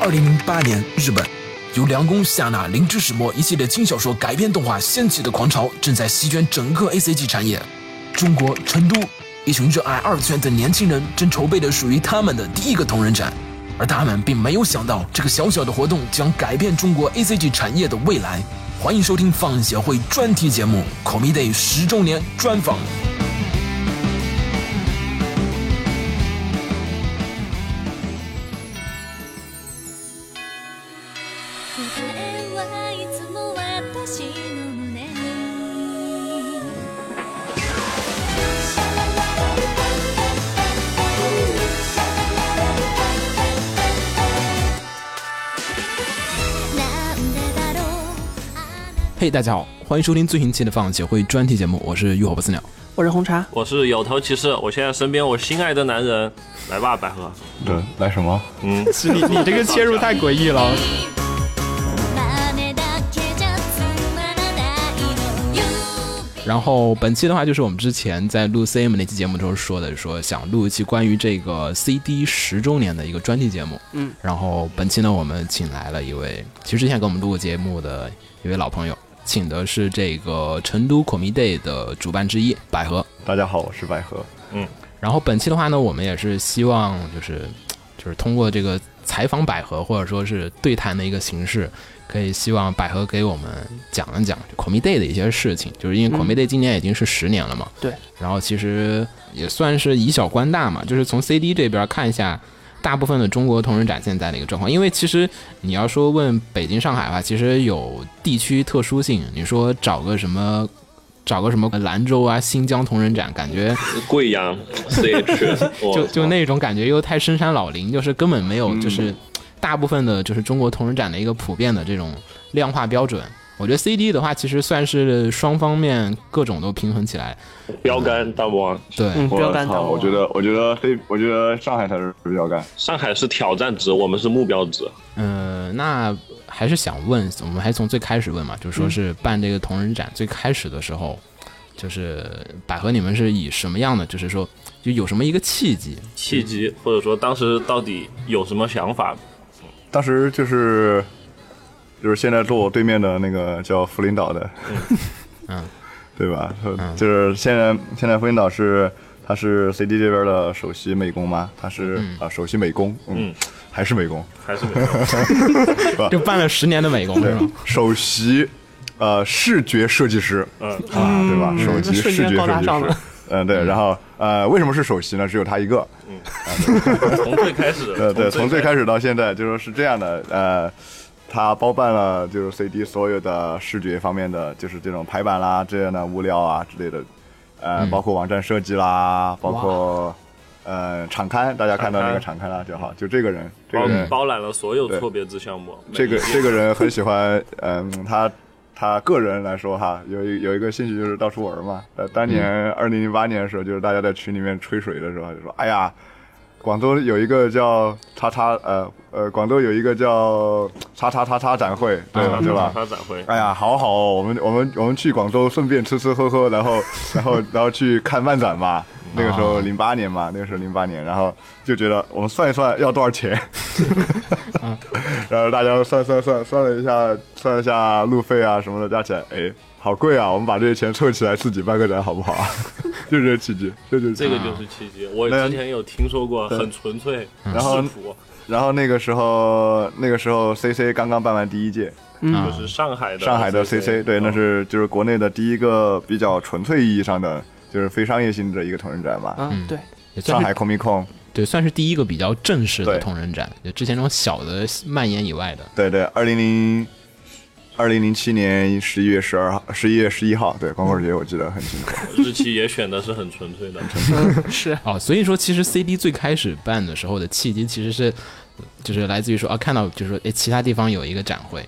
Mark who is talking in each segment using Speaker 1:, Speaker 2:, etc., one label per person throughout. Speaker 1: 二零零八年，日本由凉宫、夏娜、灵之始末一系列轻小说改编动画掀起的狂潮，正在席卷整个 A C G 产业。中国成都，一群热爱二次元的年轻人正筹备着属于他们的第一个同人展，而他们并没有想到，这个小小的活动将改变中国 A C G 产业的未来。欢迎收听放映协会专题节目《Comi Day》十周年专访。
Speaker 2: 答えはいつも私の胸に」「なんでだろうあな
Speaker 1: 嘿、大家好，欢迎收听最新期的放映协会专题节目，我是浴火不死鸟。
Speaker 3: 我是红茶，
Speaker 4: 我是有头骑士，我现在身边我心爱的男人，来吧，百合，
Speaker 5: 对，来什么？
Speaker 4: 嗯，
Speaker 6: 是你你这个切入太诡异了，
Speaker 2: た真似だけじゃつまらないの」「
Speaker 1: 然后本期的话，就是我们之前在录 CM 那期节目的时候说的，说想录一期关于这个 CD 十周年的一个专题节目。
Speaker 3: 嗯，
Speaker 1: 然后本期呢，我们请来了一位，其实之前给我们录过节目的一位老朋友，请的是这个成都 Comi Day 的主办之一百合。
Speaker 5: 大家好，我是百合。
Speaker 1: 然后本期的话呢，我们也是希望就是就是通过这个采访百合或者说是对谈的一个形式，可以希望百合给我们讲一讲 c o m i Day 的一些事情，就是因为 c o m i Day 今年已经是十年了嘛，
Speaker 3: 对，
Speaker 1: 然后其实也算是以小观大嘛，就是从 CD 这边看一下。大部分的中国同人展现在的一个状况，因为其实你要说问北京、上海的话，其实有地区特殊性。你说找个什么，找个什么兰州啊、新疆同人展，感觉
Speaker 4: 贵阳 CH，我
Speaker 1: 就就那种感觉又太深山老林，就是根本没有，就是大部分的，就是中国同人展的一个普遍的这种量化标准。我觉得 CD 的话，其实算是双方面各种都平衡起来。
Speaker 4: 标杆大魔王，
Speaker 1: 对，
Speaker 3: 嗯，
Speaker 5: 我
Speaker 3: 标杆
Speaker 5: 操！
Speaker 3: 党，
Speaker 5: 我觉得，我觉得非，我觉得上海才是标杆。
Speaker 4: 上海是挑战值，我们是目标值，
Speaker 1: 嗯、那还是想问，我们还从最开始问嘛，就是说是办这个同人展最开始的时候，就是百合你们是以什么样的，就是说就有什么一个契机？
Speaker 4: 契机或者说当时到底有什么想法？
Speaker 5: 当时就是，就是现在坐我对面的那个叫福林岛的，
Speaker 1: 嗯，
Speaker 5: 对吧？
Speaker 3: 嗯
Speaker 5: 就是现在，现在福林岛是他是 CD 这边的首席美工吗？他是
Speaker 1: 嗯
Speaker 5: 啊，首席美工，嗯
Speaker 4: 嗯，
Speaker 5: 还是美工，
Speaker 4: 还是没有，
Speaker 1: 就办了十年的美工是
Speaker 5: 对
Speaker 1: 吗？，
Speaker 5: 首席呃视觉设计师，
Speaker 4: 嗯，
Speaker 5: 啊，对吧？首
Speaker 3: 嗯
Speaker 5: 席
Speaker 3: 瞬
Speaker 5: 视
Speaker 3: 间
Speaker 5: 觉
Speaker 3: 高大
Speaker 5: 设计
Speaker 3: 上
Speaker 5: 师
Speaker 3: 了，
Speaker 5: 嗯，对。然后呃，为什么是首席呢？只有他一个。
Speaker 4: 从最开始，
Speaker 5: 呃， 对，从最开始到现在，就是是这样的，呃，他包办了就是 CD 所有的视觉方面的，就是这种排版啦、这样的物料啊之类的，呃，包括网站设计啦，包括呃场刊，大家看到那个场刊啦就好，就这个人，这
Speaker 4: 包
Speaker 5: 个人，
Speaker 4: 包揽了所有
Speaker 5: 对
Speaker 4: 错别字项目，
Speaker 5: 这个
Speaker 4: 每一
Speaker 5: 这个人很喜欢，嗯，他。他个人来说哈，有一有一个兴趣就是到处玩嘛。呃，当年二零零八年的时候，就是大家在群里面吹水的时候，就说：“哎呀，广州有一个叫叉叉呃呃，广州有一个叫叉叉叉啊叉展会，对吧？
Speaker 4: 嗯
Speaker 5: 对吧？
Speaker 4: 发展会，
Speaker 5: 哎呀，好好、哦，我们我们我们去广州，顺便吃吃喝喝，然后 然后然后去看漫展嘛。那个时
Speaker 4: 啊
Speaker 5: 候零八年嘛，那个时候零八年，然后就觉得我们算一算要多少 钱，
Speaker 4: 啊
Speaker 5: 然后大家算算算算了一下，算了一下路费啊什么的，加起来，哎，好贵啊！我们把这些钱凑起来自己办个展好不 好啊？就这个契机，就这个契
Speaker 4: 这
Speaker 5: 机
Speaker 4: 个就是契机。我之前有听说过，很纯粹，
Speaker 5: 然后
Speaker 4: 质朴
Speaker 5: 然后那个时候，那个时候 CC 刚刚办完第一届，
Speaker 1: 啊
Speaker 4: 就是上海的
Speaker 5: 上海的 CC，
Speaker 4: CC，
Speaker 5: 对，那
Speaker 4: 嗯
Speaker 5: 是就是国内的第一个比较纯粹意义上的，就是非商业性质的一个同人展吧。
Speaker 3: 嗯，对，
Speaker 1: 也算
Speaker 5: 上
Speaker 1: 是
Speaker 5: 海 Comic Con，
Speaker 1: 对，算是第一个比较正式的
Speaker 5: 对
Speaker 1: 同人展，就之前那种小的蔓延以外的。
Speaker 5: 对对，二零零二零零七年十一月十二号，十一月十一号，对，光棍节我记得很清楚。
Speaker 4: 日期也选的是很纯粹的，
Speaker 3: 是
Speaker 1: 哦，所以说其实 CD 最开始办的时候的契机其实是，就是来自于说啊，看到就是说哎，其他地方有一个展会，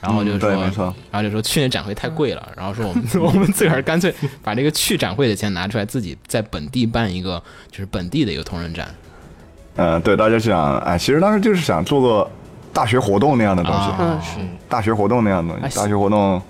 Speaker 1: 然后就
Speaker 5: 嗯
Speaker 1: 说，
Speaker 5: 对没错
Speaker 1: 然后就说去年展会太贵了，然后说我 们我们自个儿干脆把这个去展会的钱拿出来，自己在本地办一个就是本地的一个同人展
Speaker 5: 嗯，对，大家想，哎，其实当时就是想做个大学活动那样的东西，
Speaker 1: 啊，
Speaker 5: 大学活动那样的东西，
Speaker 3: 哎
Speaker 5: 大学活动。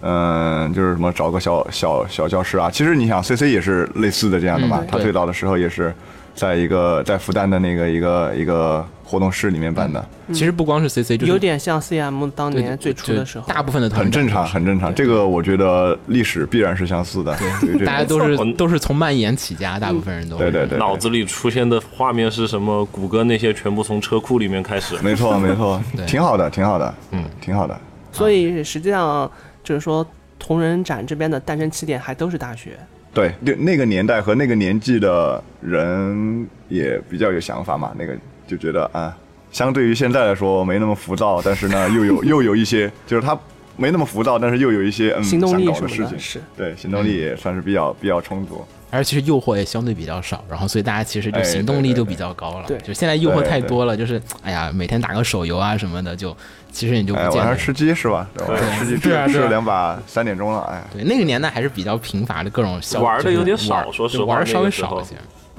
Speaker 5: 嗯，就是什么找个小小小教室啊，其实你想，C C 也是类似的这样的嘛，
Speaker 1: 嗯
Speaker 5: 他
Speaker 1: 对
Speaker 5: 最早的时候也是在一个在复旦的那个一个一个活动室里面办的，
Speaker 6: 其实不光是 CC，就
Speaker 3: 嗯
Speaker 6: 是
Speaker 3: 有点像 CM 当
Speaker 6: 对
Speaker 3: 年最初
Speaker 6: 就
Speaker 3: 的时候，
Speaker 6: 大部分的团
Speaker 5: 很
Speaker 6: 长
Speaker 5: 正常，很正常。这个我觉得历史必然是相似的，对这个
Speaker 6: 大家都
Speaker 4: 没
Speaker 6: 是
Speaker 4: 错
Speaker 6: 都是从蔓延起家，大部分人都
Speaker 5: 对对对，对
Speaker 4: 脑子里出现的画面是什么？谷歌那些全部从车库里面开始。
Speaker 5: 没错没错
Speaker 6: 对，
Speaker 5: 挺好的，挺好的，嗯，挺好的。
Speaker 3: 所以实际上就是说，同人展这边的诞生起点还都是大学。
Speaker 5: 对，就那个年代和那个年纪的人也比较有想法嘛，那个就觉得啊，相对于现在来说没那么浮躁，但是呢又有又有一些，就是他没那么浮躁，但是又有一些嗯
Speaker 3: 行动力
Speaker 5: 想搞
Speaker 3: 什么
Speaker 5: 的
Speaker 3: 的
Speaker 5: 事情，
Speaker 3: 是
Speaker 5: 对行动力也算是比较比较充足。
Speaker 6: 而且其实诱惑也相对比较少，然后所以大家其实就
Speaker 5: 哎
Speaker 6: 行动力
Speaker 5: 对对
Speaker 6: 就
Speaker 5: 对
Speaker 6: 比较高了。
Speaker 3: 对
Speaker 6: 就现在诱惑太多了，就是哎呀，每天打个手游啊什么的，就其实你就不
Speaker 5: 哎，
Speaker 6: 见
Speaker 5: 晚上
Speaker 6: 得。
Speaker 5: 吃鸡是吧？对，晚上吃鸡
Speaker 6: 对啊
Speaker 5: 吃
Speaker 6: 对啊
Speaker 5: 了两把，三点钟了，哎，
Speaker 6: 对，那个年代还是比较贫乏的各种消
Speaker 4: 玩的有点少
Speaker 6: 就
Speaker 4: 说
Speaker 6: 是玩
Speaker 4: 实话
Speaker 6: 就玩的稍
Speaker 4: 那
Speaker 6: 微
Speaker 4: 个时
Speaker 6: 少
Speaker 4: 候
Speaker 6: 一些。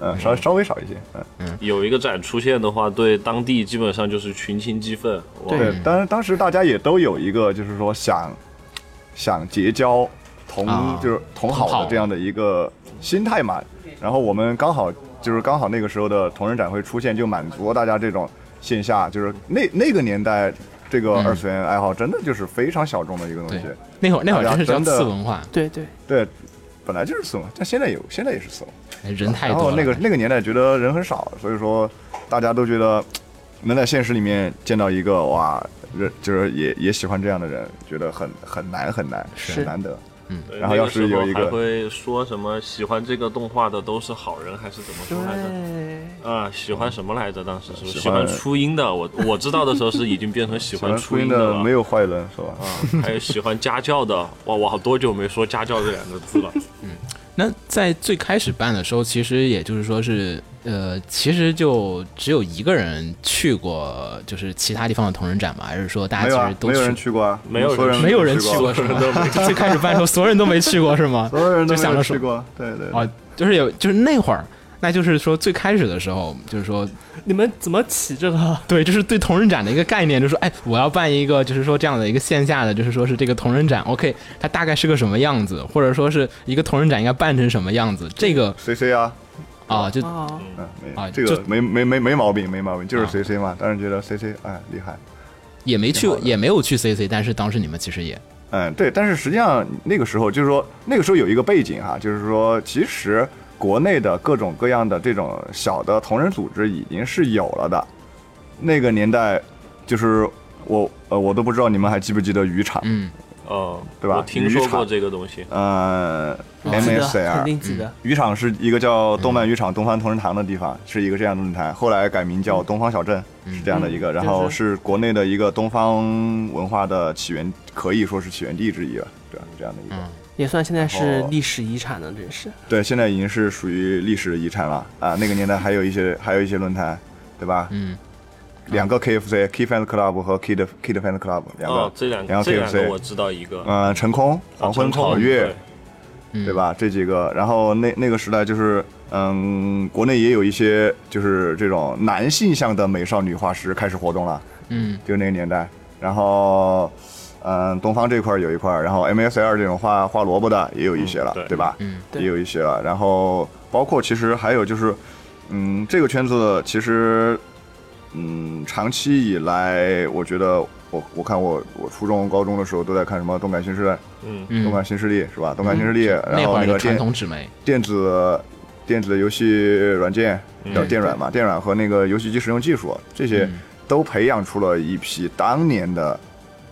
Speaker 5: 嗯，稍稍微少一些，嗯。
Speaker 4: 有一个展出现的话，对当地基本上就是群情激愤。哇
Speaker 3: 对
Speaker 5: 对，
Speaker 6: 嗯
Speaker 5: 当然当时大家也都有一个，就是说想想结交同、
Speaker 6: 啊
Speaker 5: 就是同
Speaker 6: 同
Speaker 5: 好
Speaker 6: 好
Speaker 5: 的这样的一个心态嘛。然后我们刚好就是刚好那个时候的同人展会出现，就满足了大家这种线下，就是那那个年代这
Speaker 6: 嗯
Speaker 5: 个二次元爱好真的就是非常小众的一个东
Speaker 6: 对
Speaker 5: 西。，
Speaker 6: 那会儿那会儿
Speaker 5: 大家
Speaker 6: 真是叫
Speaker 5: 真的
Speaker 6: 次文化，
Speaker 3: 对对，
Speaker 5: 对。本来就是怂，但现在有，现在也是怂。
Speaker 6: 哎人太
Speaker 5: 然
Speaker 6: 多
Speaker 5: 后
Speaker 6: 了。
Speaker 5: 那个那个年代觉得人很少，所以说大家都觉得能在现实里面见到一个哇，人就是也也喜欢这样的人，觉得很很难很难，
Speaker 3: 是
Speaker 5: 很难得。
Speaker 4: 对
Speaker 5: 然后要是有一
Speaker 4: 那
Speaker 5: 个
Speaker 4: 时候还会说什么喜欢这个动画的都是好人，还是怎么说来着？
Speaker 3: 对，
Speaker 4: 啊，喜欢什么来着？当时是不是
Speaker 5: 喜
Speaker 4: 喜
Speaker 5: 欢
Speaker 4: 欢初音的？我我知道的时候是已经变成喜
Speaker 5: 喜欢
Speaker 4: 欢
Speaker 5: 初
Speaker 4: 初
Speaker 5: 音
Speaker 4: 音的
Speaker 5: 的
Speaker 4: 了。
Speaker 5: 没有坏人是吧？
Speaker 4: 啊，还有喜欢家教的。哇，我好多久没说家教这两个 字了。
Speaker 6: 那在最开始办的时候，其实也就是说是，呃，其实就只有一个人去过，就是其他地方的同人展嘛，还是说大
Speaker 5: 没有
Speaker 6: 家其
Speaker 5: 啊
Speaker 6: 实，都
Speaker 5: 没有人
Speaker 6: 去？
Speaker 5: 去过啊，
Speaker 4: 没有人
Speaker 5: 所
Speaker 6: 没有人去
Speaker 5: 过
Speaker 6: 过，是吗？就 最开始办的时候，所有人都没去过是吗？
Speaker 5: 所有人都
Speaker 6: 就
Speaker 5: 没
Speaker 6: 想
Speaker 5: 有
Speaker 6: 着
Speaker 5: 去
Speaker 6: 说，
Speaker 5: 过，对对。对
Speaker 6: 哦，就是有，就是那会儿，那就是说最开始的时候，就是说
Speaker 3: 你们怎么起这个？
Speaker 6: 对，就是对同人展的一个概念，就是说，哎，我要办一个，就是说这样的一个线下的，就是说是这个同人展，OK，它大概是个什么样子，或者说是一个同人展应该办成什么样子，这个
Speaker 5: C C 啊，
Speaker 6: 啊，就
Speaker 3: 哦，
Speaker 5: 嗯，
Speaker 6: 啊
Speaker 5: 没这
Speaker 6: 就
Speaker 5: 个没没没没毛病，没毛病，就是
Speaker 6: 啊
Speaker 5: C C 嘛。当然觉得 C C 哎厉害，
Speaker 6: 也没去
Speaker 5: 挺好，的
Speaker 6: 也没有去 CC，但是当时你们其实也
Speaker 5: 嗯，对，但是实际上那个时候就是说，那个时候有一个背景哈、就是说，其实国内的各种各样的这种小的同人组织已经是有了的。那个年代，就是我呃，我都不知道你们还记不记得渔场，
Speaker 6: 嗯，
Speaker 4: 哦，
Speaker 5: 对吧
Speaker 4: 我听说
Speaker 5: 渔场
Speaker 4: 过这个东西。
Speaker 5: 呃
Speaker 3: 嗯记得，肯
Speaker 5: ，MSL
Speaker 3: 定记嗯得。
Speaker 5: 渔场是一个叫动漫渔场东方同仁堂的地方，是一个这样的论坛，后来改名
Speaker 3: 嗯
Speaker 5: 叫东方小镇，是这样的一个，然后是国内的一个东方文化的起源，可以说是起源地之一了，对吧？啊这样的一个。
Speaker 3: 也算现在是
Speaker 5: 然后
Speaker 3: 历史遗产了，真是。
Speaker 5: 对，现在已经是属于历史遗产了啊。那个年代还有一些还有一些论坛，对吧？
Speaker 6: 嗯，
Speaker 5: 两个 KFC Key Fans Club 和 Kid Kid Fans Club 两个
Speaker 4: 哦，，这啊两
Speaker 5: 然
Speaker 4: 个
Speaker 5: 后
Speaker 4: 这两个
Speaker 5: KFC
Speaker 4: 我知道一个。
Speaker 5: 嗯、晨空、黄昏、
Speaker 4: 考
Speaker 5: 孔月，
Speaker 6: 嗯
Speaker 5: 对吧？这几个，然后那那个时代就是，嗯，国内也有一些就是这种男性向的美少女画师开始活动了，
Speaker 6: 嗯，
Speaker 5: 就那个年代。然后，嗯，东方这块儿有一块儿，然后 MSL 这种画画萝卜的也有一些了，
Speaker 4: 嗯对
Speaker 5: 吧？
Speaker 6: 嗯，
Speaker 3: 对
Speaker 5: 也有一些了。然后包括其实还有就是，嗯，这个圈子其实，嗯，长期以来，我觉得我我看我我初中高中的时候都在看什么动感新势力。
Speaker 4: 嗯，
Speaker 6: 嗯，
Speaker 5: 动感新势力是吧？动感新势力，然
Speaker 6: 那
Speaker 5: 后
Speaker 6: 会儿
Speaker 5: 个
Speaker 6: 的传
Speaker 5: 电
Speaker 6: 统纸媒，
Speaker 5: 电子电子游戏软件叫
Speaker 4: 嗯
Speaker 5: 电软嘛，电软和那个游戏机使用技术这些
Speaker 6: 嗯
Speaker 5: 都培养出了一批当年的，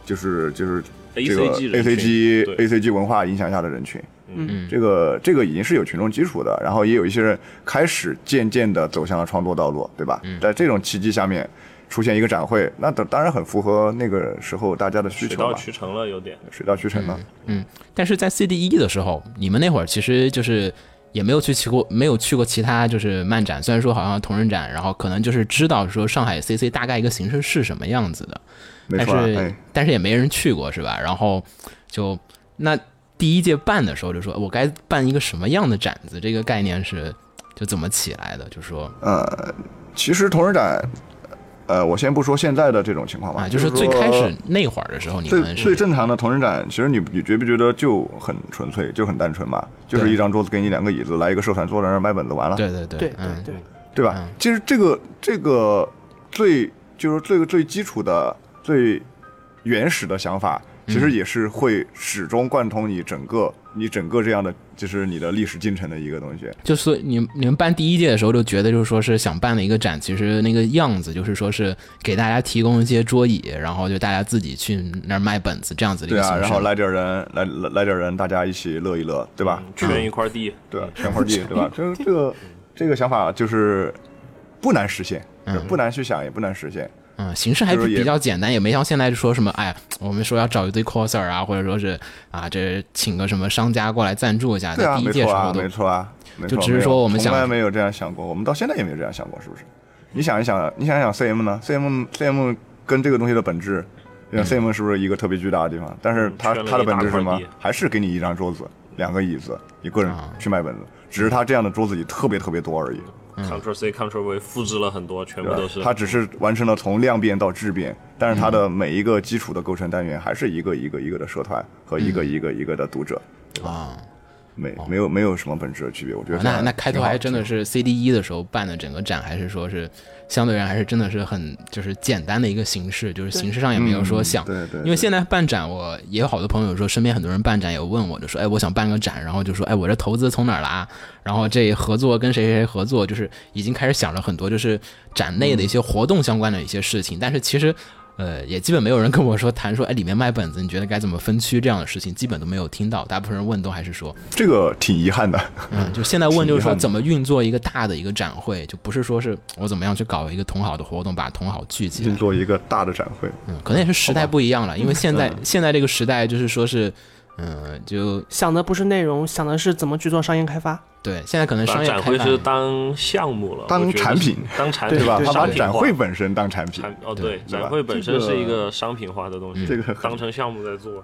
Speaker 5: 就是就是这个
Speaker 4: ACG 人群
Speaker 5: ACG
Speaker 4: 对
Speaker 5: ACG 文化影响下的人群。
Speaker 6: 嗯
Speaker 5: 这个这个已经是有群众基础的，然后也有一些人开始渐渐的走向了创作道路，对吧？
Speaker 6: 嗯
Speaker 5: 在这种契机下面出现一个展会，那当当然很符合那个时候大家的需
Speaker 4: 水
Speaker 5: 求
Speaker 4: 到
Speaker 5: 嘛，
Speaker 4: 渠成了有点。
Speaker 5: 水到渠成嘛。
Speaker 6: 嗯，但是在 CDE 的时候，你们那会儿其实就是也没有去去过，没有去过其他就是漫展，虽然说好像同人展，然后可能就是知道说上海 CC 大概一个形式是什么样子的，
Speaker 5: 没
Speaker 6: 但
Speaker 5: 错啊，
Speaker 6: 是、
Speaker 5: 哎，
Speaker 6: 但是也没人去过是吧？然后就那第一届办的时候就说我该办一个什么样的展子，这个概念是就怎么起来的？就说
Speaker 5: 呃，其实同人展，呃，我先不说现在的这种情况吧，
Speaker 6: 啊，就
Speaker 5: 哦就是是
Speaker 6: 说最
Speaker 5: 说
Speaker 6: 开始那会儿的时候，你
Speaker 5: 最
Speaker 6: 们
Speaker 5: 最
Speaker 6: 是
Speaker 5: 正常的同人展，其实你你觉不觉得就很纯粹，就很单纯嘛？就是
Speaker 6: 对
Speaker 5: 一张桌子给你两个椅子，来一个社团坐在那儿卖本子完了。
Speaker 6: 对对对
Speaker 3: 对对
Speaker 6: 嗯
Speaker 3: 对，
Speaker 5: 对吧？
Speaker 6: 嗯
Speaker 5: 其实这个这个最就是这个最基础的最原始的想法，其
Speaker 6: 嗯
Speaker 5: 实也是会始终贯通你整个你整个这样的就是你的历史进程的一个东西。
Speaker 6: 就所以你们你们办第一届的时候就觉得就是说是想办的一个展，其实那个样子就是说是给大家提供一些桌椅，然后就大家自己去那儿卖本子这样子的一
Speaker 5: 对
Speaker 6: 个形
Speaker 5: 啊，
Speaker 6: 式。
Speaker 5: 然后来点人，来来来点人，大家一起乐一乐，对吧？嗯
Speaker 4: 圈嗯一块地，
Speaker 5: 对啊，全块 地，对吧？这这个这个想法就是不难实现，不难去想，也不难实现。
Speaker 6: 嗯，形式还
Speaker 5: 就是
Speaker 6: 比
Speaker 5: 也
Speaker 6: 比较简单，也没像现在说什么哎，我们说要找一堆 coser 啊，或者说是啊，这请个什么商家过来赞助一下，
Speaker 5: 对
Speaker 6: 在
Speaker 5: 啊，
Speaker 6: 第一
Speaker 5: 没
Speaker 6: 届
Speaker 5: 错
Speaker 6: 时候
Speaker 5: 啊，
Speaker 6: 都
Speaker 5: 没错啊，没错
Speaker 6: 就只是说我们
Speaker 5: 没有
Speaker 6: 想
Speaker 5: 从来没有这样想过，我们到现在也没有这样想过，是不是？你想一想，你想一想 CM 呢？CM CM 跟这个东西的本质
Speaker 6: 嗯
Speaker 5: 你看，CM 是不是一个特别巨大的地方？但是
Speaker 4: 嗯
Speaker 5: 它
Speaker 4: 圈了一
Speaker 5: 它的本质是什
Speaker 4: 大
Speaker 5: 么
Speaker 4: 块地？
Speaker 5: 还是给你一张桌子、两个椅子，你个人
Speaker 6: 啊
Speaker 5: 去卖本子，只是它这样的桌子也特别特别多而已。
Speaker 6: 嗯
Speaker 4: Ctrl C Ctrl V 复制了很多，全部
Speaker 5: 对吧
Speaker 4: 都是。
Speaker 5: 它只是完成了从量变到质变，但是它
Speaker 6: 嗯
Speaker 5: 的每一个基础的构成单元还是一个一个一个的社团和一个
Speaker 6: 嗯
Speaker 5: 一个一个的读者，
Speaker 6: 啊。
Speaker 5: 没没有没有什么本质的区别。我觉得这
Speaker 6: 哦那
Speaker 5: 样
Speaker 6: 那开头
Speaker 5: 挺好
Speaker 6: 还真的是 CD 一的时候办的整个展，还是说是相对而言还是真的是很就是简单的一个形式，就是形式上也没有说想，
Speaker 5: 嗯对对
Speaker 6: 因为现在办展，我也有好多朋友说，身边很多人办展有问我，就说哎我想办个展，然后就说哎我这投资从哪儿来，然后这合作跟谁谁谁合作，就是已经开始想了很多就是展内的
Speaker 5: 嗯
Speaker 6: 一些活动相关的一些事情，但是其实。呃，也基本没有人跟我说谈说，哎，里面卖本子，你觉得该怎么分区这样的事情，基本都没有听到。大部分人问都还是 说，
Speaker 5: 这个挺遗 憾的。
Speaker 6: 嗯，就现在问就是
Speaker 5: 挺遗
Speaker 6: 说
Speaker 5: 憾的
Speaker 6: 怎么运作一个大的一个展会，就不是说是我怎么样去搞一个同好的活动，把同好聚集
Speaker 5: 运
Speaker 6: 来。
Speaker 5: 作一个大的展会，
Speaker 6: 嗯，可能也是时代不一样了，因为现
Speaker 4: 嗯
Speaker 6: 在现在这个时代就是说是，嗯，就
Speaker 3: 想的不是内容，想的是怎么去做商业开发。
Speaker 6: 对，现在可能
Speaker 4: 把
Speaker 6: 商业
Speaker 4: 展
Speaker 6: 开
Speaker 4: 会
Speaker 6: 发
Speaker 4: 是当项目了，
Speaker 5: 当
Speaker 4: 我觉得
Speaker 5: 产
Speaker 4: 是
Speaker 5: 品
Speaker 4: 当产品
Speaker 5: 对吧？他
Speaker 4: 商
Speaker 5: 把
Speaker 4: 品化
Speaker 5: 展会本身当产品，
Speaker 4: 产哦
Speaker 6: 对嗯
Speaker 4: 对，
Speaker 5: 对吧
Speaker 4: 展会本身
Speaker 5: 这个
Speaker 4: 是一个商品化的东西，
Speaker 5: 这个很
Speaker 4: 当成项目在做。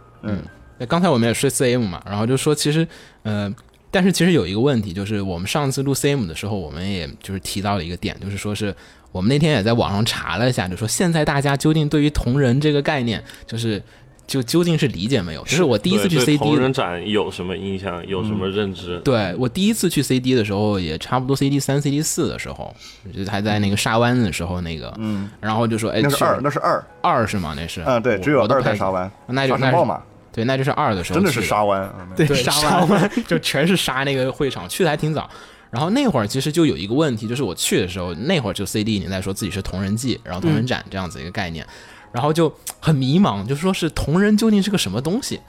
Speaker 6: 那刚才我们也说 CM 嘛，然后就说其实，呃，但是其实有一个问题，就是我们上次录 CM 的时候，我们也就是提到了一个点，就是说是我们那天也在网上查了一下，就说现在大家究竟对于同人这个概念，就是就究竟是理解没有？就是我第一次去嗯
Speaker 4: 对对
Speaker 6: CD
Speaker 4: 同人展有什么印象，有什么认知？
Speaker 6: 对我第一次去 CD 的时候，也差不多 CD 三、CD 四的时候，就是还在那个沙湾的时候那个，嗯，然后就说，哎，
Speaker 5: 那是
Speaker 6: 去
Speaker 5: 二，那是二，
Speaker 6: 二是吗？那是，
Speaker 5: 嗯，对，
Speaker 6: 我
Speaker 5: 只有
Speaker 6: 我都
Speaker 5: 二
Speaker 6: 不太
Speaker 5: 在沙湾，
Speaker 6: 那就
Speaker 5: 沙
Speaker 6: 那
Speaker 5: 尘
Speaker 6: 是
Speaker 5: 暴嘛，
Speaker 6: 对，那就是二的时候，
Speaker 5: 真的是，沙湾，嗯
Speaker 6: 对，
Speaker 3: 对
Speaker 6: 沙湾就全是沙那个会场，去的还挺早。然后那会儿其实就有一个问题，就是我去的时候，那会儿就 CD 已经在说自己是同人季，然后同人展这样子一个概念，然后就很迷茫，就说是同人究竟是个什么东西。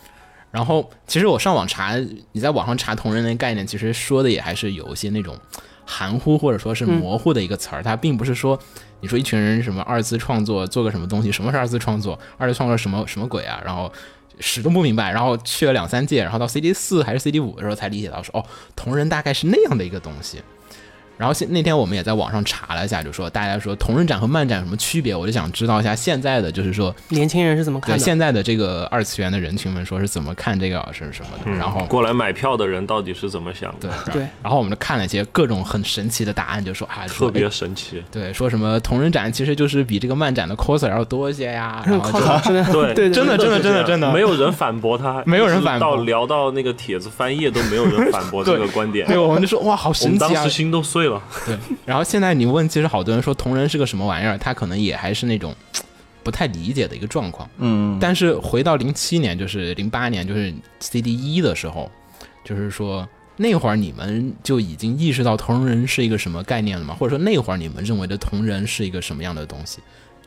Speaker 6: 然后其实我上网查，你在网上查同人的概念，其实说的也还是有一些那种含糊或者说是模糊的一个词儿，它并不是说你说一群人什么二次创作做个什么东西，什么是二次创作？二次创作什么什么鬼啊？然后始终不明白，然后去了两三届，然后到 CD 四还是 CD 五的时候才理解到说，哦，同人大概是那样的一个东西。然后现那天我们也在网上查了一下，就说大家说同人展和漫展有什么区别，我就想知道一下现在的就是说
Speaker 3: 年轻人是怎么看
Speaker 6: 对
Speaker 3: 的？
Speaker 6: 现在的这个二次元的人群们说是怎么看这个是什么的，然后
Speaker 4: 嗯过来买票的人到底是怎么想的？
Speaker 6: 对
Speaker 3: 对，
Speaker 6: 然后我们就看了一些各种很神奇的答案，就说啊，
Speaker 4: 特别
Speaker 6: 说哎
Speaker 4: 神 奇。
Speaker 6: 对，说什么同人展其实就是比这个漫展的 coser 要多一些呀，
Speaker 4: 嗯
Speaker 6: 然后
Speaker 3: 嗯靠
Speaker 6: 就
Speaker 3: 的真的
Speaker 4: 对
Speaker 3: 对
Speaker 6: 真的真的真的真的
Speaker 4: 没有人反驳他，
Speaker 6: 没有人反驳
Speaker 4: 一直到聊到那个帖子翻页都没有人反驳这个观点。
Speaker 6: 对，我们就说哇，好
Speaker 4: 我
Speaker 6: 神
Speaker 4: 们
Speaker 6: 奇
Speaker 4: 当
Speaker 6: 啊
Speaker 4: 时！心都碎 了。
Speaker 6: 对，然后现在你问，其实好多人说同人是个什么玩意儿，他可能也还是那种嘖不太理解的一个状况。
Speaker 5: 嗯，
Speaker 6: 但是回到零七年，就是零八年，就是 CD 一的时候，就是说那会儿你们就已经意识到同人是一个什么概念了吗？或者说那会儿你们认为的同人是一个什么样的东西？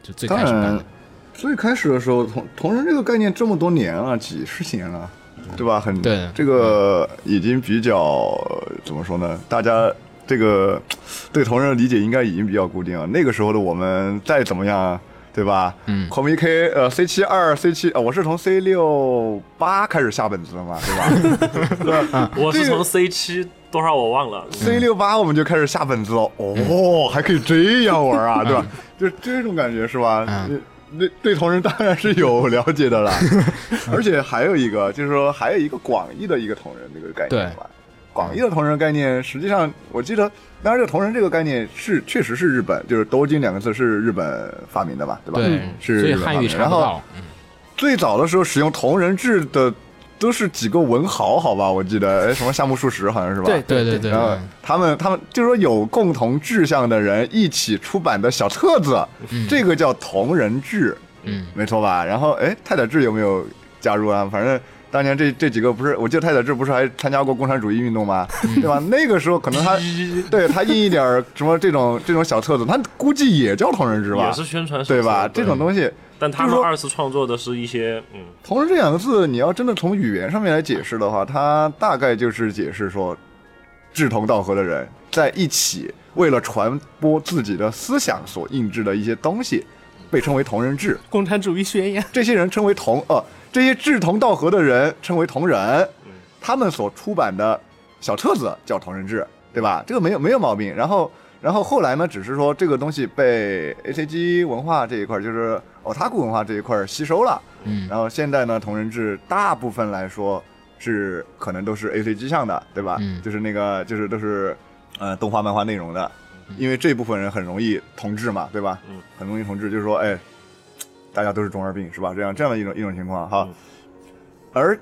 Speaker 6: 就最
Speaker 5: 当
Speaker 6: 开始办
Speaker 5: 然
Speaker 6: 的，，
Speaker 5: 最开始的时候，同同人这个概念这么多年了，几十年了，对吧？很
Speaker 6: 对
Speaker 5: 这个已经比较呃怎么说呢？大家这个对同人的理解应该已经比较固定了。那个时候的我们再怎么样，对吧？嗯 c o m i K 呃 C 七二 C 七，呃我是从 C 六八开始下本子的嘛，对吧？
Speaker 4: 我是
Speaker 5: 这个
Speaker 4: 从 C 七多少我忘了，
Speaker 5: C 六八我们就开始下本子了，哦，还可以这样玩啊，对吧？就是这种感觉是吧？
Speaker 6: 嗯
Speaker 5: 那那对同人当然是有了 解的啦，而且还有一个就是说还有一个广义的一个同人这个概念
Speaker 6: 对
Speaker 5: 吧。广义的同人概念，实际上我记得，当然这个同人这个概念是确实是日本，就是“东京”两个字是日本发明的吧，对吧？
Speaker 6: 对，
Speaker 5: 是
Speaker 6: 所以
Speaker 5: 日本发
Speaker 6: 汉语
Speaker 5: 明的。
Speaker 6: 查
Speaker 5: 然
Speaker 6: 不
Speaker 5: 后
Speaker 6: 到，
Speaker 5: 最早的时候使用同人志的都是几个文豪，好吧？我记得哎什么夏目漱石好像是吧？
Speaker 3: 对
Speaker 6: 对对对，
Speaker 5: 然后
Speaker 6: 嗯
Speaker 5: 他们他们就是说有共同志向的人一起出版的小册子，这个叫同人志，
Speaker 6: 嗯，
Speaker 5: 没错吧？然后哎，太宰治有没有加入啊？反正当年这这几个不是，我记得太宰治不是还参加过共产主义运动吗？
Speaker 6: 嗯
Speaker 5: 对吧？那个时候可 能他对他印一点儿什么这种这种小册子，他估计也叫同人志吧
Speaker 4: 也？是宣传手册
Speaker 5: 对吧？这种东西。
Speaker 4: 但他
Speaker 5: 就是
Speaker 4: 们
Speaker 5: 说
Speaker 4: 二次创作的是一些嗯，
Speaker 5: 同时，这两个字你要真的从语言上面来解释的话，它大概就是解释说，志同道合的人在一起，为了传播自己的思想所印制的一些东西，被称为同人志。
Speaker 3: 共产主义宣言，
Speaker 5: 这些人称为同呃，这些志同道合的人称为同人，他们所出版的小册子叫同人志，对吧？这个没有没有毛病。然后然后后来呢，只是说这个东西被 A C G 文化这一块儿，就是 otaku 文化这一块儿吸收了。
Speaker 6: 嗯
Speaker 5: 然后现在呢，同人志大部分来说是可能都是 A C G 向的，对吧？
Speaker 6: 嗯
Speaker 5: 就是那个就是都是呃动画漫画内容的，
Speaker 6: 嗯
Speaker 5: 因为这部分人很容易同志嘛，对吧？
Speaker 4: 嗯，
Speaker 5: 很容易同志，就是说，哎，大家都是中二病，是吧？这样这样的一种一种情况哈。
Speaker 4: 嗯
Speaker 5: 而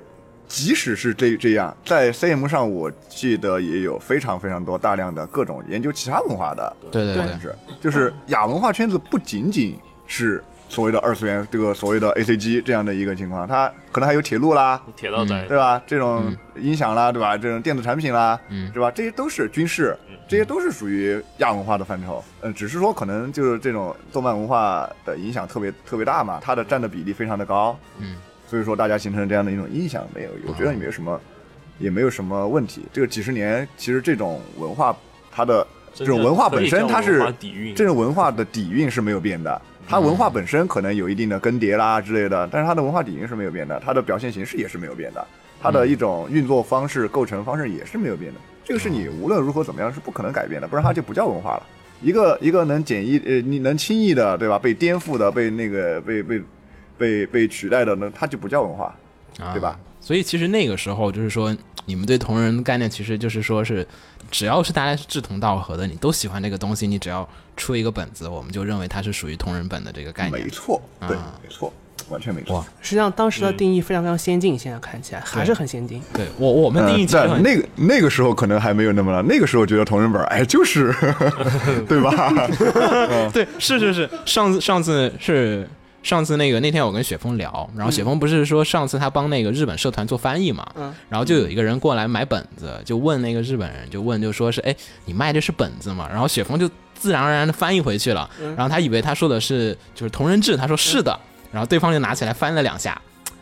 Speaker 5: 即使是这这样，在 CM 上，我记得也有非常非常多大量的各种研究其他文化的
Speaker 6: 对对对
Speaker 5: 同，志，就是亚文化圈子不仅仅是所谓的二次元，这个所谓的 ACG 这样的一个情况，它可能还有铁路啦，
Speaker 4: 铁道宅
Speaker 5: 对吧？这种音响啦，对吧？这种电子产品啦，
Speaker 6: 嗯
Speaker 5: 对吧？这些都是军事，这些都是属于亚文化的范畴。嗯，只是说可能就是这种动漫文化的影响特别特别大嘛，它的占的比例非常的高，
Speaker 6: 嗯，
Speaker 5: 所以说大家形成这样的一种印象，没有，我觉得也没有什么，也没有什么问题。这个几十年，其实这种文化它的这
Speaker 4: 真
Speaker 5: 种
Speaker 4: 正
Speaker 5: 文化本身它
Speaker 4: 可以
Speaker 5: 是
Speaker 4: 叫文化底蕴
Speaker 5: 这种文化的底蕴是没有变的。它文化本身可能有一定的更迭啦之类的，但是它的文化底蕴是没有变的，它的表现形式也是没有变的，它的一种运作方式、构成方式也是没有变的。这个是你无论如何怎么样是不可能改变的，不然它就不叫文化了。一个一个能简易呃，你能轻易的对吧？被颠覆的、被那个被被被被取代的呢，它就不叫文化。
Speaker 6: 啊
Speaker 5: 对吧？
Speaker 6: 所以其实那个时候就是说，你们对同人概念其实就是说是，只要是大家是志同道合的，你都喜欢这个东西，你只要出一个本子，我们就认为它是属于同人本的这个概
Speaker 5: 没
Speaker 6: 念。
Speaker 5: 错，对，
Speaker 6: 啊
Speaker 5: 没错，完全没错。
Speaker 6: 哇
Speaker 3: 实际上当时的定义非常非常先进，现在看起来还是很先进。
Speaker 6: 对我我们定义
Speaker 5: 嗯
Speaker 6: 其实
Speaker 5: 但
Speaker 6: 很
Speaker 5: 那个那个时候可能还没有那么了，那个时候觉得同人本儿，哎，就是， 对吧？
Speaker 6: 对，是是是，上次上次是上次那个那天我跟雪峰聊，然后雪峰不是说上次他帮那个日本社团做翻译嘛，
Speaker 3: 嗯，
Speaker 6: 然后就有一个人过来买本子，就问那个日本人，就问就说是哎，你卖的是本子吗？然后雪峰就自然而然的翻译回去了，然后他以为他说的是就是同人志，他说是的，然后对方就拿起来翻了两下，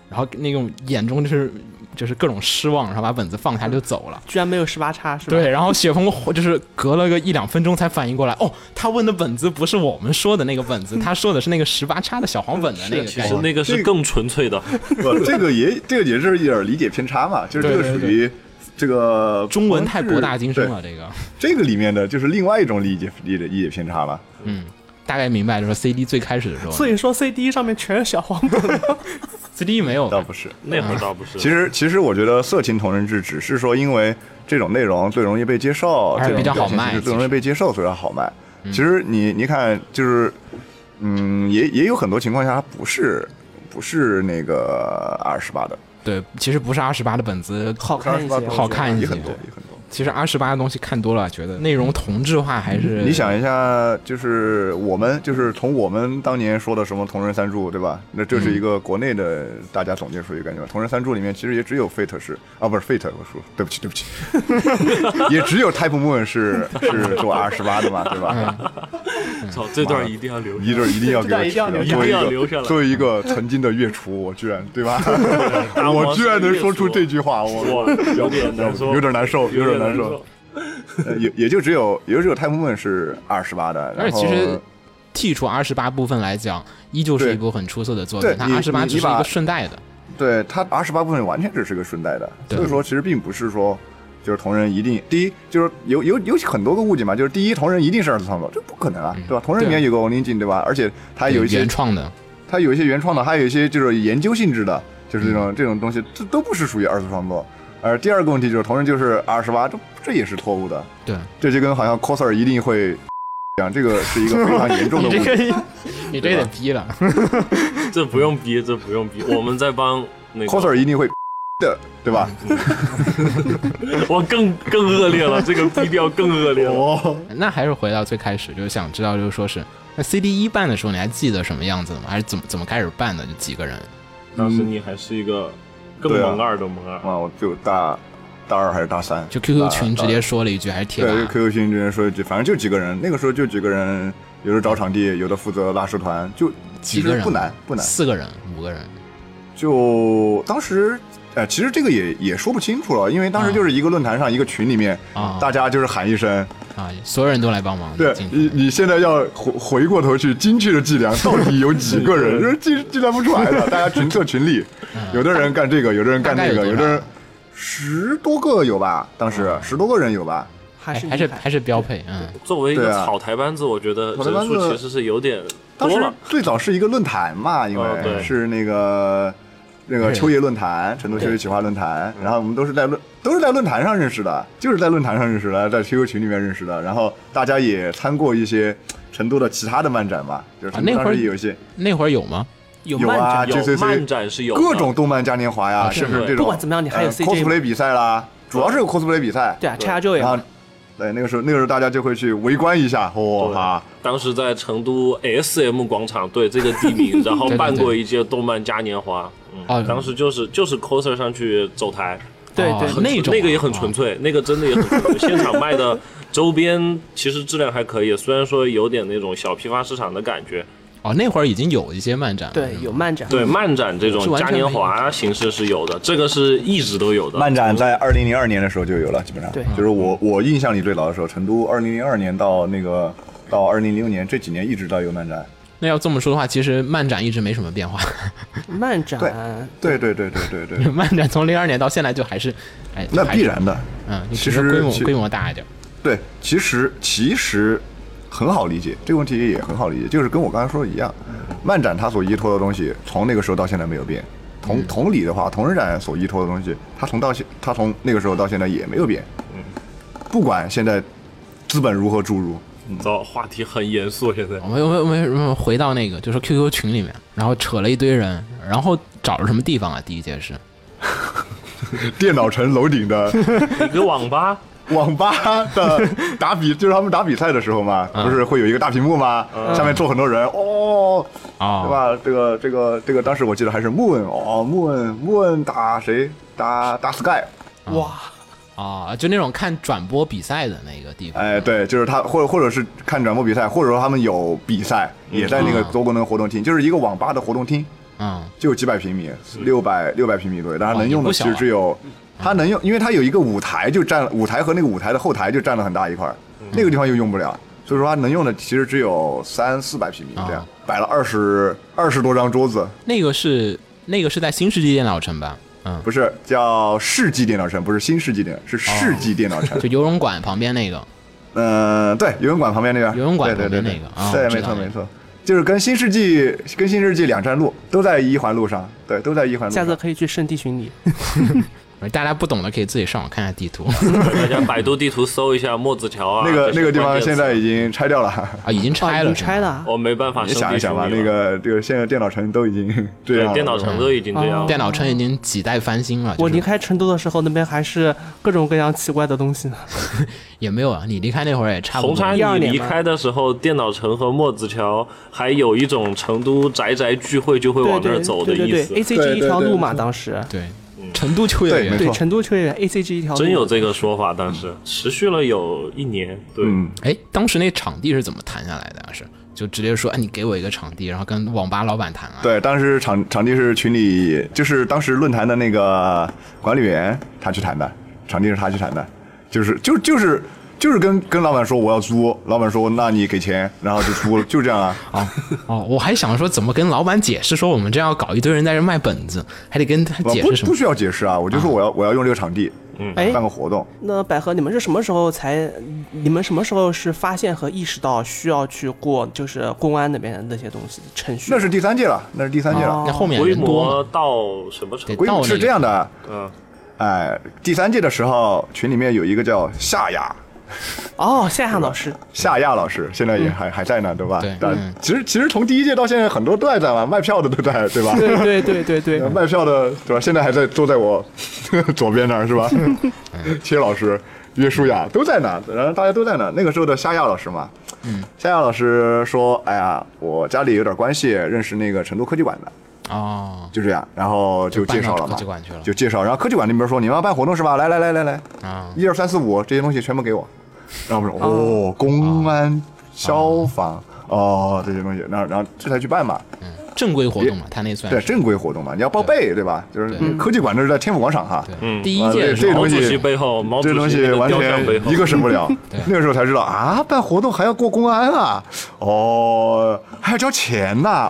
Speaker 6: 然后那种眼中就是就是各种失望，然后把本子放下就走了。
Speaker 3: 居然没有十八叉是吧？
Speaker 6: 对，然后雪峰就是隔了个一两分钟才反应过来，哦，他问的本子不是我们说的那个本子，他说的是那个十八叉的小黄本的那个
Speaker 4: 其
Speaker 6: 概
Speaker 4: 实
Speaker 6: 念。
Speaker 4: 那个是更纯粹 的，
Speaker 5: 不，这个也这个也是有点理解偏差嘛，就是这个
Speaker 6: 对对
Speaker 5: 属于这个
Speaker 6: 中文太博大
Speaker 5: 是
Speaker 6: 精深了，。这个
Speaker 5: 对这个里面的就是另外一种理解理解理解偏差了。
Speaker 6: 大概明白，就是 CD 最开始的时候
Speaker 3: 所以说 CD 上面全是小黄本，
Speaker 6: ，CD 没有
Speaker 5: 倒不是，
Speaker 4: 那会儿倒不是。
Speaker 5: 其实其实我觉得色情同人志只是说因为这种内容最容易被接受，
Speaker 6: 还是
Speaker 5: 这种
Speaker 6: 比较好
Speaker 5: 表现
Speaker 6: 卖
Speaker 5: 形式
Speaker 6: 其
Speaker 5: 最容易
Speaker 6: 实嗯
Speaker 5: 被接受，所以它好卖。其实你你看就是，嗯，也也有很多情况下它不是不是那个二十八的，
Speaker 6: 对，其实不是二十八的本子
Speaker 3: 好看一
Speaker 5: 28
Speaker 3: 些。
Speaker 5: 的
Speaker 6: 好看一
Speaker 5: 也
Speaker 6: 些
Speaker 5: 很多也很多。
Speaker 6: 其实二十八的东西看多了，觉得内容同质化还是
Speaker 5: 你嗯想一下，就是我们就是从我们当年说的什么同人三柱，对吧？那这是一个国内的大家总结出一个概念吧。同人三柱里面其实也只有 Fate 是啊，不是 Fate，我说对不起对不起， 也只有 Type Moon 是是做 R 十八的嘛，对吧？
Speaker 4: 操，这段一定要留下，
Speaker 5: 一定一定 要给我
Speaker 3: 一定要留
Speaker 4: 下
Speaker 5: 去掉，作为
Speaker 4: 一定要
Speaker 5: 一
Speaker 4: 留下
Speaker 5: 个
Speaker 4: 来
Speaker 5: 作为一个曾经的月厨，我居然对吧？
Speaker 4: 大王
Speaker 5: 我居然能
Speaker 4: 越
Speaker 5: 说出这句话，
Speaker 4: 我
Speaker 5: 我
Speaker 4: 有点难受，
Speaker 5: 有点难受，有
Speaker 4: 有
Speaker 5: 点难
Speaker 4: 难
Speaker 5: 受。。呃也也就只有也就只有 Type Moon 是 R 十八的，然
Speaker 6: 而且其
Speaker 5: 后
Speaker 6: 实剔除二十八部分来讲，依旧是
Speaker 5: 对
Speaker 6: 一部很出色的作品
Speaker 5: 对。
Speaker 6: 它
Speaker 5: 你
Speaker 6: 二十八
Speaker 5: 你
Speaker 6: 只是
Speaker 5: 你
Speaker 6: 一
Speaker 5: 把
Speaker 6: 个顺带的，
Speaker 5: 对它二十八部分完全只是个顺带的，
Speaker 6: 对
Speaker 5: 所以说其实并不是说就是同人一定第一就是有有有很多个误解嘛，就是第一同人一定是二次创作，这不可能啊，对吧？同人里面有个王林静，对吧？而且它有一
Speaker 6: 嗯
Speaker 5: 些
Speaker 6: 原创的，
Speaker 5: 它有一些原创的，还有一些就是研究性质的，就是这种、
Speaker 6: 嗯
Speaker 5: 这种东西，这都不是属于二次创作。而第二个问题就是同人就是二十八，这这也是错误的，
Speaker 6: 对。
Speaker 5: 这就跟好像 coser 一定会 讲这个是一个非常严重的
Speaker 6: 你
Speaker 5: 误解。
Speaker 6: 这个，你这得逼了。
Speaker 4: 这不用逼，这不用逼，我们在帮那
Speaker 5: coser
Speaker 4: 个
Speaker 5: 一定会， 的，对吧？
Speaker 4: 我更更恶劣了，这个低调更恶劣了。
Speaker 5: 哦，
Speaker 6: 那还是回到最开始，就是想知道，就是说是那 CD 一办的时候，你还记得什么样子吗？还是怎么怎么开始办的？就几个人？
Speaker 4: 当
Speaker 5: 嗯
Speaker 4: 时你还是一个更
Speaker 5: 对啊
Speaker 4: 萌二的萌二，
Speaker 5: 哇，我就大大二还是大三，
Speaker 6: 就 QQ
Speaker 5: 大
Speaker 6: 群直
Speaker 5: 大
Speaker 6: 接说了一句，还是贴吧
Speaker 5: 对，就 QQ 群之前说一句，反正就几个人，那个时候就几个人，有的找场地，有的负责拉社团，就其
Speaker 6: 几个
Speaker 5: 实
Speaker 6: 人
Speaker 5: 不难不难。
Speaker 6: 四个人、五个人，
Speaker 5: 就当时，呃，其实这个也也说不清楚了，因为当时就是一个论坛上、一个群里面，
Speaker 6: 啊
Speaker 5: 大家就是喊一声，
Speaker 6: 啊，所有人都来帮忙。
Speaker 5: 对
Speaker 6: 进去
Speaker 5: 你你现在要回回过头去精确的计量，到底有几个 人，就是 计计量不出来的，大家群策群力，有的人干这个，有的人干那
Speaker 6: 嗯大哦概
Speaker 5: 个，
Speaker 6: 有
Speaker 5: 有
Speaker 6: 多少
Speaker 5: 的人十多个有吧，当时十多个人有吧。
Speaker 3: 还是
Speaker 6: 还是
Speaker 3: 厉害
Speaker 6: 还是标配，嗯，
Speaker 4: 作为一个
Speaker 5: 对啊
Speaker 4: 草台班子，我觉得
Speaker 5: 草台班
Speaker 4: 人
Speaker 5: 子
Speaker 4: 数其实是有点
Speaker 5: 当
Speaker 4: 多
Speaker 5: 时
Speaker 4: 了。
Speaker 5: 最早是一个论坛嘛，因
Speaker 4: 哦对
Speaker 5: 为是那个那个
Speaker 6: 对嗯
Speaker 5: 秋叶论坛，成都秋叶企划论坛，然后我们都是在论都是在论坛上认识的，就是在论坛上认识的，在 QQ 群里面认识的，然后大家也参过一些成都的其他的漫展嘛，就是
Speaker 6: 啊那
Speaker 5: 当
Speaker 6: 会儿
Speaker 5: 时也有一些
Speaker 6: 那会儿有吗？
Speaker 3: 有
Speaker 5: 有
Speaker 3: 漫
Speaker 5: 啊
Speaker 3: 展，
Speaker 4: 有
Speaker 5: JCC
Speaker 4: 漫展是有的啊
Speaker 5: 各种动漫嘉年华呀，
Speaker 6: 是
Speaker 5: 甚至
Speaker 4: 对
Speaker 5: 这种
Speaker 3: 不管怎么样你还有
Speaker 5: 呃
Speaker 3: CJ
Speaker 5: cosplay 比赛啦，主要是有 cosplay 比赛，
Speaker 3: 对啊，叉就
Speaker 5: 然后
Speaker 3: 有，
Speaker 5: 对那个时候那个时候大家就会去围观一下，哦
Speaker 4: 对
Speaker 5: 哇
Speaker 4: 当时在成都 SM 广场，对这个地名， 然后
Speaker 6: 对对
Speaker 4: 办过一届动漫嘉年华。嗯，
Speaker 6: 哦
Speaker 4: 当时就是就是 coser 上去走台，
Speaker 3: 对
Speaker 6: 哦
Speaker 5: 啊
Speaker 3: 对，
Speaker 6: 那种啊
Speaker 4: 那个也很纯
Speaker 6: 粹，
Speaker 4: 粹，那个真的也很纯 粹。现场卖的周边其实质量还可以，虽然说有点那种小批发市场的感觉。
Speaker 6: 哦，那会儿已经有一些漫展了，
Speaker 3: 对有漫展，
Speaker 4: 对漫展这
Speaker 6: 嗯是
Speaker 4: 种
Speaker 6: 完
Speaker 4: 嘉
Speaker 6: 全
Speaker 4: 年华形式是有的，这个是一直都有的。
Speaker 5: 漫展在二零零二年的时候就有了，基本上
Speaker 3: 对
Speaker 5: 就是我我印象里最早的时候，成都二零零二年到那个到二零零六年这几年一直到有漫展。
Speaker 6: 那要这么说的话，其实漫展一直没什么变化，
Speaker 3: 漫展
Speaker 5: 对对对对对 对，
Speaker 6: 漫展从零二年到现在就还是，哎，
Speaker 5: 那
Speaker 6: 还是
Speaker 5: 必然，的。
Speaker 6: 嗯，
Speaker 5: 其
Speaker 6: 只是规
Speaker 5: 实
Speaker 6: 模
Speaker 5: 其
Speaker 6: 规模大一点，
Speaker 5: 对，其实其实很好理解，这个问题也很好理解，就是跟我刚才说的一样，漫展它所依托的东西从那个时候到现在没有变。同同理的话，同人展所依托的东西，它从到现它从那个时候到现在也没有变。不管现在资本如何注入，
Speaker 4: 糟，嗯话题很严肃，现在
Speaker 6: 我们我们我们我们回到那个，就是 QQ 群里面，然后扯了一堆人，然后找了什么地方啊？第一件事，
Speaker 5: 电脑城楼顶的
Speaker 4: 一个网吧，
Speaker 5: 网吧的打比，就是他们打比赛的时候嘛，不是会有一个大屏幕吗？下面坐很多人，哦，
Speaker 6: 哦
Speaker 5: 对吧？这个这个这个，当时我记得还是 Moon 哦，Moon Moon 打谁？打打 Sky，
Speaker 3: 哇，
Speaker 6: 啊，就那种看转播比赛的那个地方，
Speaker 5: 哎，对，就是他，或者或者是看转播比赛，或者说他们有比赛，也在那个多功能活动厅，就是一个网吧的活动厅，
Speaker 6: 嗯，
Speaker 5: 就有几百平米，六百六百平米左右，但它
Speaker 6: 哦
Speaker 5: 能用
Speaker 6: 也不
Speaker 5: 的
Speaker 6: 小
Speaker 5: 其实
Speaker 6: 啊
Speaker 5: 只有，它能用，因为它有一个舞台就占了，舞台和那个舞台的后台就占了很大一块儿，
Speaker 6: 嗯
Speaker 5: 那个地方又用不了，所以说它能用的其实只有三四百平米这样
Speaker 6: 啊，
Speaker 5: 摆了二十二十多张桌子，
Speaker 6: 那个是那个是在新世纪电脑城吧？嗯，
Speaker 5: 不是叫世纪电脑城，不是新世纪电，是世纪电脑城
Speaker 6: 就，游泳馆旁边那个，
Speaker 5: 嗯，对，游泳馆旁边那个，
Speaker 6: 游泳馆
Speaker 5: 对对
Speaker 6: 旁
Speaker 5: 对
Speaker 6: 边那个啊
Speaker 5: 对，
Speaker 6: 我
Speaker 5: 对，
Speaker 6: 知
Speaker 5: 没
Speaker 6: 道
Speaker 5: 错
Speaker 6: 那个
Speaker 5: 没错，就是跟新世纪跟新世纪两站路都在一环路上，对，都在一环路
Speaker 3: 下
Speaker 5: 上
Speaker 3: 次。可以去圣地巡礼，
Speaker 6: 大家不懂的可以自己上网看一下地 图
Speaker 4: 大家百度地图搜一下墨子桥啊。
Speaker 5: 那个
Speaker 4: 这些
Speaker 5: 那个地
Speaker 4: 关
Speaker 5: 方
Speaker 4: 键词
Speaker 5: 现在已经拆掉了。
Speaker 6: 啊，已经拆
Speaker 3: 哦
Speaker 6: 了，
Speaker 3: 已经拆了，啊，
Speaker 4: 我没办法，
Speaker 5: 你想一想吧，那。个啊这个现在电脑城都已经 这
Speaker 4: 对，
Speaker 5: 样了，
Speaker 4: 电脑城都已经这样
Speaker 3: 嗯
Speaker 4: 了
Speaker 6: 电脑城已经几代翻新了，
Speaker 3: 我
Speaker 6: 就是
Speaker 3: 离开成都的时候，那边还是各种各样奇怪的东西呢。
Speaker 6: 也没有啊，你离开那会儿也差不
Speaker 4: 红
Speaker 6: 多
Speaker 4: 茶，
Speaker 3: 一二
Speaker 4: 你
Speaker 3: 年
Speaker 4: 离
Speaker 3: 吧
Speaker 4: 开的时候，电脑城和墨子桥还有一种成都宅宅聚会就会
Speaker 3: 对
Speaker 4: 往那
Speaker 3: 对
Speaker 4: 儿走的
Speaker 3: 对
Speaker 4: 意
Speaker 3: 对
Speaker 4: 思
Speaker 3: 对，，ACG
Speaker 5: 对
Speaker 3: 一条
Speaker 5: 对
Speaker 3: 路
Speaker 5: 对
Speaker 3: 嘛，当时
Speaker 6: 对，成都秋叶
Speaker 5: 对没
Speaker 6: 原，
Speaker 5: 错
Speaker 3: 对成都秋叶原 ACG 一条路，
Speaker 4: 真有这个说法。当时持续了有一年，对，
Speaker 5: 嗯，
Speaker 6: 哎，当时那场地是怎么谈下来的啊？是就直接说，哎，你给我一个场地，然后跟网吧老板谈啊？
Speaker 5: 对，当时场场地是群里，就是当时论坛的那个管理员他去谈的，场地是他去谈的，就是就就是就是跟跟老板说我要租，老板说那你给钱，然后就租了，就这样啊。
Speaker 6: 哦哦，我还想说怎么跟老板解释说我们这样要搞一堆人在这卖本子，还得跟他
Speaker 5: 不
Speaker 6: 解释什
Speaker 5: 不
Speaker 6: 么？嗯
Speaker 5: 需要解释啊，我就说我要我要用这个场地
Speaker 4: 嗯
Speaker 3: 哎
Speaker 5: 办，个活动，
Speaker 3: 那百合，你们是什么时候才？你们什么时候是发现和意识到需要去过就是公安那边的那些东西程序？
Speaker 5: 那是第三届了，那是第三届了
Speaker 3: 哦。
Speaker 6: 那后面
Speaker 4: 规
Speaker 6: 人多
Speaker 4: 模
Speaker 6: 吗？
Speaker 4: 到什么程
Speaker 6: 对
Speaker 4: 度？
Speaker 5: 规模是这样的，
Speaker 4: 嗯，
Speaker 5: 哎，第三届的时候，群里面有一个叫夏雅，
Speaker 3: 哦，夏夏老师，
Speaker 5: 夏亚老师现在也还、还在呢，对吧？
Speaker 6: 对
Speaker 5: 但
Speaker 6: 嗯
Speaker 5: 其实其实从第一届到现在，很多都还在嘛，卖票的都在，对吧？
Speaker 3: 对对对对 对，
Speaker 5: 卖票的对吧？现在还在坐在我 左边那儿是吧？ 切老师、约书亚都在那，然后大家都在那。那个时候的夏亚老师嘛，
Speaker 6: 嗯
Speaker 5: 夏亚老师说：“哎呀，我家里有点关系，认识那个成都科技馆的，
Speaker 6: 哦，
Speaker 5: 就这样。”然后
Speaker 6: 就
Speaker 5: 就
Speaker 6: 搬
Speaker 5: 介
Speaker 6: 到
Speaker 5: 绍了嘛，
Speaker 6: 科技馆去了
Speaker 5: 就介绍。然后科技馆那边说：“你们要办活动是吧？来来来来来，
Speaker 6: 啊，
Speaker 5: 一二三四五这些东西全部给我。”然后我说：“哦，公
Speaker 6: 啊
Speaker 5: 安、消防。”哦，这些东西，然后然后这才去办嘛，
Speaker 6: 正规活动嘛，他那算
Speaker 5: 对
Speaker 6: 是。
Speaker 5: 正规活动嘛，你要报备对吧？就是
Speaker 6: 对
Speaker 5: 科技馆这是在天府广场哈，
Speaker 6: 对，第一届
Speaker 5: 啊
Speaker 6: 的
Speaker 5: 对
Speaker 6: 时
Speaker 5: 这
Speaker 6: 候
Speaker 4: 嗯毛主
Speaker 5: 种东
Speaker 4: 席
Speaker 5: 西
Speaker 4: 背后，毛主
Speaker 5: 这东
Speaker 4: 席
Speaker 5: 西
Speaker 4: 那个
Speaker 5: 完
Speaker 4: 雕像
Speaker 5: 全
Speaker 4: 背后，
Speaker 5: 一个省 不了。那个时候才知道啊，办活动还要过公安啊，哦，还要交钱呐、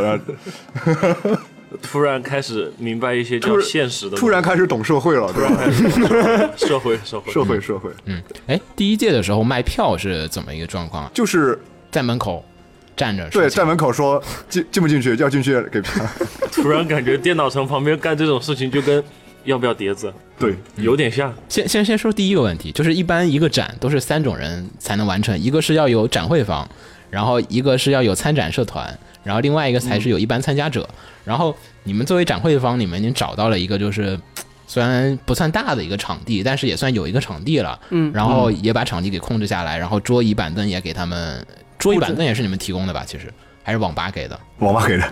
Speaker 5: 然后
Speaker 4: 突然开始明白一些
Speaker 5: 突
Speaker 4: 叫
Speaker 5: 然
Speaker 4: 现实的东西，
Speaker 5: 突然开始懂社会了，对吧？
Speaker 4: 社会社 会
Speaker 5: 社会社会，
Speaker 6: 嗯，哎，第一届的时候卖票是怎么一个状况啊？
Speaker 5: 就是
Speaker 6: 在门口站着，
Speaker 5: 对，在门口说进进不进去，要进去 给票，
Speaker 4: 突然感觉电脑城旁边干这种事情就跟要不要碟子
Speaker 5: 对，
Speaker 6: 嗯
Speaker 4: 有点像，
Speaker 6: 先先先说第一个问题，就是一般一个展都是三种人才能完成，一个是要有展会方，然后一个是要有参展社团，然后另外一个才
Speaker 4: 嗯
Speaker 6: 是有一般参加者。然后你们作为展会方，你们已经找到了一个就是。虽然不算大的一个场地，但是也算有一个场地了。嗯，然后也把场地给控制下来，然后桌椅板凳也给他们，桌椅板凳也是你们提供的吧？其实还是网吧给的，
Speaker 5: 网吧 给的，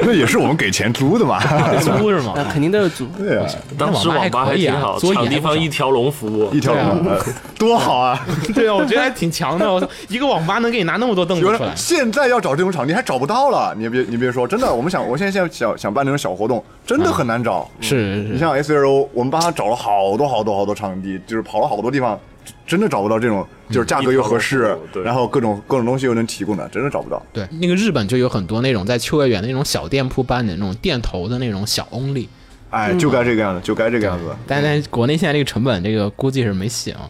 Speaker 5: 那也是我们给钱租的嘛， 啊
Speaker 6: 租啊是吗
Speaker 3: 那肯定都有组，
Speaker 5: 对啊，
Speaker 4: 当时网吧
Speaker 6: 还
Speaker 4: 还
Speaker 6: 可以
Speaker 4: 挺
Speaker 6: 啊
Speaker 4: 好，
Speaker 6: 桌椅
Speaker 4: 场地
Speaker 6: 还不嗯
Speaker 4: 方
Speaker 6: 少
Speaker 4: 一条龙服务
Speaker 5: 一，条龙，呃多好啊！
Speaker 6: 对啊，我觉得还挺强的。我操，一个网吧能给你拿那么多凳子
Speaker 5: 有
Speaker 6: 出来
Speaker 5: 人，现在要找这种场地还找不到了，你别你别说，真的，我们想，我现在现在想想办那种小活动，真的很难找。
Speaker 6: 是是
Speaker 5: 你
Speaker 6: 是，
Speaker 5: 像 S L O，我们帮他找了好多好多好多场地，就是跑了好多地方，真的找不到这种，就是价格又合适
Speaker 4: 嗯，对
Speaker 5: 然后各种各种东西又能提供的，真的找不到。
Speaker 6: 对，那个日本就有很多那种在秋叶原的那种小店铺办的那种店头的那种小 only，
Speaker 5: 哎，
Speaker 6: 嗯
Speaker 5: 就该这个样子，就该这个样子，
Speaker 6: 但但国内现在这个成本，这个估计是没戏啊。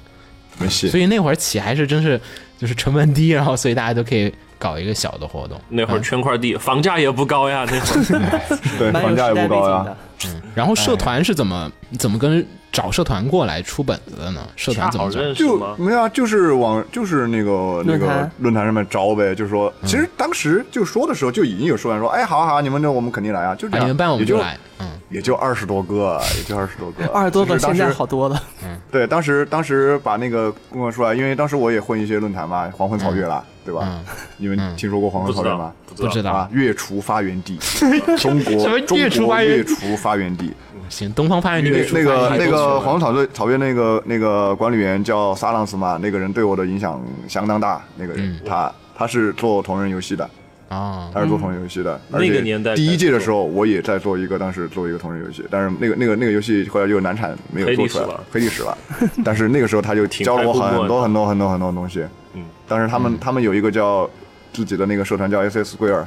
Speaker 5: 没戏
Speaker 6: 所。以那会儿起还是真是就是成本低，然后所以大家都可以搞一个小的活动。
Speaker 4: 那会儿圈块地，房价也不高呀，那会 儿
Speaker 6: 嗯
Speaker 5: 对，
Speaker 3: 蛮有
Speaker 5: 房价
Speaker 3: 时代
Speaker 5: 也
Speaker 3: 背
Speaker 5: 不高啊
Speaker 3: 景
Speaker 5: 呀
Speaker 3: 的。。
Speaker 6: 然后
Speaker 5: 哎
Speaker 6: 社团是怎么怎么跟找社团过来出本子的呢？社团
Speaker 4: 恰
Speaker 6: 怎
Speaker 4: 好
Speaker 6: 么找？
Speaker 4: 认识
Speaker 5: 就
Speaker 4: 吗？
Speaker 5: 没有啊，就是往就是那个那
Speaker 3: 论
Speaker 5: 个
Speaker 3: 坛
Speaker 5: 论坛上面招呗，就是说，其
Speaker 6: 嗯
Speaker 5: 实当时就说的时候就已经有说员说，哎，好啊好啊，你们这我们肯定来啊，就这
Speaker 6: 啊，你
Speaker 5: 样，
Speaker 6: 们办我
Speaker 5: 也
Speaker 6: 们
Speaker 5: 就
Speaker 6: 就来，嗯，
Speaker 5: 也就二十多个，也就二十多个，
Speaker 3: 二十多个，
Speaker 5: 就是当
Speaker 3: 现
Speaker 5: 时
Speaker 3: 在好多 了。
Speaker 5: 对，当时当时把那个公告出来，因为当时我也混一些论坛嘛，黄昏草月啦，对吧？
Speaker 6: 嗯
Speaker 5: 你们听说过黄
Speaker 4: 不
Speaker 5: 昏
Speaker 4: 知
Speaker 5: 草月吗
Speaker 4: 道？，不
Speaker 6: 不
Speaker 4: 知
Speaker 6: 知
Speaker 4: 道。
Speaker 5: 啊
Speaker 6: 道。，
Speaker 5: 月厨发源地，中 国
Speaker 6: 什么
Speaker 5: 中
Speaker 6: 月厨
Speaker 5: 国
Speaker 6: 发源
Speaker 5: 月厨发源地，
Speaker 6: 行，东方发源地
Speaker 5: 那
Speaker 6: 给出
Speaker 5: 那个
Speaker 6: 发源地
Speaker 5: 那
Speaker 6: 都去
Speaker 5: 个
Speaker 6: 了
Speaker 5: 黄昏草月草月那个那个管理员叫萨朗斯嘛，那个人对我的影响相当大，那个
Speaker 6: 嗯
Speaker 5: 人、他他是做同人游戏的，
Speaker 6: 啊，
Speaker 5: 他是做同人游戏的，
Speaker 4: 嗯
Speaker 5: 而
Speaker 4: 那个
Speaker 5: 且
Speaker 4: 年代
Speaker 5: 第一届的
Speaker 4: 在做
Speaker 5: 时候，我也在做一个，当时做一个同人游戏，但是那个那个那个游戏后来又难产，没有
Speaker 4: 黑
Speaker 5: 做
Speaker 4: 历
Speaker 5: 出
Speaker 4: 史
Speaker 5: 来
Speaker 4: 了，
Speaker 5: 黑历史了。但是那个时候他就
Speaker 4: 挺
Speaker 5: 教了我
Speaker 4: 开拓
Speaker 5: 很
Speaker 4: 的
Speaker 5: 多很多很多很多东西。
Speaker 4: 嗯，
Speaker 5: 当时他们他们有一个叫自己的那个社团叫 S S Square，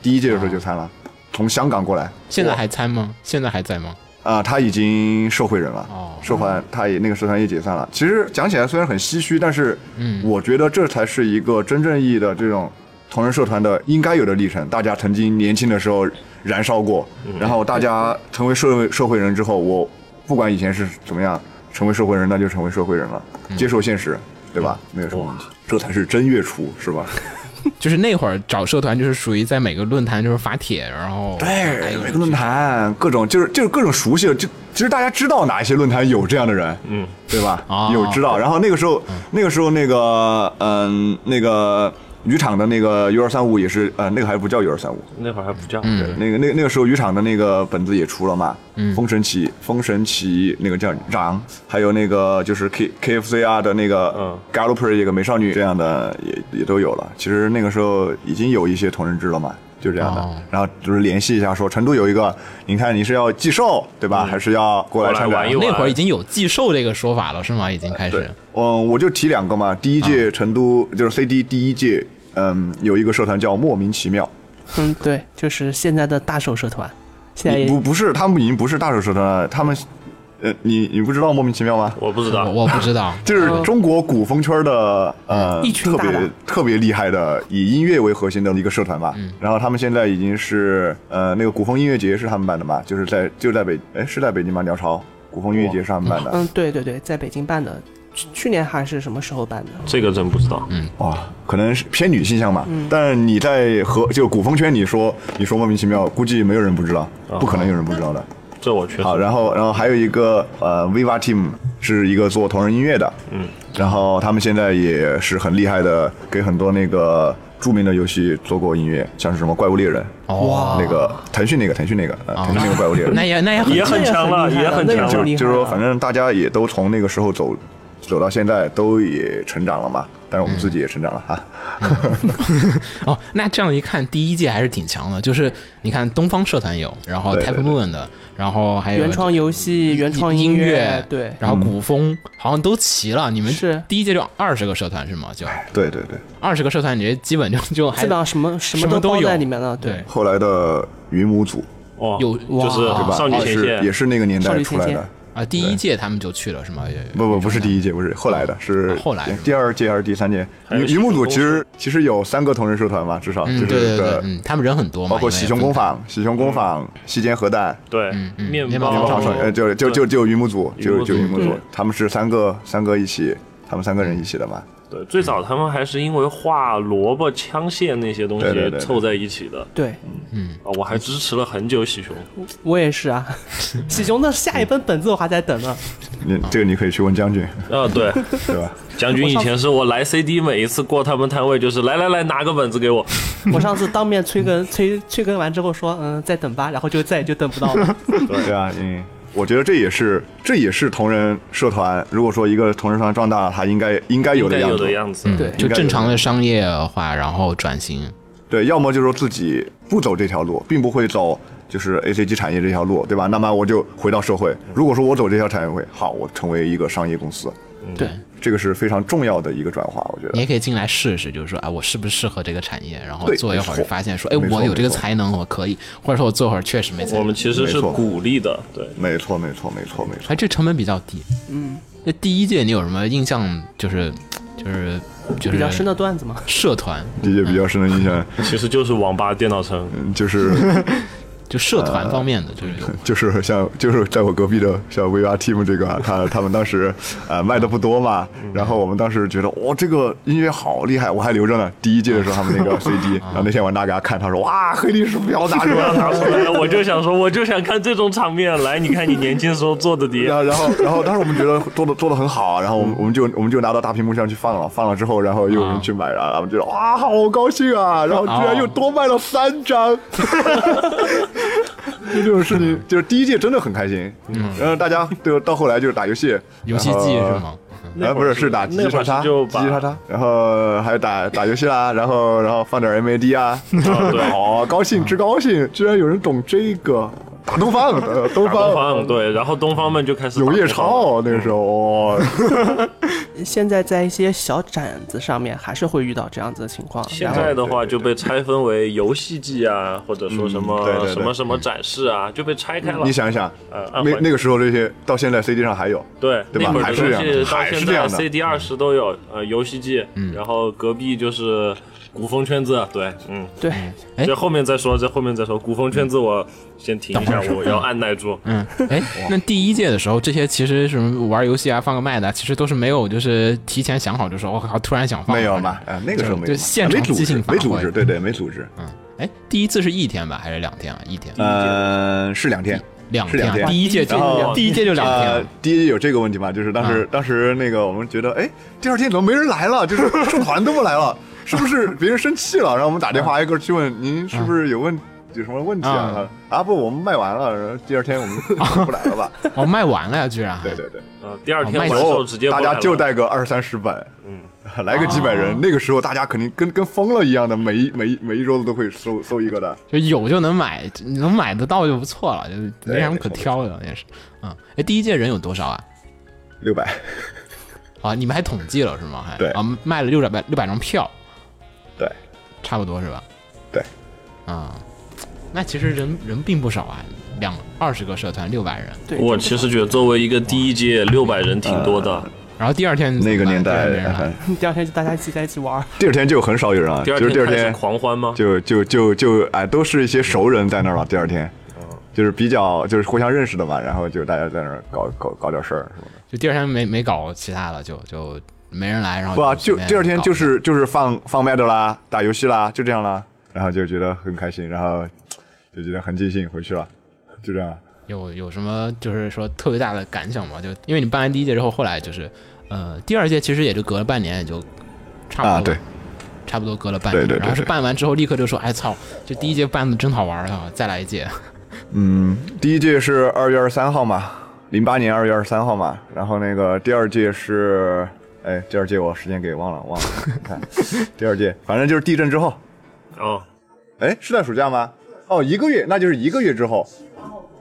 Speaker 5: 第一届的
Speaker 4: 啊
Speaker 5: 时候就参了，从香港过来。
Speaker 6: 现在还参吗？现在还在吗？
Speaker 5: 啊，他已经社会人
Speaker 6: 哦
Speaker 5: 了，社团他也那个社团也解散了。其实讲起来虽然很唏嘘，但是，我觉得这才是一个真正意义的这种同人社团的应该有的历程。大家曾经年轻的时候燃烧过，然后大家成为社会社会人之后，我不管以前是怎么样，成为社会人那就成为社会人了，接受现实，对吧？没有什么问题，这才是真月初，是吧？
Speaker 6: 就是那会儿找社团，就是属于在每个论坛就是发帖，然后哎
Speaker 5: 对，
Speaker 6: 呦
Speaker 5: 每个论坛各种就是就是各种熟悉的，就其实大家知道哪一些论坛有这样的人，嗯，对吧？
Speaker 6: 哦
Speaker 5: 有知道。然后那个时候，
Speaker 6: 嗯
Speaker 5: 那个时候那个嗯那个渔场的那个 U 二三五也是呃那个还不叫 U 二三五，
Speaker 4: 那会儿还不叫，
Speaker 5: 对，那个那个那个时候渔场的那个本子也出了嘛，
Speaker 6: 嗯
Speaker 5: 封神奇封神奇那个叫嚷，还有那个就是 K K F C R 的那个
Speaker 4: 嗯
Speaker 5: Galloper 一个美少女这样的也也都有了。其实那个时候已经有一些同人志了嘛，就这样的。
Speaker 6: 哦
Speaker 5: 然后就是联系一下说成都有一个，你看你是要寄售对
Speaker 6: 嗯
Speaker 5: 吧，还是要过来参
Speaker 4: 过来玩
Speaker 5: 展
Speaker 4: 一？玩
Speaker 6: 那会儿已经有寄售这个说法了，是吗？已经开
Speaker 5: 对
Speaker 6: 始，
Speaker 5: 嗯，我就提两个嘛，第一
Speaker 6: 嗯
Speaker 5: 届成都、就是 CD 第一届，嗯，有一个社团叫莫名其妙。
Speaker 3: 嗯，对，就是现在的大手社团，现在也
Speaker 5: 不不是，他们已经不是大手社团了，他们，呃，你你不知道莫名其妙吗？
Speaker 3: 哦
Speaker 4: 我不知
Speaker 6: 我
Speaker 4: 道。
Speaker 6: 我不知 道
Speaker 5: 就是中国古风圈的呃
Speaker 3: 一群
Speaker 5: 特
Speaker 3: 大佬
Speaker 5: 别特别厉害的以音乐为核心的一个社团
Speaker 3: 嗯
Speaker 5: 吧。然后他们现在已经是呃那个古风音乐节是他们办的嘛，就是在就在北哎是在北京吗？鸟巢古风音乐节是他们办的。
Speaker 3: 嗯嗯，对对对，在北京办的，去去年还是什么时候办的？
Speaker 4: 这个真不知道。
Speaker 6: 嗯
Speaker 5: 哇，可能是偏女性向吧。
Speaker 3: 嗯
Speaker 5: 但你在和就古风圈里说，你说莫名其妙，估计没有人不知道，不可能有人不知道的。
Speaker 4: 这我 确实
Speaker 5: 好，然后然后还有一个呃，Viva Team 是一个做同人音乐的，嗯，然后他们现在也是很厉害的，给很多那个著名的游戏做过音乐，像是什么《怪物猎人》
Speaker 6: 哦
Speaker 5: 那个腾讯那个腾讯那个呃腾讯那个《怪物猎人》
Speaker 6: 那也那也很
Speaker 4: 也很强了，
Speaker 3: 这
Speaker 4: 也
Speaker 3: 也
Speaker 4: 很
Speaker 3: 啊很
Speaker 4: 强
Speaker 3: 厉害了那
Speaker 5: 就
Speaker 3: 种
Speaker 4: 了。
Speaker 3: 厉害
Speaker 5: 就是说，
Speaker 3: 啊
Speaker 5: 反正大家也都从那个时候走走到现在，都也成长了嘛。但是我们自己也成长了哈、
Speaker 6: 哦，那这样一看，第一届还是挺强的。就是你看东方社团有，然后
Speaker 5: 对
Speaker 6: Type
Speaker 5: 对对
Speaker 6: Moon 的，然后还有
Speaker 3: 原创游戏、原创
Speaker 6: 音
Speaker 3: 乐，对，
Speaker 6: 然后古风好像都齐了。你们
Speaker 3: 是
Speaker 6: 第一届就二十个社团是吗？就
Speaker 5: 对对对，
Speaker 6: 二十个社团，你这基本就 就
Speaker 3: 基
Speaker 6: 还
Speaker 3: 本上什么什
Speaker 6: 什么
Speaker 3: 么
Speaker 6: 都
Speaker 3: 包
Speaker 6: 有
Speaker 3: 在里面了，
Speaker 6: 对
Speaker 3: 对，
Speaker 5: 后来的云母组
Speaker 4: 哦，
Speaker 6: 有
Speaker 4: 就是
Speaker 6: 哇
Speaker 5: 对吧？
Speaker 4: 少女
Speaker 5: 也
Speaker 4: 前
Speaker 5: 是也
Speaker 4: 线，
Speaker 5: 是那个年
Speaker 3: 少
Speaker 5: 代
Speaker 3: 女
Speaker 5: 出来
Speaker 3: 前
Speaker 5: 的
Speaker 3: 线。
Speaker 6: 啊，第一届他们就去了是吗？也
Speaker 5: 不不不是第
Speaker 6: 一，
Speaker 5: 一届，不是后来的，是
Speaker 6: 啊后来是吧
Speaker 5: 第二届还是第三届？
Speaker 4: 还有
Speaker 5: 云
Speaker 4: 喜
Speaker 5: 云
Speaker 4: 熊
Speaker 5: 木组
Speaker 4: 公
Speaker 5: 其实其实有三个同人社团嘛，至少就
Speaker 6: 嗯，
Speaker 5: 是
Speaker 6: 对对对
Speaker 5: 个，
Speaker 6: 嗯，他们人很多嘛，
Speaker 5: 包括
Speaker 6: 因为
Speaker 5: 喜熊工坊、喜熊工坊、西间核弹、
Speaker 4: 对，
Speaker 6: 嗯
Speaker 4: 面
Speaker 6: 面
Speaker 5: 面
Speaker 6: 包
Speaker 5: 包
Speaker 6: 厂
Speaker 5: 厂
Speaker 6: 商
Speaker 5: 呃，就就就就云木组，就就云木组
Speaker 3: 对，
Speaker 5: 他们是三个三个一起，他们三个人一起的嘛。
Speaker 4: 对，最早他们还是因为画萝卜、枪械那些东
Speaker 5: 对对
Speaker 4: 西
Speaker 5: 对
Speaker 4: 凑在一起的啊，
Speaker 3: 对
Speaker 4: 我还支持了很久喜熊。
Speaker 3: 我也是 啊。喜熊的下一本本子我还在等呢，
Speaker 5: 你这个你可以去问将军，
Speaker 4: 啊，对，
Speaker 5: 对吧？
Speaker 4: 将军以前是我来 CD，每一次过他们摊位就是来来来拿个本子给我，
Speaker 3: 我上次当面催更，催催更完之后说，嗯，再等吧，然后就再也就等不到 了。
Speaker 5: 对啊，嗯，我觉得这也是这也是同人社团。如果说一个同人社团壮大了，它应该应哎该有
Speaker 4: 应
Speaker 5: 的
Speaker 4: 该
Speaker 5: 样
Speaker 4: 有
Speaker 5: 子，
Speaker 4: 的样子。
Speaker 6: 嗯
Speaker 3: 对
Speaker 6: 就正常的商业化，然后转型，
Speaker 5: 对，要么就是说自己不走这条路，并不会走就是 A C G 产业这条路，对吧？那么我就回到社会。如果说我走这条产业会，好，我成为一个商业公司，
Speaker 3: 对，
Speaker 5: 这个是非常重要的一个转化，我觉
Speaker 6: 你
Speaker 5: 得。
Speaker 6: 也可以进来试试，就是说，哎，我适不适合这个产业？然后
Speaker 5: 对
Speaker 6: 做一会
Speaker 5: 没
Speaker 6: 儿
Speaker 5: 错
Speaker 6: 发现说，哎，
Speaker 5: 没错
Speaker 6: 我有这个
Speaker 5: 没错
Speaker 6: 才能，我可以，或者说我做会儿确实没才
Speaker 4: 我
Speaker 6: 能。
Speaker 4: 们其实是
Speaker 5: 没错
Speaker 4: 鼓励的，对，
Speaker 5: 没错，没错，没错，没错。
Speaker 6: 哎，这成本比较低。嗯，那第一届你有什么印象？就是就是就是
Speaker 3: 比较深的段子嘛，
Speaker 6: 社团，
Speaker 5: 理解比较深的印象
Speaker 4: 其实就是网吧、电脑城，
Speaker 5: 嗯就是
Speaker 6: 就社团方面的，就是有
Speaker 5: 就是像就是在我隔壁的像 VR Team 这个啊，他他们当时呃卖的不多嘛，然后我们当时觉得哇、这个音乐好厉害，我还留着呢。第一届的时候他们那个 CD，然后那天我拿给他看，他说哇黑历史不要拿出
Speaker 4: 啊
Speaker 5: 来，拿出来。
Speaker 4: 我就想说，我就想看这种场面。来，你看你年轻时候做的碟
Speaker 5: 然，后，然后，然后，当时我们觉得做的做的很好，啊然后
Speaker 6: 嗯
Speaker 5: 我们我们就我们就拿到大屏幕上去放了，放了之后，然后又
Speaker 6: 啊
Speaker 5: 有人去买了，然后我们觉得哇，好高兴啊！然后居然又多卖了三 张，就这种事情，就是第一届真的很开心，然后大家就到后来就是打游戏，
Speaker 6: 嗯游戏机是吗？
Speaker 5: 然后？呃，不是，是打
Speaker 4: 那
Speaker 5: 叽
Speaker 4: 会儿
Speaker 5: 叽喳喳，
Speaker 4: 就
Speaker 5: 叽
Speaker 4: 把
Speaker 5: 叽喳喳，然后还有打打游戏啦，然后然后放点 MAD 啊，
Speaker 4: 哦对
Speaker 5: 好高
Speaker 6: 嗯
Speaker 5: 兴之高兴，居然有人懂这个，打东方，呃东
Speaker 4: 打东
Speaker 5: 方。
Speaker 4: 方对，然后东方们就开始打
Speaker 5: 有夜
Speaker 4: 东方了，
Speaker 5: 超那个时候，哇
Speaker 3: 现在在一些小展子上面还是会遇到这样子的情况。
Speaker 4: 现
Speaker 3: 然后
Speaker 4: 在的话就被拆分为游戏季啊，或者说什么、
Speaker 5: 嗯对对对嗯
Speaker 4: 什么什么展示啊，就被拆开了。
Speaker 5: 你想一想，
Speaker 4: 呃
Speaker 5: 那
Speaker 4: 按环
Speaker 5: 那个时候这些到现在 CD 上还有，
Speaker 4: 对，
Speaker 5: 对吧
Speaker 4: 那会儿
Speaker 5: 还是这样
Speaker 4: 游戏到
Speaker 5: 还是
Speaker 4: 现
Speaker 5: 这
Speaker 4: 在
Speaker 5: 样的
Speaker 4: CD 二十都有，呃，游戏季，
Speaker 6: 嗯
Speaker 4: 然后隔壁就是古风圈子，对，嗯，
Speaker 3: 对，
Speaker 6: 哎
Speaker 4: 这后面再说，这后面再说。古风圈子我先停一下，我要按耐住。
Speaker 6: 嗯，哎，那第一届的时候，这些其实什么玩游戏啊、放个麦的啊，其实都是没有，就是提前想好，就说我靠，突然想放，
Speaker 5: 没有嘛？啊，那个时候没有嘛，
Speaker 6: 就现场
Speaker 5: 没组
Speaker 6: 即兴
Speaker 5: 织，
Speaker 6: 发挥
Speaker 5: 没组织，对对，没组织。
Speaker 6: 嗯，哎，第一次是一天吧，还是两天啊？一天，
Speaker 5: 呃，是两天。
Speaker 6: 两
Speaker 5: 是
Speaker 6: 天啊，
Speaker 5: 两天
Speaker 6: 第一届
Speaker 5: 然后
Speaker 6: 就第一届就嗯两天
Speaker 5: 呃
Speaker 6: 啊，，
Speaker 5: 第一有这个问题嘛，就是当时当时那个我们觉得，哎，第二天怎么没人来了？就是社团都不来了，是不是别人生气了？然后我们打电
Speaker 6: 啊
Speaker 5: 话挨个去问您是不是有问有什么问题啊？啊不，我们卖完了，然后第二 天我们不来了吧？
Speaker 6: 哦，卖完了呀，居然还
Speaker 5: 对对对。
Speaker 4: 呃，第二天
Speaker 6: 哦
Speaker 4: 完之
Speaker 6: 麦
Speaker 5: 然
Speaker 4: 后
Speaker 5: 后
Speaker 4: 直接
Speaker 5: 哎大家就
Speaker 4: 带
Speaker 5: 带个二三十本，嗯， 来个几百
Speaker 6: 哦
Speaker 5: 人，那个时候大家肯定跟跟疯了一样的，每一每一每一周都会收收一个的。
Speaker 6: 就有就能买，能买得到就不错了，就是没什么可挑的也是。嗯，哎，第一届人有多少啊？
Speaker 5: 六百，
Speaker 6: 啊，你们还统计了是吗？还
Speaker 5: 对
Speaker 6: 啊，卖了六百六百张票，
Speaker 5: 对，
Speaker 6: 差不多是吧？
Speaker 5: 对，
Speaker 6: 啊、那其实人人并不少啊，两二十个社团六百人，
Speaker 3: 对，
Speaker 4: 我其实觉得作为一个第一届六百人挺多
Speaker 5: 呃
Speaker 4: 的，
Speaker 6: 然后第二天
Speaker 5: 那个年代
Speaker 6: 没人，来
Speaker 5: 哎
Speaker 3: 第二天就大家一起在一起 玩儿，
Speaker 5: 第二天就很少有人了，
Speaker 4: 第二
Speaker 5: 就是第二
Speaker 4: 开始
Speaker 5: 天
Speaker 4: 狂欢吗？
Speaker 5: 就就就就哎，都是一些熟人在那儿了。
Speaker 4: 哦
Speaker 5: 第二天，就是比较就是互相认识的嘛，然后就大家在那儿搞搞搞点事儿什么的。
Speaker 6: 就第二天没没搞其他了，就就没人来，然后
Speaker 5: 不啊，就
Speaker 6: 随便
Speaker 5: 第二天
Speaker 6: 搞
Speaker 5: 就
Speaker 6: 一下
Speaker 5: 是就是放放 Metal 啦，打游戏啦，就这样啦，然后就觉得很开心，然后就觉得很尽兴，回去了，就这样啊。
Speaker 6: 有有什么就是说特别大的感想吗？就因为你办完第一届之后，后来就是呃第二届其实也就隔了半年，也就差不多、
Speaker 5: 啊，对，
Speaker 6: 差不多隔了半年，
Speaker 5: 对对对
Speaker 6: 然后是
Speaker 5: 对
Speaker 6: 办完之后立刻就说，哎操，这第一届办的真好玩儿啊，再来一届。
Speaker 5: 嗯，第一届是二月二十三号嘛，零八年二月二十三号嘛，然后那个第二届是，哎，第二届我时间给忘了忘了，你看，第二届反正就是地震之后，
Speaker 4: 哦，
Speaker 5: 哎，是在暑假吗？哦，一个月，那就是一个月之后。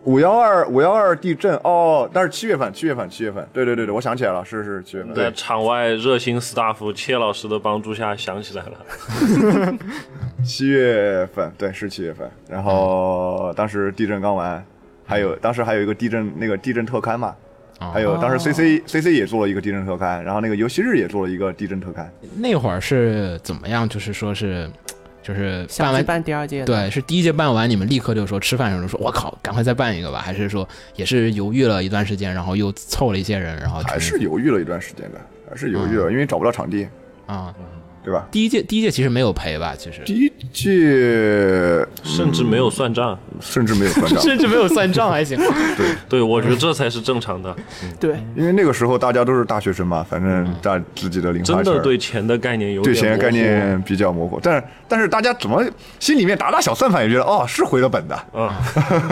Speaker 5: 五幺二五幺二地震哦，但是七月份，七月份，七月份，对对对对，我想起来了，是是七月份，
Speaker 4: 在场外热心 staff 切老师的帮助下想起来了，
Speaker 5: 七月份，对，是七月份。然后
Speaker 4: 嗯
Speaker 5: 当时地震刚完，还有当时还有一个地震那个地震特刊嘛，
Speaker 6: 哦
Speaker 5: 还有当时 C C C C 也做了一个地震特刊，然后那个游戏日也做了一个地震特刊。
Speaker 6: 那会儿是怎么样？就是说是就是办
Speaker 3: 想去
Speaker 6: 完
Speaker 3: 办第二届呢，
Speaker 6: 对，是第一届办完，你们立刻就说吃饭的时候就说，我靠，赶快再办一个吧？还是说也是犹豫了一段时间，然后又凑了一些人，然后
Speaker 5: 还是犹豫了一段时间的，还是犹豫
Speaker 4: 嗯
Speaker 5: 了，因为找不到场地，
Speaker 6: 啊、
Speaker 5: 对吧？
Speaker 6: 第一届第一届其实没有赔吧？其实
Speaker 5: 第一届
Speaker 4: 甚至没有算账。
Speaker 5: 甚至没有算账，
Speaker 6: 甚至没有算账，还 行。
Speaker 4: 对，我觉得这才是正常的，
Speaker 5: 嗯
Speaker 3: 对，
Speaker 5: 因为那个时候大家都是大学生嘛，反正大自己的零
Speaker 4: 嗯真
Speaker 5: 花钱
Speaker 4: 的
Speaker 5: 儿
Speaker 4: 对钱的概念有
Speaker 5: 对
Speaker 4: 点
Speaker 5: 钱的概念比较模糊，但是但是大家怎么心里面打打小算盘也觉得哦是回了本的，
Speaker 4: 模糊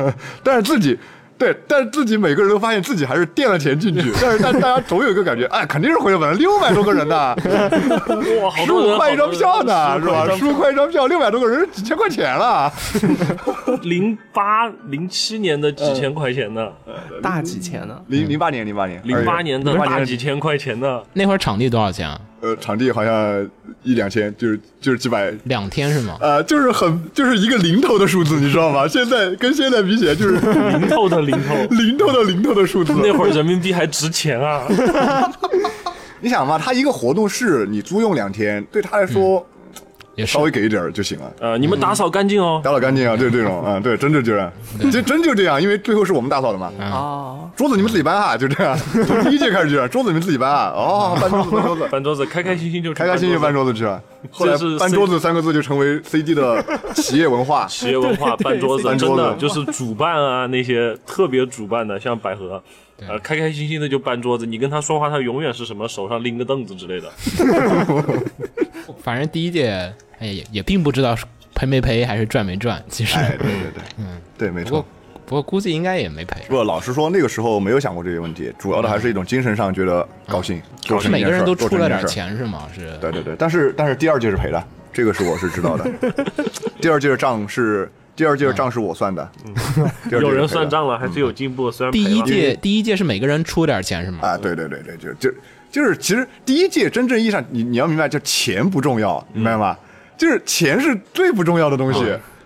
Speaker 4: 啊，
Speaker 5: 但是自己对，但是自己每个人都发现自己还是垫了钱进 去，但是但大家总有一个感觉，哎，肯定是回了本了，六百多个人 呢，
Speaker 4: 哇，好
Speaker 5: 十
Speaker 4: 多人
Speaker 5: 五块一张票呢，是吧？十
Speaker 4: 输
Speaker 5: 五块一张票，六百多个人几千块钱了，
Speaker 4: 嗯零八零七年的几千块钱呢，
Speaker 5: 嗯
Speaker 3: 大几千呢？
Speaker 5: 零零八年，零八年，哎
Speaker 4: 零八年的
Speaker 5: 零八
Speaker 4: 大
Speaker 5: 年
Speaker 4: 几千块钱呢，
Speaker 6: 那会儿场地多少钱啊？
Speaker 5: 呃，场地好像一两千，就是就是几百。
Speaker 6: 两天是吗？
Speaker 5: 呃，就是很就是一个零头的数字，你知道吗？现在跟现在比起来，就是。
Speaker 4: 零头的零头
Speaker 5: 零头的零头的数字。
Speaker 4: 那会儿人民币还值钱 啊！
Speaker 5: 你想嘛，他一个活动室你租用两天，对他来说
Speaker 6: 嗯也是
Speaker 5: 稍微给一点儿就行了。
Speaker 4: 呃，你们打扫干净哦。
Speaker 5: 打扫干净啊，就是 这种，嗯，对，真就这样，这真就这样，因为最后是我们打扫的
Speaker 6: 嗯
Speaker 5: 嘛。
Speaker 3: 哦，
Speaker 5: 桌子你们自己搬啊，就 这样，从第一届开始就这样，桌子你们自己搬啊，哦，搬桌子搬桌子，
Speaker 4: 搬桌子，开开心心就去
Speaker 5: 开开心心搬
Speaker 4: 桌
Speaker 5: 桌子去啊。后来
Speaker 4: 这是
Speaker 5: 搬桌子三个字就成为 CD 的企业文化，
Speaker 4: 企业文化，搬桌子，
Speaker 5: 搬
Speaker 4: 真
Speaker 5: 桌
Speaker 4: 的
Speaker 5: 子
Speaker 4: 就是主办啊，那些特别主办的，像百合，呃，开开心心的就搬桌子。你跟他说话，他永远是什么手上拎个凳子之类的。
Speaker 6: 反正第一届哎也也并不知道是赔没赔还是赚没赚，其实、
Speaker 5: 哎，对对对，嗯，对，没
Speaker 6: 不
Speaker 5: 错
Speaker 6: 过。不过估计应该也没赔。
Speaker 5: 不，老实说，那个时候没有想过这些问题，主要的还是一种精神上觉得高兴，做
Speaker 6: 是
Speaker 5: 成
Speaker 6: 嗯
Speaker 5: 一
Speaker 6: 每
Speaker 5: 件
Speaker 6: 个人
Speaker 5: 事儿
Speaker 6: 都
Speaker 5: 做
Speaker 6: 出
Speaker 5: 成
Speaker 6: 了
Speaker 5: 一
Speaker 6: 点
Speaker 5: 件事儿
Speaker 6: 钱是吗？是
Speaker 5: 对对对，但是但是第二届是赔的，这个是我是知道的。第二届的账是第二届的账是我算的，第二届是
Speaker 4: 有人
Speaker 5: 赔的
Speaker 4: 算账了，
Speaker 5: 嗯
Speaker 4: 还是有进步，虽然
Speaker 6: 第
Speaker 4: 赔
Speaker 6: 一
Speaker 4: 了
Speaker 6: 届第一届是每个人出点钱是吗？
Speaker 5: 啊，对对对对，就就就是其实第一届真正意义上，你你要明白，就钱不重要，明白
Speaker 6: 嗯
Speaker 5: 吗？就是钱是最不重要的东西。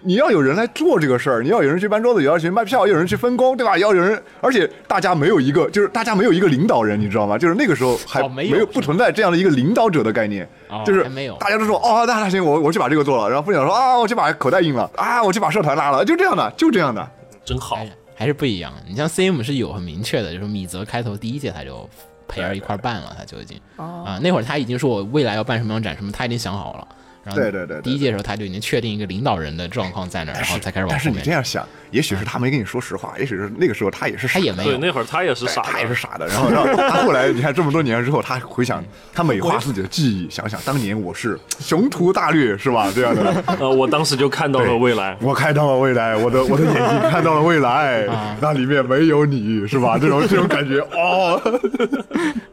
Speaker 5: 你要有人来做这个事儿，你要有人去搬桌子，也要有人去卖票，要有人去分工，对吧？要有人，而且大家没有一个，就是大家没有一个领导人，你知道吗？就是那个时候还
Speaker 6: 哦没有
Speaker 5: 不存在这样的一个领导者的概念，
Speaker 6: 哦
Speaker 5: 就是
Speaker 6: 还没有
Speaker 5: 大家都说哦，那那行，我我去把这个做了，然后部长说啊，我去把口袋印了，啊，我去把社团拉了，就这样的，就这样的。
Speaker 4: 真
Speaker 5: 啊
Speaker 4: 好
Speaker 6: 还。是哎还是不一样。你像 CM 是有很明确的，就是米泽开头第一届他就陪着一块儿办了，他就已经啊、那会儿他已经说我未来要办什么样展什么，他已经想好了。然后
Speaker 5: 对对对对
Speaker 6: 第一届的时候他就已经确定一个领导人的状况在哪儿，然后才哦开始往
Speaker 5: 但是
Speaker 6: 后
Speaker 5: 你这
Speaker 6: 面。嗯
Speaker 5: 样想，也许是他没跟你说实话，也许是那个时候他也是
Speaker 6: 他
Speaker 5: 傻
Speaker 6: 也没
Speaker 4: 对，
Speaker 6: 有，
Speaker 4: 那会儿他也是傻的，
Speaker 5: 他也是傻的。然 后，然后他后来，你看这么多年之后，他回想，他美化自己的记忆，想想当年我是雄图大略，是吧？这样的，
Speaker 4: 呃，我当时就看到了
Speaker 5: 对
Speaker 4: 未来。
Speaker 5: 我看到了未来，我的我的眼睛看到了未 来，那里面没有你，是吧？这种这种感觉，哦，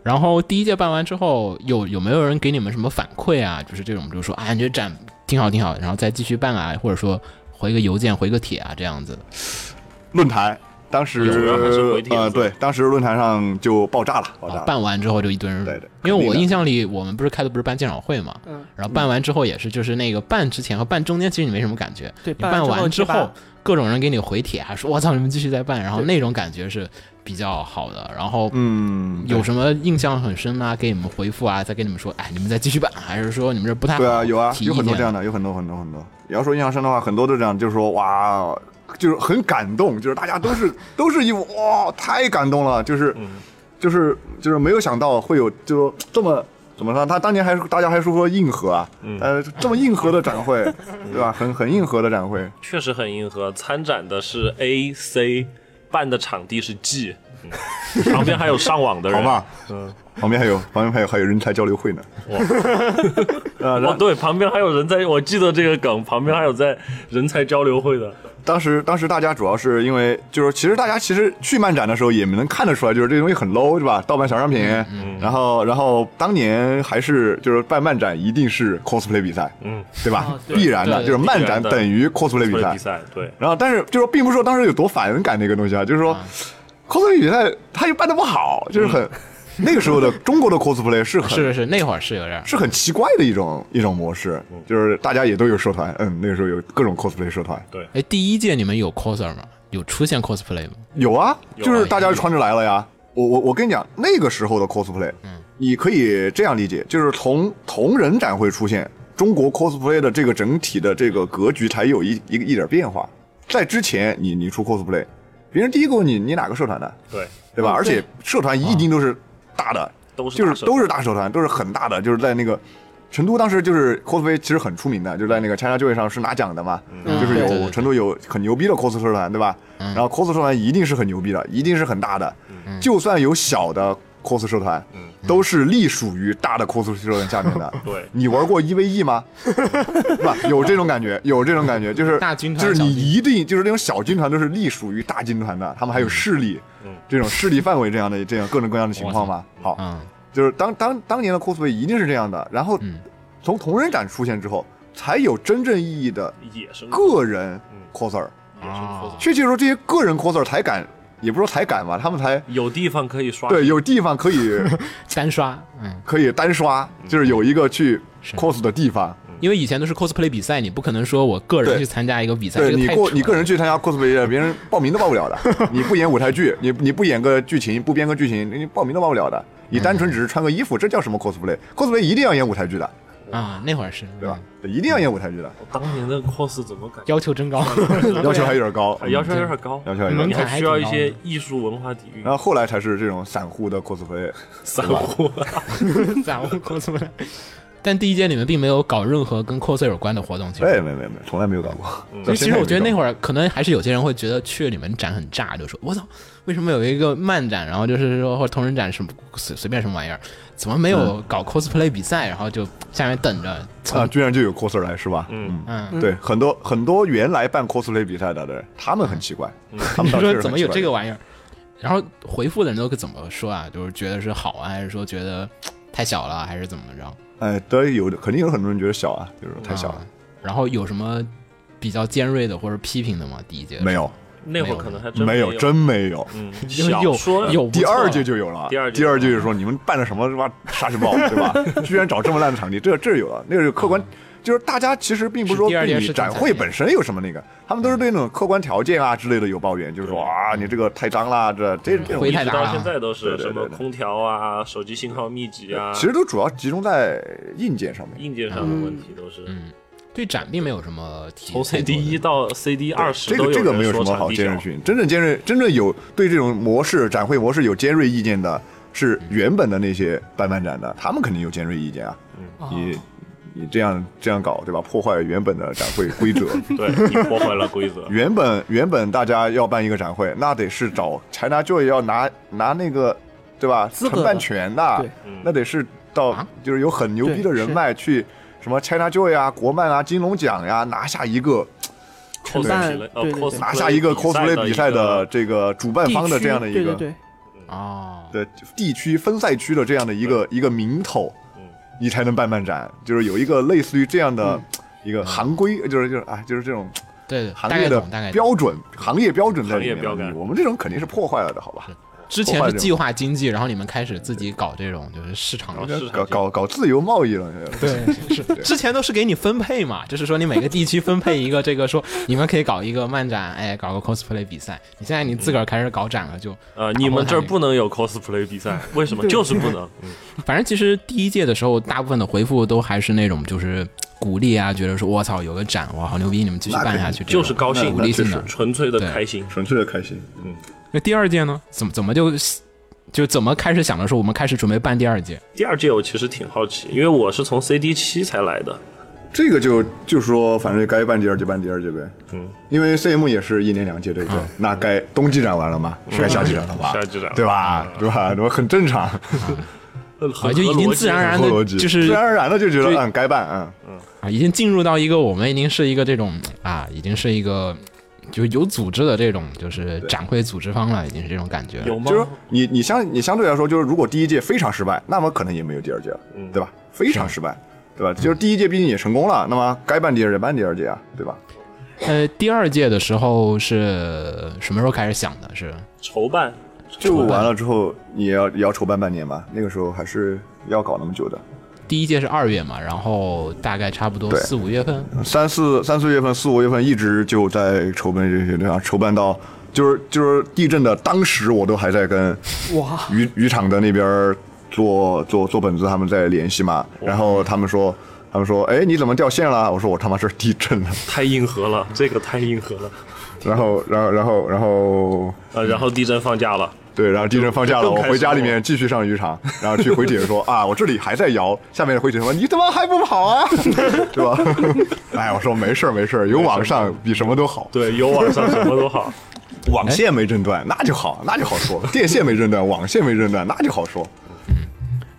Speaker 6: 然后第一届办完之后，有有没有人给你们什么反馈啊？就是这种，比如说啊，你这展挺好挺好，然后再继续办啊，或者说回个邮件回个帖啊这样子的。
Speaker 5: 论坛。当时
Speaker 4: 主要还是回帖子
Speaker 5: 呃，对，当时论坛上就爆炸了，爆炸
Speaker 6: 啊，
Speaker 5: 了。
Speaker 6: 办完之后就一堆人，
Speaker 5: 对对
Speaker 6: 因为我
Speaker 5: 肯定的
Speaker 6: 印象里我们不是开的不是办鉴赏会嘛，
Speaker 3: 嗯，
Speaker 6: 然后办完之后也是，就是那个办之前和办中间其实你没什么感觉，
Speaker 3: 对
Speaker 6: 你办
Speaker 3: 办完
Speaker 6: 之
Speaker 3: 之后
Speaker 6: 后各种人给你回帖啊，说我操你们继续再办，然后那种感觉是比较好的，然后
Speaker 5: 嗯，
Speaker 6: 有什么印象很深啊，给你们回复啊，再跟你们说，哎，你们再继续办，还是说你们这不太好
Speaker 5: 对啊，有啊，
Speaker 6: 提意
Speaker 5: 有很多
Speaker 6: 见
Speaker 5: 这样的，有很多很多很多。你要说印象深的话，很多都这样，就是说哇，嗯就是很感动，就是大家都是都是一副哇，太感动了，就是。就是就是没有想到会有就这么怎么说？他当年还是大家还说说硬核啊，呃，这么硬核的展 会，对吧？很很硬核的展会，
Speaker 4: 确实很硬核。参展的是 A、C，办的场地是 G，、嗯、旁边还有上网的
Speaker 5: 好
Speaker 4: 人。
Speaker 5: 吧？旁边还有旁边还有还有人才交流会呢。 啊，然
Speaker 4: 哦
Speaker 5: 后，
Speaker 4: 对，旁边还有人在，我记得这个梗，旁边还有在人才交流会的。
Speaker 5: 当时当时大家主要是因为就是其实大家其实去漫展的时候也能看得出来，就是这东西很 low，对吧？盗版小商品。然后然后当年还是就是办漫展一定是 cosplay 比赛，
Speaker 4: 嗯，
Speaker 5: 对吧？
Speaker 3: 哦对
Speaker 5: 必然的，
Speaker 6: 对
Speaker 5: 就是漫展
Speaker 4: 必然的
Speaker 5: 等于 cosplay 比赛
Speaker 4: 比。赛对，
Speaker 5: 然后，但是就是说，并不是说当时有多反感那个东西啊，就是说、cosplay 比赛它又办的不好，就是很、那个时候的中国的 cosplay 嗯是很
Speaker 6: 是是是，那会儿是有点儿。
Speaker 5: 是很奇怪的一种一种模式，就是大家也都有社团，嗯，那个时候有各种 cosplay 社团，
Speaker 6: 哎，第一届你们有 coser 吗？有出现 cosplay 吗？
Speaker 5: 有啊，
Speaker 4: 有啊
Speaker 5: 就是大家就穿着来了呀。我我我跟你讲，那个时候的 cosplay，你
Speaker 4: 嗯
Speaker 5: 可以这样理解，就是从同人展会出现，中国 cosplay 的这个整体的这个格局才有一一个一点变化。在之前你，你出 cosplay，别人第一个问你你哪个社团的，
Speaker 4: 嗯对，
Speaker 5: 对吧？而且社团一定都是大的，
Speaker 4: 都是
Speaker 5: 就
Speaker 4: 大
Speaker 5: 是
Speaker 4: 社
Speaker 5: 都是大社团，都是很大的，就是在那个成都当时就是 cosplay 其实很出名的，就在那个 China Joy 上是拿奖的嘛，就是
Speaker 6: 嗯对对嗯
Speaker 5: 有
Speaker 6: 对
Speaker 5: 成都有很牛逼的 cos 社团，对吧？然后 cos 社团一定是很牛逼的，一定是很大的，
Speaker 6: 嗯
Speaker 5: 就算有小的 cos 社团，都是隶属于大的 cos 社团下面 的。
Speaker 4: 对
Speaker 5: 你玩过一 v 一吗？是吧？有这种感觉，有这种感觉，就是
Speaker 6: 大军团
Speaker 5: 就是
Speaker 6: 小
Speaker 5: 你
Speaker 6: 军
Speaker 5: 一定就是那种小军团都是隶属于大军团的，他们还有势力，这种势力范围这样的这样各种各样的情况嘛。好，
Speaker 6: 嗯，
Speaker 5: 就是当当当年的 cosplay 一定是这样的，然后从同人展出现之后，才有真正意义的
Speaker 4: 野
Speaker 6: 嗯
Speaker 4: 生
Speaker 5: 个人
Speaker 4: 嗯
Speaker 5: coser。
Speaker 4: 野生
Speaker 6: 啊
Speaker 4: cos，
Speaker 5: 确切说，这些个人 coser 才敢，也不是说才敢吧，他们才
Speaker 4: 有地方可以刷。
Speaker 5: 对，有地方 可以
Speaker 6: 单刷，嗯，
Speaker 5: 可以单刷，就是有一个去 cos 的地方。
Speaker 6: 因为以前都是 cosplay 比赛，你不可能说我个人
Speaker 5: 嗯对
Speaker 6: 去参加一个比赛，
Speaker 5: 对
Speaker 6: 这个
Speaker 5: 你
Speaker 6: 太
Speaker 5: 过
Speaker 6: 蠢
Speaker 5: 你个人
Speaker 6: 了
Speaker 5: 去参加 cosplay，别人报名都报不 了的。你不演舞台剧，你你不演个剧情，不编个剧情，你报名都报不了的。
Speaker 6: 嗯
Speaker 5: 你单纯只是穿个衣服，这叫什么 cosplay？cosplay 一定要演舞台剧的，
Speaker 6: 啊，那会儿是
Speaker 5: 对吧
Speaker 6: 嗯？
Speaker 5: 一定要演舞台剧的，
Speaker 4: 我当年的 cos 怎么感觉
Speaker 6: 要求真高，
Speaker 5: 要求还有点高，
Speaker 4: 嗯 要求有点高，
Speaker 5: 要
Speaker 6: 嗯
Speaker 5: 求有点啊高
Speaker 4: 你还需要一
Speaker 6: 门槛还
Speaker 4: 些
Speaker 6: 挺
Speaker 4: 艺术文化底蕴
Speaker 5: 然。后后来才是这种散户的 cosplay，
Speaker 4: 散户，
Speaker 6: 咋我 cosplay？但第一届你们并没有搞任何跟 coser 有关的活动，其实
Speaker 5: 哎，没没没，从来没有搞过。
Speaker 6: 所以其实我觉得那
Speaker 5: 会
Speaker 6: 会儿可能还是有些人会觉得去你们展很炸，就说我操，为什么有一个漫展，然后就是说或者同人展什么随随便什么玩意儿，怎么没有搞 cosplay 比赛？然后就下面等着，
Speaker 5: 嗯啊，
Speaker 6: 从
Speaker 5: 居然就有 coser 来是吧？嗯
Speaker 6: 嗯，
Speaker 5: 嗯，对，很多很多原来办 cosplay 比赛的人，他们很奇怪，他
Speaker 6: 你
Speaker 5: 们倒确
Speaker 6: 说
Speaker 5: 实
Speaker 6: 怎么
Speaker 5: 很奇
Speaker 6: 有
Speaker 5: 怪
Speaker 6: 这个玩意儿？然后回复的人都怎么说啊？就是觉得是好啊，还是说觉得嘖太小了，还是怎么着？
Speaker 5: 哎，对，有的肯定有很多人觉得小啊，就是太小
Speaker 6: 啊
Speaker 5: 了，
Speaker 6: 然后有什么比较尖锐的或者批评的吗？第一届
Speaker 5: 没有
Speaker 4: 那会儿可能还真
Speaker 5: 没有
Speaker 4: 有，
Speaker 5: 真没有。
Speaker 4: 嗯，
Speaker 6: 有
Speaker 4: 小
Speaker 6: 有
Speaker 4: 说
Speaker 6: 有不
Speaker 5: 第
Speaker 6: 错
Speaker 5: 二
Speaker 6: 了
Speaker 5: 届就有了，
Speaker 4: 第二届
Speaker 5: 第二届就说你们办的什么他妈沙尘暴， 对吧？居然找这么烂的场地，这这有了，那个是客观，就是大家其实并不是说
Speaker 6: 嗯是第二届
Speaker 5: 对你
Speaker 6: 是
Speaker 5: 展
Speaker 6: 更惨
Speaker 5: 会
Speaker 6: 烈
Speaker 5: 本身有什么那个，他们都是对那种客观条件啊之类的有抱怨，就是说
Speaker 6: 嗯
Speaker 5: 啊你这个太脏啦，这这这种
Speaker 6: 灰
Speaker 4: 一
Speaker 6: 太
Speaker 4: 直
Speaker 6: 大
Speaker 4: 到
Speaker 6: 了
Speaker 4: 现在都
Speaker 5: 啊对
Speaker 4: 是
Speaker 5: 对
Speaker 4: 什么
Speaker 5: 对对
Speaker 4: 空调啊、手机信号密集啊，
Speaker 5: 其实都主要集中在硬件上面。
Speaker 4: 硬件上的问
Speaker 6: 嗯
Speaker 4: 题都是。
Speaker 6: 对展并没有什么提
Speaker 4: 从
Speaker 6: 太
Speaker 4: CD
Speaker 6: 多的
Speaker 4: 一到 CD 二十
Speaker 5: 这个这个没有什么好尖锐
Speaker 4: 去。
Speaker 5: 群，真正尖锐、真正有对这种模式展会模式有尖锐意见的，是
Speaker 4: 嗯
Speaker 5: 原本的那些办漫展的，他们肯定有尖锐意见啊。
Speaker 4: 嗯
Speaker 3: 哦
Speaker 5: 你你这样这样搞，对吧？破坏原本的展会规则，。
Speaker 4: 对你破坏了规则
Speaker 5: 原本原本大家要办一个展会，那得是找 ChinaJoy 要拿拿那个，对吧？
Speaker 3: 资格的
Speaker 5: 承办权的
Speaker 3: 对，
Speaker 4: 嗯
Speaker 5: 那得是到、
Speaker 6: 啊
Speaker 5: 就是有很牛逼的
Speaker 3: 对
Speaker 5: 人脉去什么 ChinaJoy 啊、国漫啊、金龙奖呀、拿下一个
Speaker 3: 承办
Speaker 4: cosplay，
Speaker 3: 对对对
Speaker 4: 呃，cosplay
Speaker 5: 拿下一个 cosplay 比赛的
Speaker 4: 的
Speaker 5: 这个主办
Speaker 3: 地
Speaker 5: 方的
Speaker 3: 区
Speaker 5: 这样的一个
Speaker 3: 对对
Speaker 6: 哦，
Speaker 5: 的地区分赛区的这样的一个一个名头，你才能办漫展，就是有一个类似于这样的一个行规，就是就是啊，就是这种
Speaker 6: 对对，
Speaker 5: 行
Speaker 6: 大概
Speaker 5: 业的
Speaker 6: 懂大概懂。
Speaker 5: 标准、行业标准在里
Speaker 4: 行业标
Speaker 5: 面
Speaker 4: 杆
Speaker 5: 的。我们这种肯定是破坏了的，好吧？
Speaker 6: 之
Speaker 5: 破
Speaker 6: 前
Speaker 5: 坏
Speaker 6: 是
Speaker 5: 这种
Speaker 6: 计划经济，然后你们开始自己搞这种就是市场
Speaker 4: 搞
Speaker 6: 的。
Speaker 4: 市
Speaker 5: 搞
Speaker 4: 场
Speaker 5: 搞搞自由贸易了，
Speaker 6: 对，是之前都是给你分配嘛， 就是说你每个地区分配一个这个，说你们可以搞一个漫展，哎，搞个 cosplay 比赛。你现在你自个儿开始搞展了，就
Speaker 4: 呃，你们这儿不能有 cosplay 比赛，为什么？就是不能。嗯
Speaker 6: 反正其实第一届的时候，大部分的回复都还是那种就是鼓励啊，觉得说我操有个展，哇好牛逼，你们继续办下去，这种
Speaker 4: 就是高兴
Speaker 6: 鼓励性的。
Speaker 4: 纯粹的开心。
Speaker 5: 纯粹的开心。
Speaker 6: 那第二届呢？怎么怎么就就怎么开始想的时候，我们开始准备办第二届。
Speaker 4: 第二届我其实挺好奇，因为我是从 CD 七才来的，
Speaker 5: 这个就就说，反正该办第二届办第二届呗。嗯，因为 CM 也是一年两届这个，那该冬季展完了嘛，该夏季展了吧？
Speaker 4: 夏季展了
Speaker 5: 对吧？对吧？我很正常，
Speaker 4: 呃
Speaker 6: 啊，
Speaker 4: 很
Speaker 6: 就已经自然而然
Speaker 5: 合逻
Speaker 6: 的，
Speaker 5: 辑，
Speaker 6: 就是
Speaker 5: 自然而然的就觉
Speaker 6: 对
Speaker 5: 得，嗯，该办，嗯，
Speaker 6: 啊，已经进入到一个我们已经是一个这种啊，已经是一个就是有组织的这种就是展会组织方了，已经是这种感觉了。
Speaker 4: 有吗？
Speaker 5: 就是你你相你相对来说，就是如果第一届非常失败，那么可能也没有第二届了，对吧？非常失败，对吧？就是第一届毕竟也成功了，那么该办第二届办第二届啊，对吧？
Speaker 6: 呃，第二届的时候是什么时候开始想的？是
Speaker 4: 筹办，
Speaker 5: 就完了之后，你也要也要筹办半年吧，那个时候还是要搞那么久的，
Speaker 6: 第一届是二月嘛，然后大概差不多
Speaker 5: 对嗯
Speaker 6: 四五月份。
Speaker 5: 三四三四月份、四五月份一直就在筹办这些，对吧？筹办到就是就是地震的当时，我都还在跟
Speaker 3: 哇，
Speaker 5: 渔渔场的那边儿做做做本子，他们在联系嘛。然后他们说，他们说，哎，你怎么掉线了？我说我他妈是地震了。
Speaker 4: 太硬核了，这个太硬核了。
Speaker 5: 然后然后然后然后
Speaker 4: 呃，然后地震放假了，
Speaker 5: 对，然后地震放假了，
Speaker 4: 就
Speaker 5: 我
Speaker 4: 更开
Speaker 5: 回家
Speaker 4: 心
Speaker 5: 里
Speaker 4: 了
Speaker 5: 面继续上渔场，然后去回姐说啊，我这里还在摇。下面的回姐说你他妈还不跑啊， 对吧？哎，我说没事儿没事儿，有网上比什么都好。
Speaker 4: 对，有网上什么都好。
Speaker 5: 网线没震断，那就好，那就好说；电线没震断，网线没震断，那就好说。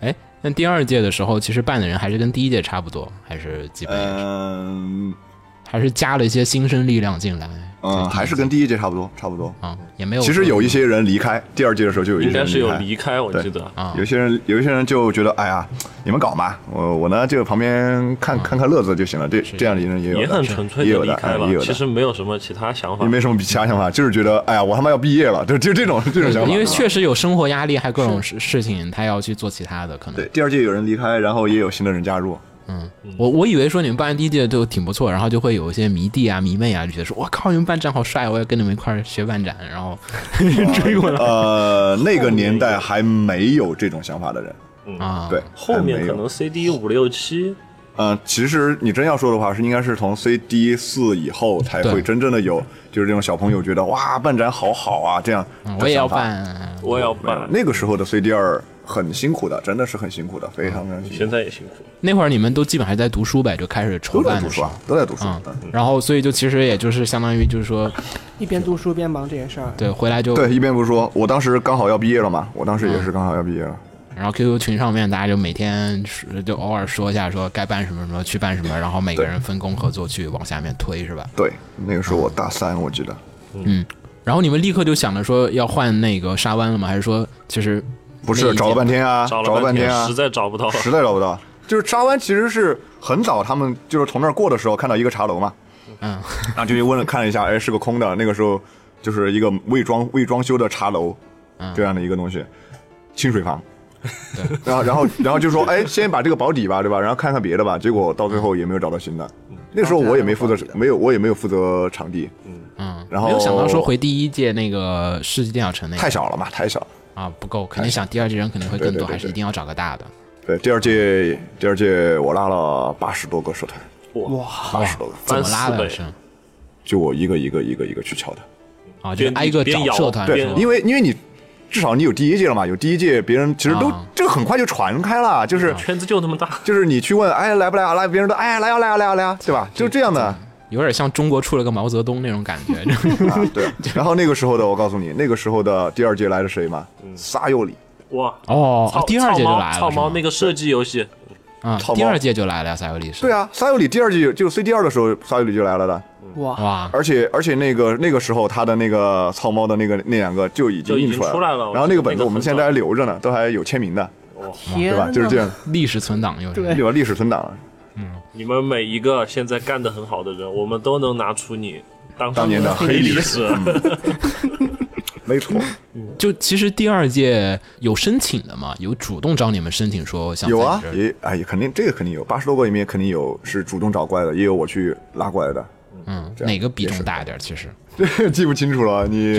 Speaker 6: 哎，那第二届的时候，其实办的人还是跟第一届差不多，还是基本也
Speaker 5: 呃
Speaker 6: 是、
Speaker 5: 嗯
Speaker 6: 还是加了一些新生力量进来。
Speaker 5: 嗯，还是跟第一届差不多，差不多。
Speaker 6: 啊，也没有说。
Speaker 5: 其实有一些人离开，第二届的时候就 有一
Speaker 4: 应
Speaker 5: 些
Speaker 4: 该
Speaker 5: 人
Speaker 4: 是有
Speaker 5: 离
Speaker 4: 离
Speaker 5: 开。
Speaker 4: 开，我
Speaker 5: 对
Speaker 4: 记得。
Speaker 6: 啊
Speaker 5: 有些人，有一些人就觉得，哎呀，你们搞嘛，我我呢就旁边
Speaker 6: 啊
Speaker 5: 看看看乐子就行了。这这样的人也嗯有的，
Speaker 4: 也很纯粹
Speaker 5: 也
Speaker 4: 的
Speaker 5: 有
Speaker 4: 离
Speaker 5: 的，
Speaker 4: 开
Speaker 5: 嗯也
Speaker 4: 了，
Speaker 5: 有
Speaker 4: 其
Speaker 5: 的。
Speaker 4: 实没有什么其他想法
Speaker 5: 也。没什么其他想法，就是觉得，哎呀，我他妈要毕业了，就就这种这种想法。啊
Speaker 6: 因为确实有生活压力，还有各种事事情，他要去做其他的，可能
Speaker 5: 对第二届有人离开，然后也有新的人加入。
Speaker 6: 我我以为说你们办完第一届就挺不错，然后就会有一些迷弟啊、迷妹啊，就觉得说，哇靠，你们办展好帅，我要跟你们一块儿学办展，然 后追过来
Speaker 5: 呃，那个年代还没有这种想法的 人，
Speaker 6: 啊。
Speaker 5: 对，，
Speaker 4: 后
Speaker 5: 还
Speaker 4: 面
Speaker 5: 没
Speaker 4: 可
Speaker 5: 有
Speaker 4: 能 CD 五六七，
Speaker 5: 嗯，其实你真要说的话，是应该是从 CD 四以后才
Speaker 6: 对
Speaker 5: 会真正的有，就是这种小朋友觉得哇，办展好好啊，这样的想法。
Speaker 6: 嗯我也要办。
Speaker 4: 我也要
Speaker 5: 没有。
Speaker 4: 办。
Speaker 5: 那个时候的 CD 二很辛苦的，真的是很辛苦的，非常非常辛
Speaker 4: 现
Speaker 5: 苦。
Speaker 4: 在也辛苦，
Speaker 6: 那会儿你们都基本还在读书呗，就开始筹
Speaker 5: 都在
Speaker 6: 办
Speaker 5: 读
Speaker 6: 的时
Speaker 5: 书
Speaker 6: 候
Speaker 5: 啊。，都在读书。
Speaker 6: 嗯
Speaker 5: 嗯，
Speaker 6: 然后所以就其实也就是相当于就是说，
Speaker 3: 一边读书一边忙这些事儿，
Speaker 6: 对，回来就，
Speaker 5: 对，一边不是说，我当时刚好要毕业了嘛，我当时
Speaker 6: 嗯
Speaker 5: 也是刚好要毕业了。
Speaker 6: 然后 QQ 群上面大家就每天说就偶尔说一下，说该办什么什么去办什么，然后每个
Speaker 5: 对
Speaker 6: 人分工合作去往下面推，是吧？
Speaker 5: 对，那个时候我大三，我记得。
Speaker 6: 然后你们立刻就想着说要换那个沙湾了吗？还是说其实
Speaker 5: 不
Speaker 6: 那
Speaker 5: 是
Speaker 6: 一
Speaker 5: 找了
Speaker 6: 届
Speaker 5: 半天啊，
Speaker 4: 找
Speaker 5: 找
Speaker 4: 了
Speaker 5: 半
Speaker 4: 天
Speaker 5: 天啊，
Speaker 4: 实在找不到 了。
Speaker 5: 实在找不到。就是沙湾其实是很早，他们就是从那儿过的时候看到一个茶楼嘛，
Speaker 6: 嗯，
Speaker 5: 然后就去问了看了一下，哎，是个空的。那个时候就是一个未装未装修的茶楼，这样的一个东西，清水房。 然后然后然后就说，哎，先把这个保底吧，对吧？然后看看别的吧。结果到最后也没有找到新的。那嗯时候我也没负责，没有我也没有负责场地，
Speaker 6: 嗯，
Speaker 5: 然后
Speaker 6: 没有想到说回第一届那个世纪电脑城那个
Speaker 5: 太小了嘛，太小了。
Speaker 6: 啊不够，肯定想第二届人肯定会更
Speaker 5: 对
Speaker 6: 多，
Speaker 5: 对对
Speaker 6: 还是
Speaker 5: 对
Speaker 6: 一定要找个大的。
Speaker 5: 对，第二届第二届我拉了八十多个社团，
Speaker 4: 哇，
Speaker 5: 八十多个，
Speaker 6: 怎么拉
Speaker 4: 翻四
Speaker 6: 的
Speaker 4: 倍
Speaker 6: 是
Speaker 5: 就我一个一个一个一个去敲的。
Speaker 6: 啊，就是
Speaker 4: 边
Speaker 6: 挨个
Speaker 4: 边
Speaker 6: 找
Speaker 4: 摇
Speaker 6: 社团
Speaker 4: 对
Speaker 6: 是吧，
Speaker 5: 因为因为你至少你有第一届了嘛，有第一届，别人其实都、
Speaker 6: 啊
Speaker 5: 这个很快就传开了，就是、
Speaker 4: 圈子就那么大，
Speaker 5: 就是你去问，哎来不来啊？来，别人都哎来呀、来呀、来呀、来呀、对吧？就这样的啊，
Speaker 6: 有点像中国出了个毛泽东那种感 觉，就是
Speaker 5: 对。然后那个时候的，我告诉你，那个时候的第二届来的谁嘛？撒尤里，
Speaker 4: 哇！
Speaker 6: 哦
Speaker 4: 操，
Speaker 6: 第二届就
Speaker 4: 操猫
Speaker 6: 来了，
Speaker 4: 操
Speaker 6: 是
Speaker 4: 猫
Speaker 6: 吗
Speaker 4: 那个射击游戏，
Speaker 6: 啊
Speaker 5: 操，猫
Speaker 6: 第二届就来了呀，塞维利是，
Speaker 5: 对啊，撒尤里第二届就 CD 二的时候，撒尤里就来了的，啊
Speaker 3: 哇，
Speaker 6: 哇，
Speaker 5: 而且而且那个那个时候他的那个草猫的那个那两个就已经
Speaker 4: 就已
Speaker 5: 印
Speaker 4: 经
Speaker 5: 出来
Speaker 4: 出来了
Speaker 5: 然后那个本
Speaker 4: 那
Speaker 5: 子
Speaker 4: 个
Speaker 5: 我们
Speaker 4: 很
Speaker 5: 现在还留着呢，都还有签名的，
Speaker 3: 天
Speaker 5: 对吧？
Speaker 3: 呐
Speaker 5: 就是这样，
Speaker 6: 历史存档又是
Speaker 3: 对
Speaker 5: 有历史存档，
Speaker 4: 你们每一个现在干得很好的人，我们都能拿出你当
Speaker 5: 当年的
Speaker 4: 黑
Speaker 5: 黑历嗯
Speaker 4: 史。
Speaker 5: 没错，
Speaker 6: 就其实第二届有申请的嘛，有主动找你们申请说想
Speaker 5: 有啊
Speaker 6: 在，你这儿
Speaker 5: 也哎，肯定这个肯定有，八十多个里面肯定有是主动找过来的，也有我去拉过来的，
Speaker 6: 嗯，
Speaker 5: 样
Speaker 6: 哪个比
Speaker 5: 也
Speaker 6: 重
Speaker 5: 是
Speaker 6: 大一点？其实
Speaker 5: 记不清楚了。你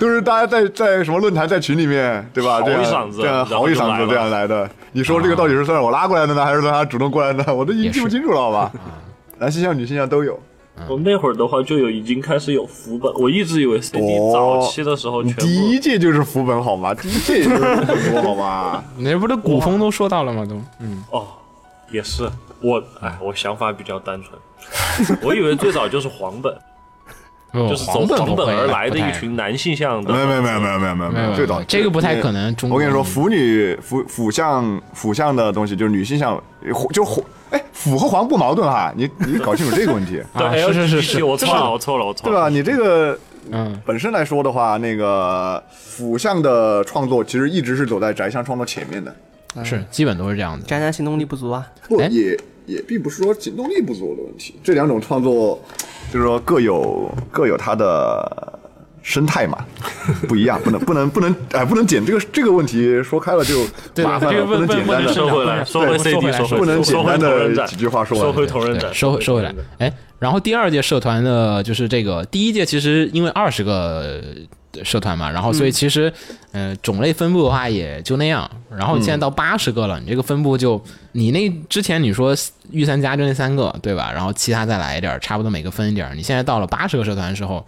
Speaker 5: 都是大家在在什么论坛、在群里面，对吧？
Speaker 4: 嚎
Speaker 5: 这
Speaker 4: 一
Speaker 5: 样
Speaker 4: 嗓子
Speaker 5: 这样
Speaker 4: 然后
Speaker 5: 嚎一
Speaker 4: 就
Speaker 5: 嗓
Speaker 4: 来
Speaker 5: 子
Speaker 4: 了
Speaker 5: 这样来的。你说这个到底啊是算是我拉过来的呢，还是算他主动过来的？我都已 啊
Speaker 6: 也
Speaker 5: 经记不
Speaker 6: 是
Speaker 5: 清楚了，好吧？男性向、女性向都有，
Speaker 4: 我那会儿的话就有已经开始有副本，我一直以为 CD
Speaker 5: 哦
Speaker 4: 早期的时候
Speaker 5: 你
Speaker 4: 全部
Speaker 5: 第一届就是副本好吗？第一届也就是副本多好 吗？
Speaker 6: 你这不是古风都说到了吗？都，嗯，
Speaker 4: 哦，也是我哎，我想法比较单纯， 我以为最早就是黄本，就是走
Speaker 6: 哦黄本
Speaker 4: 黄
Speaker 6: 不
Speaker 4: 本
Speaker 6: 会
Speaker 4: 而来的
Speaker 6: 不
Speaker 4: 一
Speaker 6: 太
Speaker 4: 群男性向的，
Speaker 5: 没有没有没有没有没有没有
Speaker 6: 没有没有
Speaker 5: 最早
Speaker 6: 这个不太可能中国
Speaker 5: 我跟你说，腐女腐腐向腐向的东西就是女性向，就黄哎腐和黄不矛盾哈，你你搞清楚这个 问题，
Speaker 4: 对，
Speaker 6: 啊
Speaker 4: 还有
Speaker 6: 是是是
Speaker 4: 继续
Speaker 6: 是
Speaker 4: 我错了，我错了，我错
Speaker 5: 对
Speaker 4: 了，
Speaker 5: 吧？你这个
Speaker 6: 嗯，
Speaker 5: 本身来说的话，那个腐向的创作其实一直是走在宅向创作前面的，
Speaker 6: 是基本都是这样的。
Speaker 3: 宅男行动力不足啊，
Speaker 5: 不
Speaker 6: 哎
Speaker 5: 也也并不是说行动力不足的问题，这两种创作就是说各有各有它的生 态嘛，不一样，不能不能不能哎不能简这个这个问题说开了就
Speaker 6: 对
Speaker 5: 麻
Speaker 6: 对
Speaker 5: 烦
Speaker 6: 对
Speaker 5: 了，不能简单
Speaker 4: 能
Speaker 5: 的
Speaker 4: 收回来，收回
Speaker 6: 对
Speaker 4: CD，收回
Speaker 5: 不能
Speaker 4: 收
Speaker 5: 简
Speaker 4: 回
Speaker 5: 单
Speaker 4: 同人
Speaker 5: 的
Speaker 4: 展
Speaker 5: 几，句话说
Speaker 4: 收
Speaker 5: 完。
Speaker 4: 回同人
Speaker 6: 对
Speaker 4: 展，
Speaker 6: 收回收回来
Speaker 4: 同人展。
Speaker 6: 哎，然后第二届社团的，就是这个第一届，其实因为二十个呃社团嘛，然后所以其实，呃，种类分布的话也就那样。然后现在到八十个了，你这个分布就你那之前你说御三家就那三个对吧？然后其他再来一点儿，差不多每个分一点儿。你现在到了八十个社团的时候，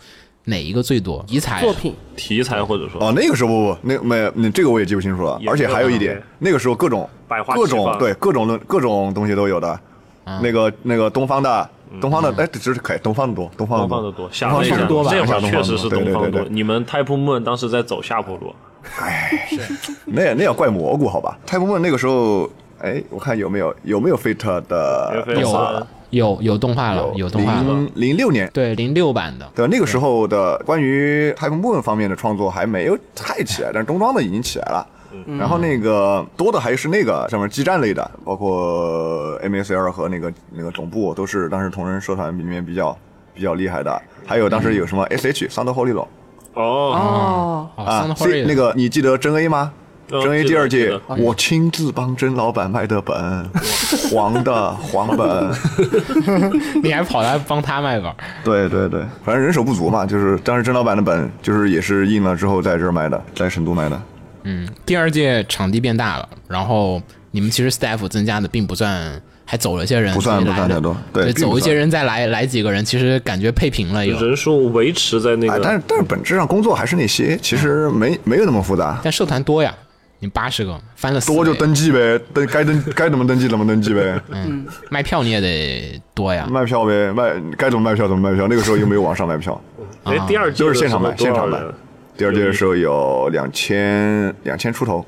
Speaker 6: 哪一个最多？题材
Speaker 3: 作品
Speaker 4: 题材或者说
Speaker 5: 哦，那个时候不不，那没那这个我也记不清楚了
Speaker 4: 也，
Speaker 5: 而且还有一
Speaker 4: 没有
Speaker 5: 点
Speaker 4: 对，
Speaker 5: 那个时候各种
Speaker 4: 百花
Speaker 5: 各
Speaker 4: 齐
Speaker 5: 种
Speaker 4: 放
Speaker 5: 对各种论各种东西都有的，
Speaker 6: 啊
Speaker 5: 那个那个东方的东方的哎，只是可以东方的多，东
Speaker 4: 嗯
Speaker 5: 方
Speaker 4: 东
Speaker 5: 的
Speaker 4: 方的
Speaker 5: 多，
Speaker 4: 多，下
Speaker 5: 方
Speaker 4: 那一
Speaker 5: 下
Speaker 4: 下
Speaker 5: 哦多吧
Speaker 4: 那会
Speaker 5: 下
Speaker 4: 儿
Speaker 5: 东
Speaker 4: 确
Speaker 5: 方
Speaker 4: 实
Speaker 5: 多
Speaker 4: 是
Speaker 5: 对
Speaker 4: 东
Speaker 5: 对
Speaker 4: 方
Speaker 5: 对
Speaker 4: 多。
Speaker 5: 对
Speaker 4: 你们 Type Moon 当时在走下坡路，啊
Speaker 5: 那也那也怪蘑菇好吧？太空梦那个时候，哎，我看有没有有没有 Fate 的
Speaker 4: 有
Speaker 5: 动画
Speaker 4: 有
Speaker 5: 了？
Speaker 6: 有啊有动画了，有动画了。
Speaker 5: 零零六年。
Speaker 6: 对，零六版的，
Speaker 5: 对，那个时候的关于太空梦方面的创作还没有太起来，但是东庄的已经起来了。然后那个多的还是那个上面激战类的，包括 MSL 和那个那个总部都是当时同人社团里面比较比较厉害的，还有当时有什么 SH 三 o 后利龙
Speaker 4: 哦，
Speaker 3: 哦，
Speaker 6: 哦，
Speaker 5: 啊
Speaker 6: 桑德霍瑞
Speaker 5: ，C
Speaker 6: 的
Speaker 5: 那个你记得真 A 吗？
Speaker 4: 嗯
Speaker 5: 真 A
Speaker 4: 记得
Speaker 5: 第二
Speaker 4: 记
Speaker 5: 届
Speaker 4: 得，
Speaker 5: 我亲自帮甄老板卖 的本，黄的黄本，
Speaker 6: 你还跑来帮他卖本儿，
Speaker 5: 对对对，反正人手不足嘛，就是当时甄老板的本就是也是印了之后在这儿卖的，在成都卖的。
Speaker 6: 嗯，第二届场地变大了，然后你们其实 staff 增加的并不算，还走了些人，
Speaker 5: 不算
Speaker 6: 自己来
Speaker 5: 不算
Speaker 6: 的
Speaker 5: 太多对并不
Speaker 6: 走一些
Speaker 5: 算
Speaker 6: 人再来来几个人，其实感觉配平了又。
Speaker 4: 人数维持在那
Speaker 5: 哎，但
Speaker 4: 个
Speaker 5: 是但是本质上工作还是那些，其实没没有那么复杂，
Speaker 6: 但社团多呀，你八十个翻了四
Speaker 5: 多就
Speaker 6: 倍
Speaker 5: 登记呗，登该登该怎么登记怎么登记呗，
Speaker 4: 嗯
Speaker 6: 卖票你也得多呀，
Speaker 5: 卖票呗，卖该怎么卖票怎么卖票。那个时候又没有网上卖票，
Speaker 6: 啊
Speaker 4: 哎第二季
Speaker 5: 都是现场版现场版第二届
Speaker 4: 有
Speaker 5: 的
Speaker 4: 一
Speaker 5: 时候有两千两千出头，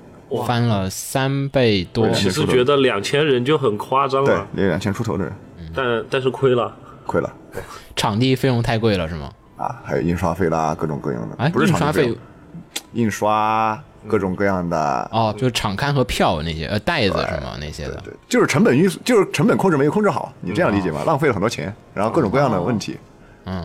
Speaker 6: 翻了三倍多
Speaker 5: 我。
Speaker 4: 哦其实觉得两千人就很夸张
Speaker 5: 对
Speaker 4: 了，，
Speaker 5: 有两千出头的人，
Speaker 4: 但但是亏了。
Speaker 5: 亏了。
Speaker 6: 场地费用太贵了是吗？
Speaker 5: 啊，还有印刷费啦，各种各样的，
Speaker 4: 啊
Speaker 6: 哎，
Speaker 5: 不是
Speaker 6: 印
Speaker 5: 场
Speaker 6: 刷
Speaker 5: 地费
Speaker 6: 费
Speaker 5: 用，印刷各种各样的，
Speaker 6: 哦，就是场刊和票那些，呃，袋子什么那些的。
Speaker 5: 对，就是成本运，就是成本控制没有控制好，你这样理解吧，浪费了很多钱，然后各种各样的问题，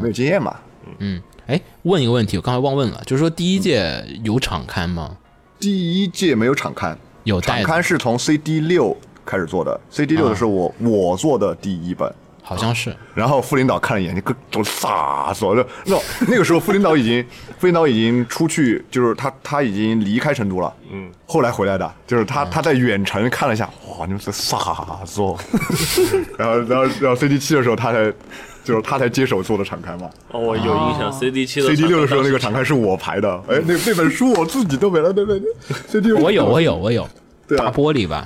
Speaker 5: 没有经验嘛。
Speaker 6: 嗯，哎，问一个问题，我刚才忘问了，就是说第一届有场刊吗？
Speaker 5: 第一届没有场刊，
Speaker 6: 有
Speaker 5: 场
Speaker 6: 袋
Speaker 5: 刊
Speaker 6: 子，
Speaker 5: 是从 CD 六开始做的，CD 六的是我我做的第一本。
Speaker 6: 好像是。
Speaker 5: 然后副领导看了一眼，就各种傻死了。那那个时候副领导已经， 副领导已经出去，就是他他已经离开成都了。嗯，后来回来的，就是他、他在远程看了一下，哇，你们这傻死哦。然后然后然后 CD 七的时候，他才就是他才接手做的敞开嘛。
Speaker 4: 哦，我有印象，CD 七的
Speaker 5: CD 六的时候，那个
Speaker 4: 场
Speaker 5: 敞开是我排的，哎，那那本书我自己都没了，对不对？CD
Speaker 6: 我
Speaker 4: 嗯
Speaker 6: 有，啊我有，我有，
Speaker 5: 对啊
Speaker 6: 大玻璃吧，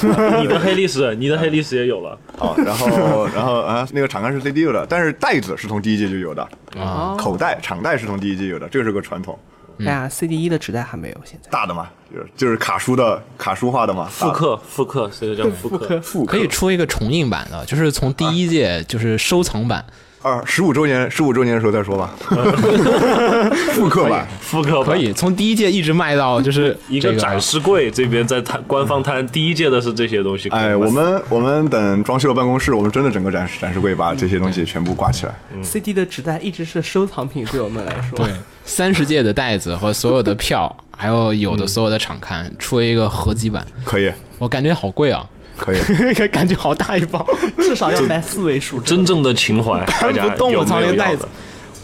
Speaker 4: 刊，你的黑历史，你的黑历史也有了。
Speaker 5: 啊，然后然后啊，那个敞开是 CD 六的，但是袋子是从第一届就有的，
Speaker 6: 啊
Speaker 5: 口袋场袋是从第一届有的，这是个传统。
Speaker 3: 哎
Speaker 6: 嗯
Speaker 3: 呀，CD 一的纸袋还没有，现在
Speaker 5: 大的嘛，就是就是卡书的卡书化的嘛，
Speaker 4: 复
Speaker 5: 复
Speaker 4: 刻，复刻，这个叫复刻。
Speaker 5: 复刻
Speaker 6: 可以出一个重印版的，就是从第一届就是收藏版，
Speaker 5: 二十五周年十五周年的时候再 说吧，复刻版
Speaker 4: 复刻吧
Speaker 6: 可以从第一届一直 卖到就是
Speaker 4: 啊一
Speaker 6: 这
Speaker 4: 个展示柜这边在摊官方摊，第一届的是这些东西。
Speaker 5: 哎，我们我们等装修了办公室，我们真的整个展示展示柜把这些东西全部挂起来。
Speaker 3: CD 的纸袋一直是收藏品，对我们来说，
Speaker 6: 嗯对三十届的袋子和所有的票，还有有的所有的场刊出一个合集版，
Speaker 5: 可以
Speaker 6: 我感觉好贵啊，
Speaker 5: 可 以，
Speaker 6: 感觉好大一包
Speaker 3: 至少要买四位数。
Speaker 4: 真正的情 怀，大
Speaker 6: 搬
Speaker 4: 家
Speaker 6: 不动
Speaker 4: 有
Speaker 6: 我操
Speaker 4: 没有
Speaker 6: 那
Speaker 4: 要
Speaker 6: 袋
Speaker 4: 的
Speaker 6: 子。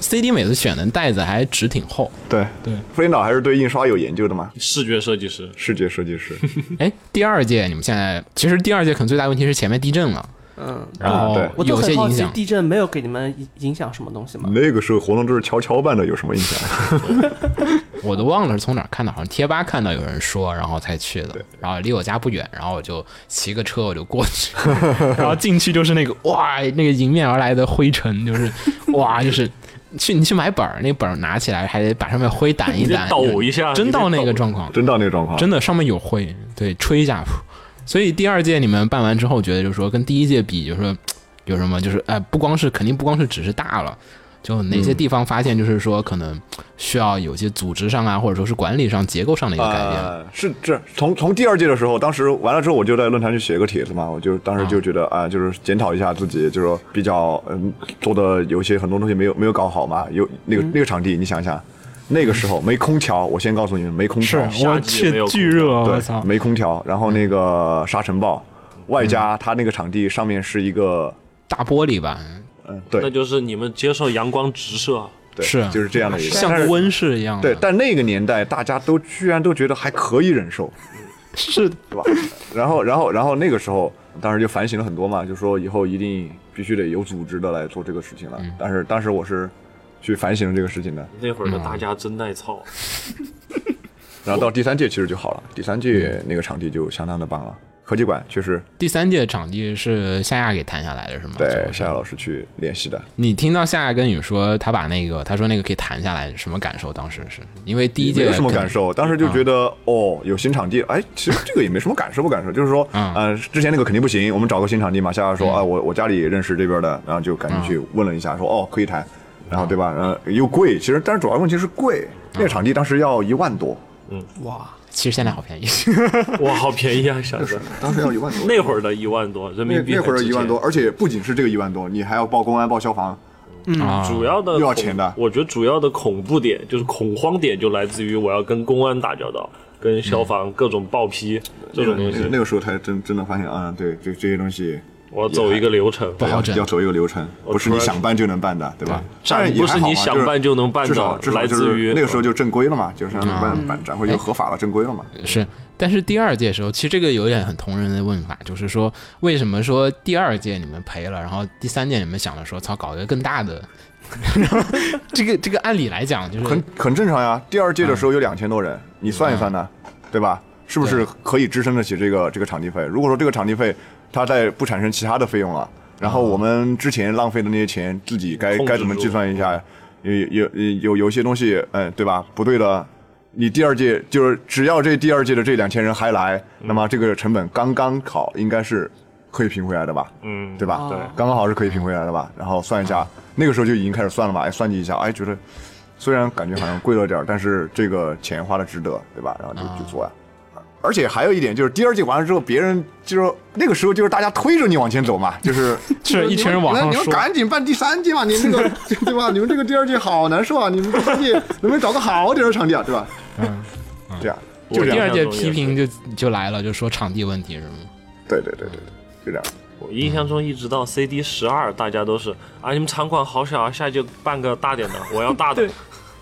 Speaker 6: ，CD 每次选的袋子还纸挺厚，
Speaker 5: 对对，副领导还是对印刷有研究的嘛，
Speaker 4: 视觉设计师
Speaker 5: 视觉设计师，
Speaker 6: 哎，第二届你们现在其实第二届可能最大问题是前面地震了，
Speaker 3: 嗯，
Speaker 6: 然
Speaker 4: 啊
Speaker 6: 后
Speaker 7: 对
Speaker 3: 我都
Speaker 6: 有些
Speaker 3: 很好
Speaker 6: 影
Speaker 3: 奇
Speaker 6: 响，
Speaker 3: 地震没有给你们影影响什么东西吗？
Speaker 5: 那个时候活动都是悄悄办的，有什么影响？
Speaker 6: 我都忘了是从哪儿看到，好像贴吧看到有人说，然后才去的。然后离我家不远，然后我就骑个车我就过 去，然后进去就是那个哇，那个迎面而来的灰尘，就是哇，就是去你去买本儿，那本儿拿起来还得把上面灰掸一
Speaker 4: 你得
Speaker 6: 掸，
Speaker 4: 抖一下
Speaker 6: 真
Speaker 4: 你得
Speaker 6: 到那
Speaker 4: 抖
Speaker 6: 个状况，
Speaker 5: 真到那个
Speaker 4: 啊
Speaker 5: 状况，
Speaker 6: 真的上面有灰，对，吹一下。噗所以第二届你们办完之后，觉得就是说跟第一届比，就是说有什么就是哎、不光是肯定不光是只是大了，就哪些地方发现就是说可能需要有些组织上啊，或者说是管理上、结构上的一个改变。
Speaker 4: 啊
Speaker 5: 呃、是这从从第二届的时候，当时完了之后，我就在论坛去写个帖子嘛，我就当时就觉得啊、就是检讨一下自己，就是说比较嗯做的有些很多东西没有没有搞好嘛，有
Speaker 6: 嗯
Speaker 5: 那个、那个场地，你想想，那个时候没空调，我先告诉你们没空调，
Speaker 4: 夏季没有空调
Speaker 6: 热，
Speaker 5: 对，没空调，然后
Speaker 6: 嗯
Speaker 5: 那个沙尘暴，外加它那个场地上面是一个
Speaker 6: 大玻璃吧，
Speaker 5: 嗯、
Speaker 4: 那
Speaker 5: 对
Speaker 4: 就是你们接受阳光直射，
Speaker 5: 对
Speaker 6: 是啊
Speaker 5: 就是这样的一个，但
Speaker 6: 像
Speaker 5: 是
Speaker 6: 温室一样的。
Speaker 5: 对，但那个年代大家都居然都觉得还可以忍受。
Speaker 6: 是
Speaker 5: 对吧？然后，然后，然后那个时候，当时就反省了很多嘛，就说以后一定必须得有组织的来做这个事情了。但是当时我是去反省这个事情的，
Speaker 4: 那会儿的
Speaker 6: 嗯
Speaker 4: 大家真耐操。
Speaker 5: 然后到第三届其实就好了，第三届那个场地就相当的棒了。科技馆确实
Speaker 6: 第三届场地是夏亚给谈下来的，是吗？
Speaker 5: 对夏夏老师去联系的，
Speaker 6: 你听到夏亚跟雨说他把那个他说那个可以谈下来，什么感受？当时是因为第一届
Speaker 5: 没有什么
Speaker 6: 可能
Speaker 5: 感受，当时
Speaker 4: 嗯
Speaker 5: 就觉得、哦，有新场地，哎，其实这个也没什么感受不感受，就是说，
Speaker 6: 嗯
Speaker 5: 呃，之前那个肯定不行，我们找个新场地嘛。夏夏说、
Speaker 6: 嗯
Speaker 5: 啊，我我家里认识这边的，然后就赶紧
Speaker 4: 嗯
Speaker 5: 去问了一下，说哦可以谈，然后对吧？然后又贵，其实但是主要问题是
Speaker 4: 嗯
Speaker 5: 贵，那个场地当时要一万多，
Speaker 3: 哇，
Speaker 6: 其实现在好便宜。
Speaker 4: 哇，好便宜啊，小子！
Speaker 5: 当时要一万 多，
Speaker 4: 那会儿的一万多人
Speaker 5: 那
Speaker 4: 民币，
Speaker 5: 嗯那会儿一万多，。而且不仅是这个一万多，你还要报公安、报消防，嗯
Speaker 6: 啊，
Speaker 4: 主要的
Speaker 5: 又要
Speaker 4: 恐
Speaker 5: 钱的
Speaker 4: 我觉得主要的恐怖点就是恐慌点，就来自于我要跟公安打交道，跟消防各种报批
Speaker 5: 嗯
Speaker 4: 这种东西
Speaker 5: 那，那个时候才真真的发现，嗯，对，这这些东西
Speaker 4: 我走一个流程。
Speaker 6: 不好
Speaker 5: 啊要
Speaker 6: 整
Speaker 5: 要走一个流程，
Speaker 4: 我
Speaker 5: 不是
Speaker 4: 突
Speaker 5: 你
Speaker 4: 然
Speaker 5: 想办就能办的，对吧？但
Speaker 4: 展
Speaker 5: 也
Speaker 4: 不
Speaker 5: 还
Speaker 4: 是
Speaker 5: 好
Speaker 4: 你
Speaker 5: 嘛
Speaker 4: 想
Speaker 5: 是
Speaker 4: 办就能办
Speaker 5: 至少
Speaker 4: 的，
Speaker 5: 至少
Speaker 4: 来
Speaker 5: 就
Speaker 4: 自
Speaker 5: 是
Speaker 4: 于
Speaker 5: 那个时候就正规了嘛，就是
Speaker 6: 嗯
Speaker 5: 办办展会就合法了，正规了嘛。
Speaker 6: 是，但是第二届时候，其实这个有一点很同人的问法，就是说为什么说第二届你们赔了，然后第三届你们想着说操搞一个更大的， 这个这个按理来讲就是
Speaker 5: 很很正常呀。第二届的时候有两千多人，你算一算呢，对吧？是不是可以支撑得起这个这个场地费？如果说这个场地费它在不产生其他的费用了，然后我们之前浪费的那些钱，自己该
Speaker 4: 控制
Speaker 5: 该怎么计算一下？有有有有一些东西，嗯，对吧？不对的，你第二届就是只要这第二届的这两千人还来，那么这个成本刚刚好，应该是可以平回来的吧？
Speaker 4: 嗯，
Speaker 5: 对吧？
Speaker 3: 对
Speaker 5: 刚刚好是可以平回来的吧？然后算一下，那个时候就已经开始算了嘛，哎，算计一下，哎，觉得虽然感觉好像贵了点儿，但是这个钱花的值得，对吧？然后就就做呀。而且还有一点就是，第二季完了之后，别人就是那个时候就是大家推着你往前走嘛，就是
Speaker 6: 是一群人往上
Speaker 5: 你们
Speaker 6: 说
Speaker 5: 赶紧办第三季嘛，你们这个 对吧？你们这个第二季好难受啊！你们第三季能不能找个 好点儿的场地啊？对吧？嗯，这样就
Speaker 6: 我
Speaker 5: 这
Speaker 6: 第
Speaker 5: 样，
Speaker 6: 二届
Speaker 4: 我印象中也
Speaker 6: 批评就就来了，就说场地问题是吗？
Speaker 5: 对对对对对，就这样。
Speaker 4: 我印象中一直到 CD 十二，大家都是啊，你们场馆好小啊，下去办个大点的，我要大的。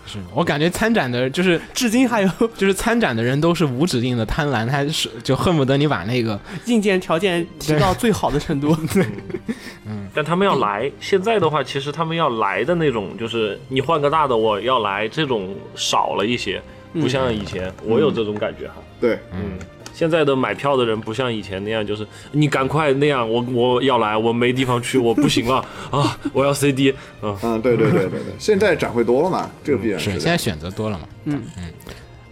Speaker 6: 是我感觉参展的就是
Speaker 3: 至今还有
Speaker 6: 就是参展的人都是无止境的贪婪，他是就恨不得你把那个
Speaker 3: 硬件条件提到最好的程度，
Speaker 4: 但他们要来，现在的话，其实他们要来的那种，就是你换个大的，我要来，这种少了一些，不像以前，我有这种感觉哈。
Speaker 5: 对，
Speaker 4: 现在的买票的人不像以前那样，就是你赶快那样，我我要来，我没地方去，我不行了 啊，我要 CD 啊，
Speaker 5: 嗯，对对对对对，现在展会多了嘛，这个必
Speaker 6: 嗯
Speaker 5: 然
Speaker 6: 是
Speaker 5: 的
Speaker 6: 现在选择多了嘛？
Speaker 3: 嗯
Speaker 6: 嗯。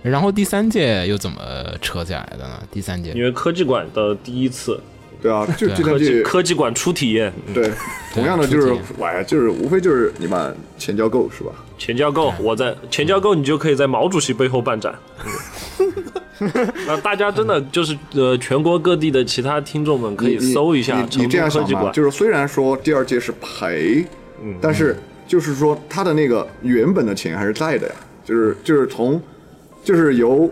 Speaker 6: 然后第三届又怎么扯起来的呢？第三届
Speaker 4: 因为科技馆的第一次，
Speaker 5: 对啊，就
Speaker 6: 对啊
Speaker 5: 计
Speaker 4: 科
Speaker 5: 算
Speaker 4: 技
Speaker 5: 机，
Speaker 4: 科技馆初体验，
Speaker 5: 对，同样的
Speaker 6: 初级
Speaker 5: 就是，哎，就是无非就是你把钱交够是吧？
Speaker 4: 钱交够，我在钱交够，你就可以在毛主席背后办展。 啊，大家真的就是呃，全国各地的其他听众们可以
Speaker 5: 你
Speaker 4: 搜一下
Speaker 5: 你你你
Speaker 4: 成
Speaker 5: 这
Speaker 4: 都
Speaker 5: 样
Speaker 4: 科
Speaker 5: 想
Speaker 4: 技
Speaker 5: 嘛，
Speaker 4: 馆，嗯
Speaker 5: 就是虽然说第二届是赔，但是就是说他的那个原本的钱还是在的呀，就是就是从就是由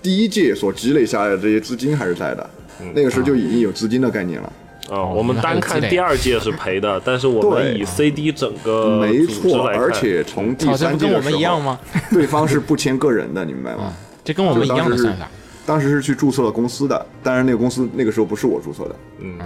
Speaker 5: 第一届所积累下来的这些资金还是在的，
Speaker 4: 嗯
Speaker 5: 那个时候
Speaker 6: 啊
Speaker 5: 就已经有资金的概念了。
Speaker 4: 啊，我们单看
Speaker 6: 还有积累
Speaker 4: 第二届是赔 的，但是我们
Speaker 5: 对
Speaker 4: 以 CD 整个
Speaker 5: 没
Speaker 4: 呃组织
Speaker 5: 错，
Speaker 4: 来看
Speaker 5: 而且从第
Speaker 6: 操，这
Speaker 5: 三
Speaker 6: 不
Speaker 5: 届
Speaker 6: 跟我
Speaker 5: 的
Speaker 6: 们一
Speaker 5: 时
Speaker 6: 样
Speaker 5: 候，
Speaker 6: 吗？啊
Speaker 5: 对方是不签个人的，你明白吗？
Speaker 6: 这跟我们一样的算法。
Speaker 5: 当时是去注册了公司的，当然那个公司那个时候不是我注册的，
Speaker 3: 嗯，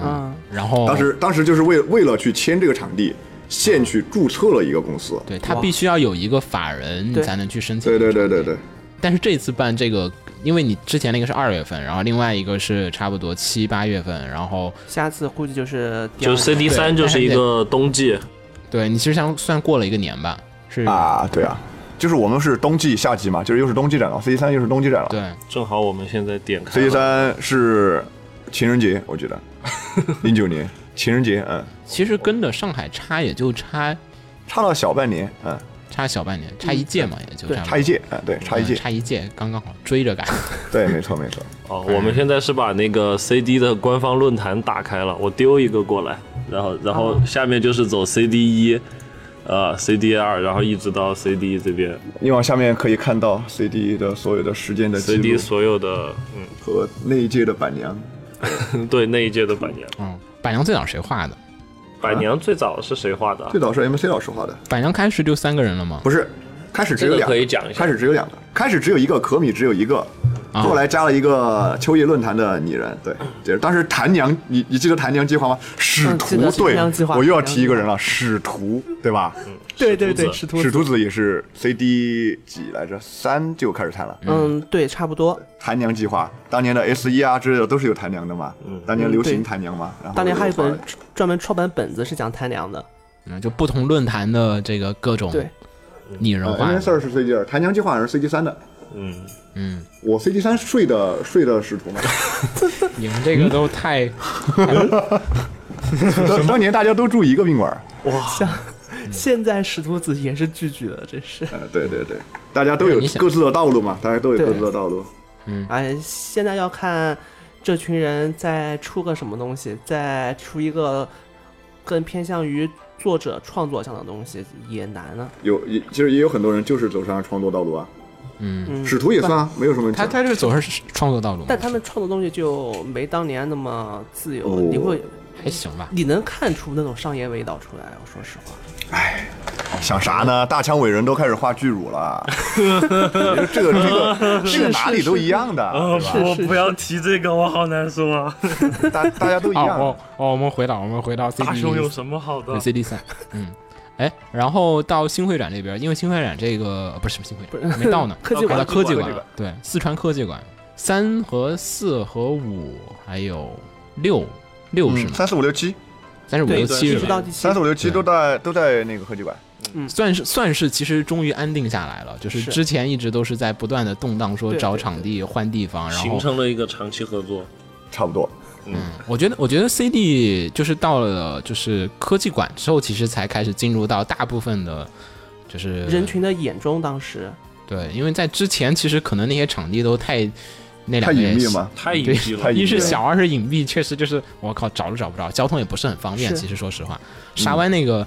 Speaker 6: 然后
Speaker 5: 当时当时就是为为了去签这个场地，现去注册了一个公司。
Speaker 6: 对他
Speaker 3: 哇
Speaker 6: 必须要有一个法人，你
Speaker 3: 对
Speaker 6: 才能去申请。
Speaker 5: 对对对对对，
Speaker 6: 但是这次办这个，因为你之前那个是二月份，然后另外一个是差不多七八月份，然后
Speaker 3: 下次估计就是第二
Speaker 4: 就是 CD
Speaker 6: 对
Speaker 4: 三就是一个冬季，
Speaker 6: 对你其实像算过了一个年吧，是，
Speaker 5: 啊，对啊，就是我们是冬季、夏季嘛，就是又是冬季展了 c 一三又是冬季展了
Speaker 6: 对，
Speaker 4: 正好我们现在点开
Speaker 5: c
Speaker 4: 了
Speaker 5: 一三是情人节，我觉 得，零九年情人节，嗯，
Speaker 6: 其实跟着上海差也就差
Speaker 5: 差了小半年，嗯，
Speaker 6: 差小半年，差一届嘛，也就
Speaker 3: 嗯对
Speaker 6: 差不多
Speaker 5: 差一届，嗯，对，差一
Speaker 6: 嗯
Speaker 5: 届，
Speaker 6: 差一届，刚刚好追着赶。
Speaker 5: 对，没错没错，
Speaker 4: 哦，我们现在是把那个 CD 的官方论坛打开了，我丢一个过来，然后然
Speaker 8: 哦
Speaker 4: 后下面就是走 CD 一，呃 CD 二，然后一直到 CD 这边
Speaker 5: 你往下面可以看到 CD 的所有的时间的记
Speaker 4: ，CD
Speaker 5: 录
Speaker 4: 所有的
Speaker 5: 和那一届的板娘，
Speaker 4: 嗯对那一届的板娘，
Speaker 6: 嗯，板娘最早谁画的？
Speaker 4: 板娘最早是谁画的啊
Speaker 5: 最？早是 MC 老师画的，
Speaker 6: 板娘开始就三个人了吗？
Speaker 5: 不是，开始只
Speaker 4: 这
Speaker 5: 有
Speaker 4: 个
Speaker 5: 两个，
Speaker 4: 可以讲一下
Speaker 5: 开始只有两个，开始只有一个可米，只有一个，
Speaker 6: 啊
Speaker 5: 后来加了一个秋叶论坛的拟人，对，就是当时谭娘，你你记得谭娘计划吗？使
Speaker 3: 嗯记
Speaker 5: 徒
Speaker 3: 得，谭
Speaker 5: 对
Speaker 3: 娘计，划嗯
Speaker 5: 我又要提一个人了，使徒，对吧？
Speaker 3: 对对
Speaker 4: 对
Speaker 3: 对，
Speaker 4: 使
Speaker 3: 使
Speaker 5: 使
Speaker 3: 徒，
Speaker 5: 徒子也是 CD 几来着，三就开始谈了。
Speaker 3: 嗯，对，差不多。
Speaker 5: 谭娘计划，当年的 S 一啊之类的都是有谭娘的嘛，当年流
Speaker 3: 嗯对
Speaker 5: 行谭娘嘛，然后
Speaker 3: 当年还有
Speaker 5: 就发了
Speaker 3: 本专门出版本子是讲贪凉的，
Speaker 6: 嗯，就不同论坛的这个各种
Speaker 3: 对
Speaker 6: 拟人
Speaker 5: 呃
Speaker 6: 画
Speaker 5: M
Speaker 6: 的
Speaker 5: S 二是 C D 二，谭娘计划好像是 C D 三的。
Speaker 4: 嗯，
Speaker 5: 我 C D 三睡的睡的使徒嘛，
Speaker 6: 你们这个都
Speaker 5: 嗯
Speaker 6: 太
Speaker 5: 当当年大家都住一个宾馆，
Speaker 3: 像嗯现在使徒子也是拒绝了，真是。
Speaker 5: 呃，对对对，大家都有
Speaker 6: 对你想
Speaker 5: 各自的道路嘛，大家都有
Speaker 3: 对
Speaker 5: 各自的道路。
Speaker 3: 哎，现在要看这群人再出个什么东西，再出一个更偏向于作者创作上的东西也难啊了。
Speaker 5: 有也其实也有很多人就是走上创作道路啊，
Speaker 3: 嗯，
Speaker 5: 使徒也算啊，没有什么问题
Speaker 6: 他
Speaker 5: 啊。
Speaker 6: 他是走上创作道路吗，
Speaker 3: 但他们创作东西就没当年那么自由，
Speaker 5: 哦
Speaker 3: 你会
Speaker 6: 还行吧。
Speaker 3: 你能看出那种商业味道出来。我说实话，
Speaker 5: 想啥呢？大枪伟人都开始画巨乳 了，这个这个这个哪里都一样的，对吧？
Speaker 8: 我不要提这个，我好难受啊！
Speaker 5: 大大家都一
Speaker 6: 哦
Speaker 5: 样
Speaker 6: 哦。哦，我们回到我们回到 CD
Speaker 8: 大胸有什么好的
Speaker 6: 对？CD 三，嗯，哎，然后到新会展这边，因为新会展这个呃不是新会
Speaker 3: 不
Speaker 6: 展
Speaker 3: 是
Speaker 6: 没到呢，
Speaker 3: 科技
Speaker 6: 还
Speaker 3: 馆
Speaker 6: 到科技
Speaker 5: 科技
Speaker 6: 馆
Speaker 5: 馆，
Speaker 6: 对，四川科技馆三和四和五还有六六是
Speaker 5: 嗯，
Speaker 6: 吗？
Speaker 5: 三四五六七，
Speaker 6: 三十五
Speaker 3: 对，
Speaker 6: 六
Speaker 3: 一
Speaker 6: 七
Speaker 3: 直
Speaker 6: 是
Speaker 3: 到
Speaker 6: 吧？
Speaker 3: 第七嗯
Speaker 5: 三四，五六七
Speaker 6: 对
Speaker 5: 都在都在那个科技馆。
Speaker 6: 算是算是，其实终于安定下来了。就是
Speaker 3: 是
Speaker 6: 之前一直都是在不断的动荡，说
Speaker 3: 对
Speaker 6: 找
Speaker 3: 对
Speaker 6: 场地换地方，然
Speaker 4: 形
Speaker 6: 后
Speaker 4: 成了一个长期合作，
Speaker 5: 差不多，
Speaker 6: 我觉得，我觉得 CD 就是到了就是科技馆之后，其实才开始进入到大部分的，就是
Speaker 3: 人群的眼中，当时
Speaker 6: 对，因为在之前其实可能那些场地都太那两
Speaker 5: 太
Speaker 6: 个
Speaker 5: 隐
Speaker 6: 也
Speaker 5: 秘嘛，
Speaker 4: 太隐
Speaker 6: 对
Speaker 4: 蔽
Speaker 5: 太
Speaker 4: 了
Speaker 5: 隐，
Speaker 6: 一是
Speaker 5: 蔽
Speaker 6: 小，二是隐蔽，确实就是我靠找都找不着，交通也不是很方便。
Speaker 3: 是
Speaker 6: 其实说实话，沙湾那个，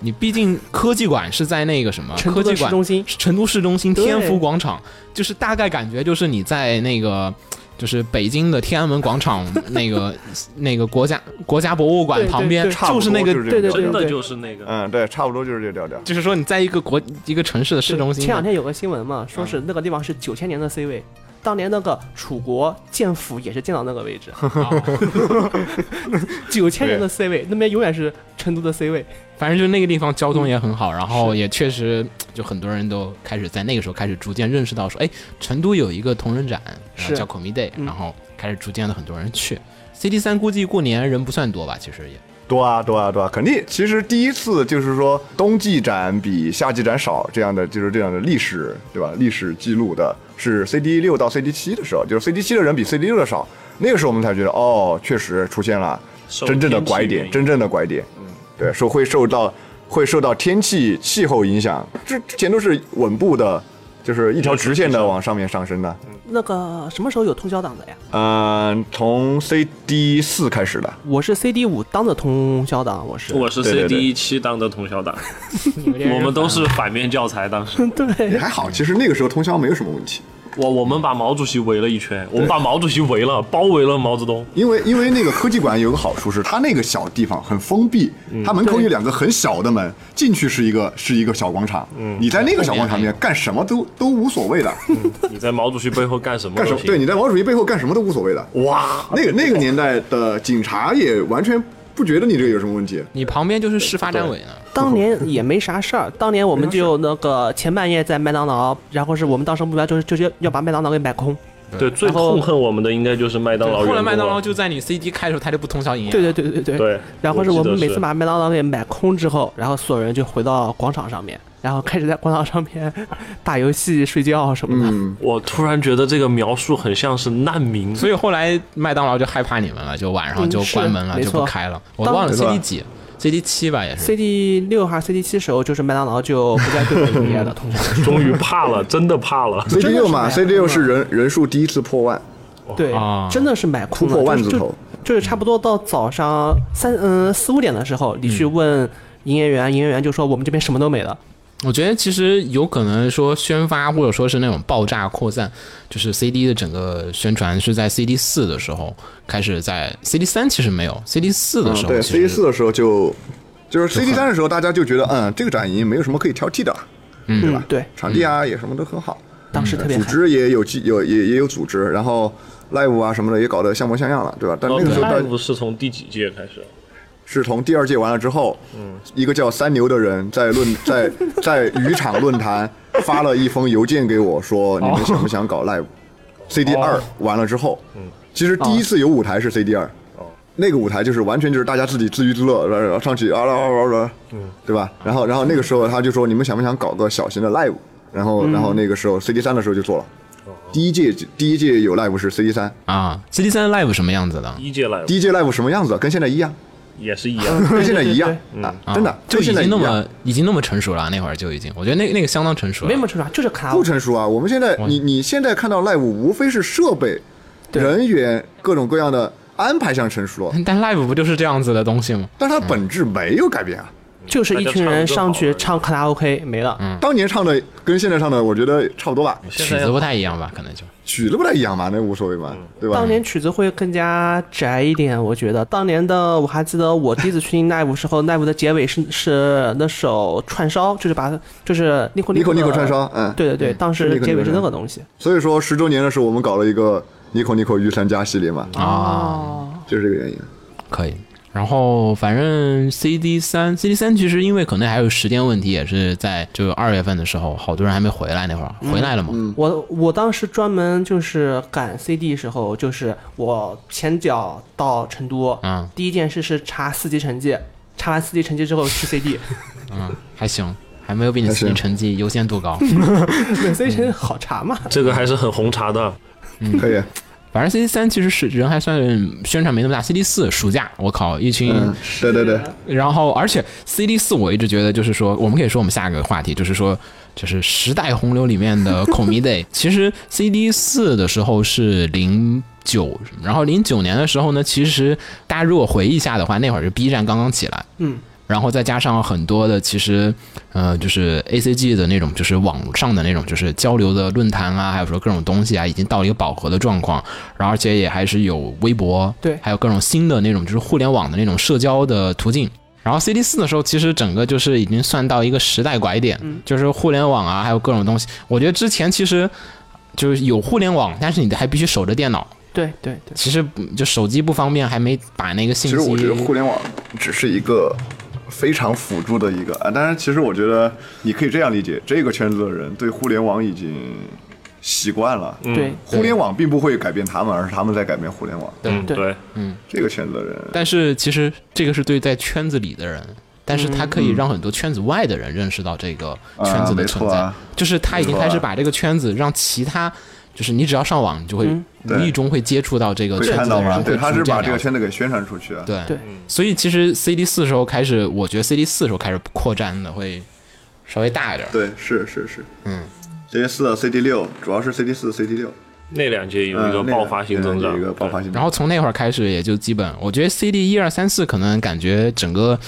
Speaker 6: 你毕竟科技馆是在那个什么
Speaker 3: 成
Speaker 6: 科
Speaker 3: 都
Speaker 6: 技
Speaker 3: 的市
Speaker 6: 馆
Speaker 3: 中心，
Speaker 6: 成都市中心
Speaker 3: 对
Speaker 6: 天府广场，就是大概感觉就是你在那个。就是北京的天安门广场 那个那个国家国家博物馆
Speaker 3: 对对
Speaker 6: 旁边，
Speaker 3: 对
Speaker 5: 差
Speaker 6: 就
Speaker 5: 不
Speaker 6: 是
Speaker 5: 多
Speaker 6: 那个，
Speaker 5: 就是
Speaker 3: 对
Speaker 5: 这
Speaker 3: 对
Speaker 5: 个
Speaker 3: 对
Speaker 4: 真
Speaker 5: 调
Speaker 4: 的
Speaker 3: 对
Speaker 4: 就是那个，
Speaker 5: 嗯，对，差不多就是这个调调。
Speaker 6: 就是说你在一个国一个城市的市中心嘛，
Speaker 3: 前两天有个新闻嗯嘛，说是那个地方是九千年的 C 位，当年那个楚国建府也是建到那个位 置，
Speaker 6: 哦
Speaker 3: 九千年的 C 位，那边永远是成都的 C 位。
Speaker 6: 反正就是那个地方交通也很好，然后也确实就很多人都开始在那个时候开始逐渐认识到说，哎，成都有一个同人展，然后
Speaker 3: 是
Speaker 6: 叫 c o m i Day，
Speaker 3: 嗯
Speaker 6: 然后开始逐渐的很多人去。CD 三估计过年人不算多吧，其实也
Speaker 5: 多啊，多啊，多啊，肯定。其实第一次就是说冬季展比夏季展少，这样的就是这样的历史，对吧？历史记录的是 CD 六到 CD 七的时候，就是 CD 七的人比 CD 六的少，那个时候我们才觉得哦，确实出现了
Speaker 4: 受
Speaker 5: 真正的
Speaker 4: 天气
Speaker 5: 拐
Speaker 4: 原
Speaker 5: 点，
Speaker 4: 因
Speaker 5: 真正的拐点。嗯，对，说会受到会受到天气气候影响，之之前都是稳步的，就是一条直线的往上面上升的。
Speaker 3: 那个什么时候有通宵党的呀？
Speaker 5: 嗯，从 CD 四开始的，
Speaker 3: 我是 CD 五当的通宵党，我是。
Speaker 4: 我是
Speaker 5: 对对
Speaker 4: CD
Speaker 5: 对
Speaker 4: 一期当的通宵党，我们都是反面教材，当时
Speaker 3: 对，
Speaker 5: 也还好。其实那个时候通宵没有什么问题。
Speaker 4: 我我们把毛主席围了一圈，我们把毛主席围了，包围了毛泽 东。
Speaker 5: 因为因为那个科技馆有个好处是，它那个小地方很封闭，它门口有两个很小的门，进去是一个是一个小广场，你嗯在那个小广场里面嗯干什么都都无所谓的，
Speaker 4: 你在毛主席背后干什么
Speaker 5: 干什
Speaker 4: 都
Speaker 5: 么对
Speaker 4: 行。
Speaker 5: 你在毛主席背后干什么都无所谓的。
Speaker 4: 哇，
Speaker 5: 那个那个年代的警察也完全不觉得你这个有什么问 题，
Speaker 6: 你旁边就是市发展委呢，
Speaker 3: 当年也没啥事儿，当年我们就那个前半夜在麦当劳，然后是我们当时目标就是就是要把麦当劳给买空。
Speaker 5: 嗯
Speaker 4: 对，最
Speaker 3: 后
Speaker 4: 痛恨我们的应该就是麦当劳员工
Speaker 6: 后
Speaker 4: 啊
Speaker 6: 来
Speaker 4: 了。
Speaker 6: 麦当劳就在你 CD 开的时候，它就不通宵营业。
Speaker 3: 对对对对对。
Speaker 4: 对，
Speaker 3: 然后是我
Speaker 4: 记得
Speaker 3: 们每次
Speaker 4: 是
Speaker 3: 把麦当劳给买空之后，然后所有人就回到广场上面，然后开始在广场上面 打游戏、睡觉什么的。
Speaker 5: 嗯
Speaker 4: 我突然觉得这个描述很像是难民，
Speaker 6: 所以后来麦当劳就害怕你们了，就晚上就关门了，
Speaker 3: 嗯是
Speaker 6: 就不开了。我
Speaker 3: 当
Speaker 6: 忘了
Speaker 5: 对吧
Speaker 6: CD 几，CD 七吧也是。
Speaker 3: CD 六还是 CD 七时候，就是麦当劳就不再对外营业了，通常是
Speaker 4: 终于怕了，真的怕了。
Speaker 5: C D
Speaker 3: 真的
Speaker 5: 六
Speaker 3: 是
Speaker 5: 嘛
Speaker 3: 买
Speaker 5: ，C D
Speaker 3: 空
Speaker 5: 六
Speaker 3: 了
Speaker 5: 是人人数第一次破万，
Speaker 3: 对
Speaker 6: 啊，
Speaker 3: 真的是买
Speaker 5: 突
Speaker 3: 空了，
Speaker 5: 破万
Speaker 3: 就
Speaker 5: 字
Speaker 3: 就
Speaker 5: 头，
Speaker 3: 就是差不多到早上三嗯四五点的时候，你去问营业员，营业员就说我们这边什么都没了。
Speaker 6: 我觉得其实有可能说宣发或者说是那种爆炸扩散，就是 CD 的整个宣传是在 CD 四的时候开始在，CD 三其实没有，CD 四的
Speaker 5: 嗯
Speaker 6: 时候
Speaker 5: 对
Speaker 6: 其
Speaker 5: ，C D
Speaker 6: 实
Speaker 5: 四的时候就就是 C D 三的时候，大家就觉得嗯，这个展已经没有什么可以挑剔的，
Speaker 3: 嗯，对，
Speaker 5: 场地啊也什么都很好，
Speaker 3: 当时特别
Speaker 5: 组
Speaker 3: 嗨。
Speaker 5: 织也有机有也也有组织，然后 live 啊什么的也搞得像模像样了，对吧？但那个时候大
Speaker 4: 那
Speaker 5: 家
Speaker 4: 不是从第几届开始？啊
Speaker 5: 是从第二届完了之后，一个叫三牛的人在论在在渔场论坛发了一封邮件给我说，你们想不想搞 live？CD 二完了之后，其实第一次有舞台是 CD 二，那个舞台就是完全就是大家自己自娱自乐，然后上去啊啦啊啦啊啦，对吧？然后然后那个时候他就说你们想不想搞个小型的 live？然后然后那个时候 CD 三的时候就做了，第一届第一届有 live 是 CD 三，
Speaker 6: 啊，CD 三 live 什么样子的？
Speaker 4: 一届来
Speaker 5: 第一届 live 什么样子啊？跟现在一样，
Speaker 4: 也是一样。
Speaker 5: 跟现在一样啊，
Speaker 6: 啊
Speaker 5: 真的
Speaker 6: 就
Speaker 5: 跟
Speaker 6: 已
Speaker 5: 现在一
Speaker 6: 经那
Speaker 5: 样
Speaker 6: 么。已经那么成熟了，那会儿就已经，我觉得那那个相当成熟了。
Speaker 3: 没什么成长，就是卡
Speaker 5: 不成熟啊！我们现在你你现在看到 live 无非是设备、人员各种各样的安排上成熟了，
Speaker 6: 但 live 不就是这样子的东西吗？
Speaker 5: 但它本质没有改变啊。
Speaker 3: 就是一群人上去
Speaker 4: 大家
Speaker 3: 唱卡拉 OK 没了。
Speaker 5: 当年唱的跟现在唱的，我觉得差不多吧，
Speaker 4: 现
Speaker 6: 曲
Speaker 4: 在
Speaker 6: 子
Speaker 4: 要
Speaker 6: 不太一样吧，可能就
Speaker 5: 曲子不太一样嘛，那无所谓嘛，对吧？
Speaker 3: 当年曲子会更加宅一点，我觉得。当年的我还记得，我第一次去听 live 时候，live 的结尾是是那首串烧，就是把就是尼 i 尼可
Speaker 5: Nico Nico 串烧，嗯，
Speaker 3: 对对对，当时
Speaker 5: Nico
Speaker 3: 结尾是
Speaker 5: Nico
Speaker 3: 那个东西。
Speaker 5: 所以说十周年的时候，我们搞了一个 Nico Nico 御三家系列嘛，
Speaker 6: 啊，
Speaker 3: 哦
Speaker 5: 就是这个原因。
Speaker 6: 可以。然后反正 CD 三，CD 三其实因为可能还有时间问题，也是在就二月份的时候，好多人还没回来那会儿，
Speaker 5: 嗯
Speaker 6: 回来了嘛，
Speaker 3: 我我当时专门就是赶 CD 时候，就是我前脚到成都，
Speaker 6: 嗯
Speaker 3: 第一件事是查四级成绩，查完四级成绩之后去 CD，
Speaker 6: 还行，还没有比你
Speaker 5: 还
Speaker 6: 自己
Speaker 5: 行
Speaker 6: 成绩优先度高。
Speaker 3: 对，所以成绩好查嘛。
Speaker 4: 这个还是很红茶的，
Speaker 5: 可以，啊
Speaker 6: 反正 CD 三其实是人还算宣传没那么大，CD 四暑假我靠一群
Speaker 5: 嗯，对对对，
Speaker 6: 然后，而且 CD 四，我一直觉得就是说，我们可以说我们下一个话题就是说，就是时代洪流里面的 Komi Day。其实 CD 四的时候是零九，然后零九年的时候呢，其实大家如果回忆一下的话，那会儿是 B 站刚刚起来，嗯，然后再加上很多的其实呃，就是 A C G 的那种，就是网上的那种，就是交流的论坛啊，还有说各种东西啊，已经到了一个饱和的状况，然后而且也还是有微博，
Speaker 3: 对
Speaker 6: 还有各种新的那种，就是互联网的那种社交的途径。然后 C D 四的时候，其实整个就是已经算到一个时代拐点，就是互联网啊，还有各种东西。我觉得之前其实就是有互联网，但是你还必须守着电脑。
Speaker 3: 对对对，
Speaker 6: 其实嗯就手机不方便，还没把那个信
Speaker 5: 其
Speaker 6: 息。
Speaker 5: 实我觉得互联网只是一个非常辅助的一个啊，当然，其实我觉得你可以这样理解，这个圈子的人对互联网已经习惯了。
Speaker 6: 嗯
Speaker 3: 对
Speaker 5: 互联网并不会改变他们，而是他们在改变互联网。
Speaker 6: 对
Speaker 4: 嗯，
Speaker 3: 对
Speaker 4: 对，
Speaker 5: 这个圈子的人，
Speaker 6: 但是其实这个是对在圈子里的人，但是他可以让很多圈子外的人认识到这个圈子的存在，
Speaker 5: 啊没错啊
Speaker 6: 就是他已经
Speaker 5: 没错啊
Speaker 6: 开始把这个圈子让其他，就是你只要上网，你就会无
Speaker 5: 嗯对
Speaker 6: 意中会接触到这个
Speaker 5: 会
Speaker 6: 圈
Speaker 5: 看
Speaker 6: 子
Speaker 5: 到
Speaker 6: 的
Speaker 5: 吗
Speaker 6: 人，？
Speaker 5: 对，
Speaker 6: 会
Speaker 5: 他是
Speaker 6: 逐渐
Speaker 5: 把这
Speaker 6: 了
Speaker 5: 个
Speaker 6: 解
Speaker 5: 圈子给宣传出去啊。
Speaker 6: 对
Speaker 3: 对
Speaker 6: 所以其实 CD 四时候开始，我觉得 CD 四时候开始扩展的会稍微大一点。
Speaker 5: 对，是是是，嗯，CD 四、CD 六，主要是 CD 四、CD 六，
Speaker 4: 那两届有一个
Speaker 5: 嗯那
Speaker 4: 爆发性增
Speaker 5: 对
Speaker 4: 长，
Speaker 5: 有一个爆发性增长。
Speaker 6: 然后从那会儿开始，也就基本，我觉得 CD 一二三四可能感觉整个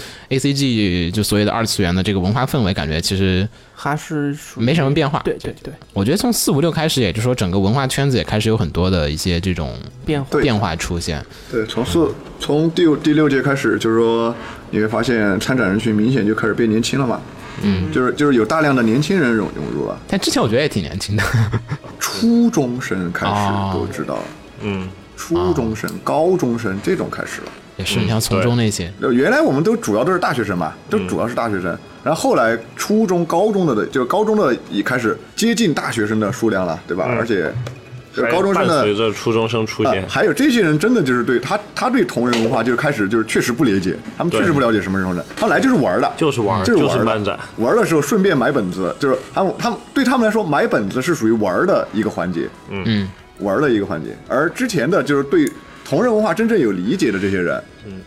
Speaker 6: ACG 就所谓的二次元的这个文化氛围，感觉其实
Speaker 3: 还是属于
Speaker 6: 没什么变化。
Speaker 3: 对对对，
Speaker 6: 我觉得从四五六开始，也就是说整个文化圈子也开始有很多的一些这种
Speaker 3: 变化
Speaker 5: 对
Speaker 6: 变化出现。
Speaker 5: 对，从四从第五第六届开始，就是说你会发现参展人群明显就开始变年轻了嘛，嗯，就是就是有大量的年轻人涌涌入了，
Speaker 6: 但之前我觉得也挺年轻的，
Speaker 5: 初中生开
Speaker 6: 哦
Speaker 5: 始都知道了，
Speaker 4: 嗯，哦
Speaker 5: 初中生、高中生这种开始了。
Speaker 6: 也
Speaker 3: 嗯
Speaker 6: 是你像从中那些，
Speaker 5: 呃原来我们都主要都是大学生嘛，
Speaker 4: 嗯
Speaker 5: 都主要是大学生。然后后来初中、高中的的，就是高中的也开始接近大学生的数量了，对吧？而且，就
Speaker 4: 嗯还
Speaker 5: 高中生
Speaker 4: 伴
Speaker 5: 的
Speaker 4: 随着初中生出
Speaker 5: 啊
Speaker 4: 现，，
Speaker 5: 还有这些人真的就是对他，他对同人文化就开始就是确实不理解，他们确实不了解什么是同人，他来就是玩儿的，
Speaker 4: 就是玩儿
Speaker 5: 就是
Speaker 4: 就是
Speaker 5: 玩儿
Speaker 4: 漫
Speaker 5: 的
Speaker 4: 展，
Speaker 5: 玩儿的时候顺便买本子，就是他们他们对他们来说买本子是属于玩儿的一个环节，
Speaker 6: 嗯，
Speaker 5: 玩儿的一个环节，而之前的就是对同人文化真正有理解的这些人，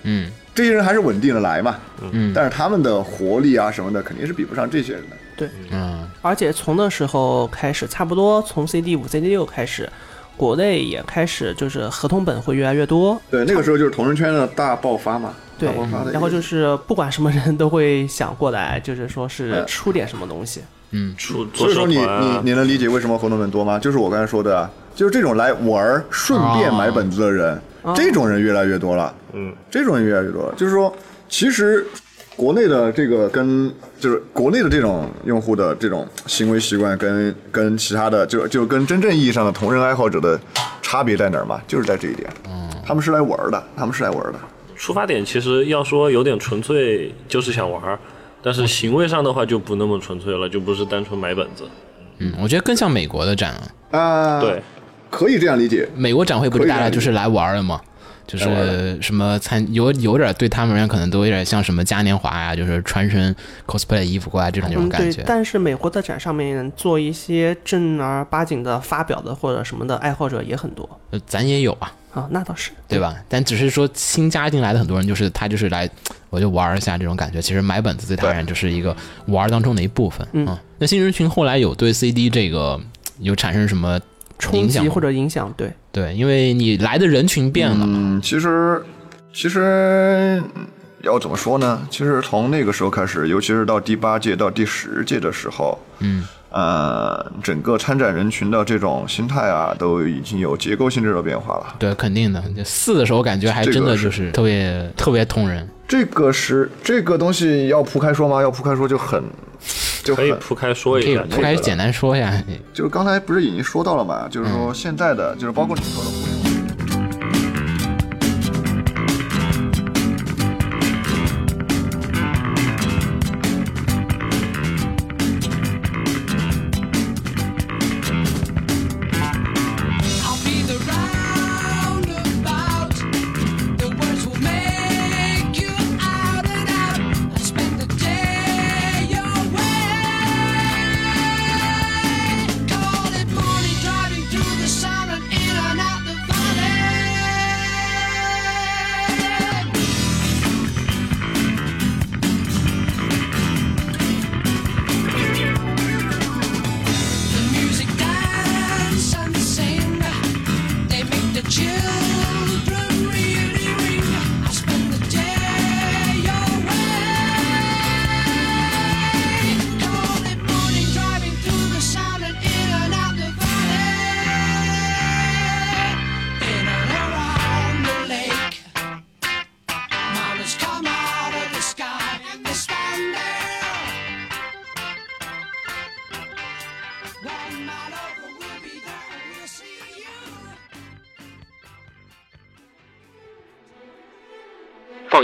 Speaker 6: 嗯，
Speaker 5: 这些人还是稳定的来嘛，
Speaker 6: 嗯
Speaker 5: 但是他们的活力啊什么的肯定是比不上这些人的，
Speaker 6: 嗯，
Speaker 3: 而且从那时候开始，差不多从 CD 五、CD 六开始，国内也开始就是合同本会越来越多。
Speaker 5: 对，那个时候就是同人圈的大爆发嘛，
Speaker 3: 对
Speaker 5: 大爆发的一个，，
Speaker 3: 然后就是不管什么人都会想过来，就是说是
Speaker 5: 嗯
Speaker 3: 出点什么东西。
Speaker 4: 出做
Speaker 5: 所以
Speaker 4: 社
Speaker 5: 说你
Speaker 4: 团啊
Speaker 5: 你你能理解为什么活动本多吗？就是我刚才说的啊，就是这种来玩儿顺便买本子的人，这种人越来越多了。
Speaker 4: 嗯，
Speaker 5: 这种人越来越多了。就是说，其实国内的这个跟就是国内的这种用户的这种行为习惯跟跟其他的就就跟真正意义上的同人爱好者的差别在哪儿嘛？就是在这一点，
Speaker 4: 嗯
Speaker 5: 他们是来玩儿的，他们是来玩儿的。
Speaker 4: 出发点其实要说有点纯粹，就是想玩儿，但是行为上的话就不那么纯粹了，就不是单纯买本子。
Speaker 6: 嗯，我觉得更像美国的展了。
Speaker 5: 啊，
Speaker 4: 对，，
Speaker 5: 可以这样理解。
Speaker 6: 美国展会不是大家就是来玩儿的吗？就是什么参有有点对他们而言可能都有点像什么嘉年华呀、就是穿身 cosplay 衣服过来这种这种
Speaker 3: 嗯，
Speaker 6: 感
Speaker 3: 对
Speaker 6: 觉。。
Speaker 3: 但是美国的展上面做一些正儿八经的发表的或者什么的爱好者也很多
Speaker 6: 呃咱也有啊，
Speaker 3: 啊，那倒是。
Speaker 6: 对吧？但只是说新加进来的很多人，就是他就是来，我就玩儿一下这种感觉。其实买本子对他而言就是一个玩儿当中的一部分。嗯，那新人群后来有对 CD 这个有产生什么
Speaker 3: 冲
Speaker 6: 影响
Speaker 3: 击
Speaker 6: 吗？
Speaker 3: 或者影响，对，
Speaker 6: 对，因为你来的人群变了，
Speaker 5: 嗯，其实其实嗯要怎么说呢？其实从那个时候开始，尤其是到第八届到第十届的时候，
Speaker 6: 嗯，
Speaker 5: 呃，整个参展人群的这种心态啊，都已经有结构性质的变化了。
Speaker 6: 对，肯定的。就四的时候感觉还
Speaker 5: 这个
Speaker 6: 真的就是是特别、特别通人。
Speaker 5: 这个是这个东西要铺开说吗？要铺开说就很就
Speaker 4: 可以
Speaker 5: 很
Speaker 4: 铺开说一
Speaker 6: 这
Speaker 4: 下
Speaker 6: 个，不该简单说一下。
Speaker 5: 就是刚才不是已经说到了嘛，就是
Speaker 4: 嗯
Speaker 5: 说现在的，就是包括你说的互联网。
Speaker 9: I'll be the roundabout. The words will make you out and out. I spend the day away. Call it morning, driving through the sun and in and out the valley. The music dance and sing. They make the children really ring. I spend the day away. Call it morning, driving through the sound and in and out the valley, in and around the lake. Mountains come out of the sky and they stand there. One mile over, we'll be there, and we'll see you.
Speaker 1: 放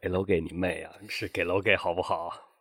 Speaker 4: 给楼给你妹啊，是给楼给好不好？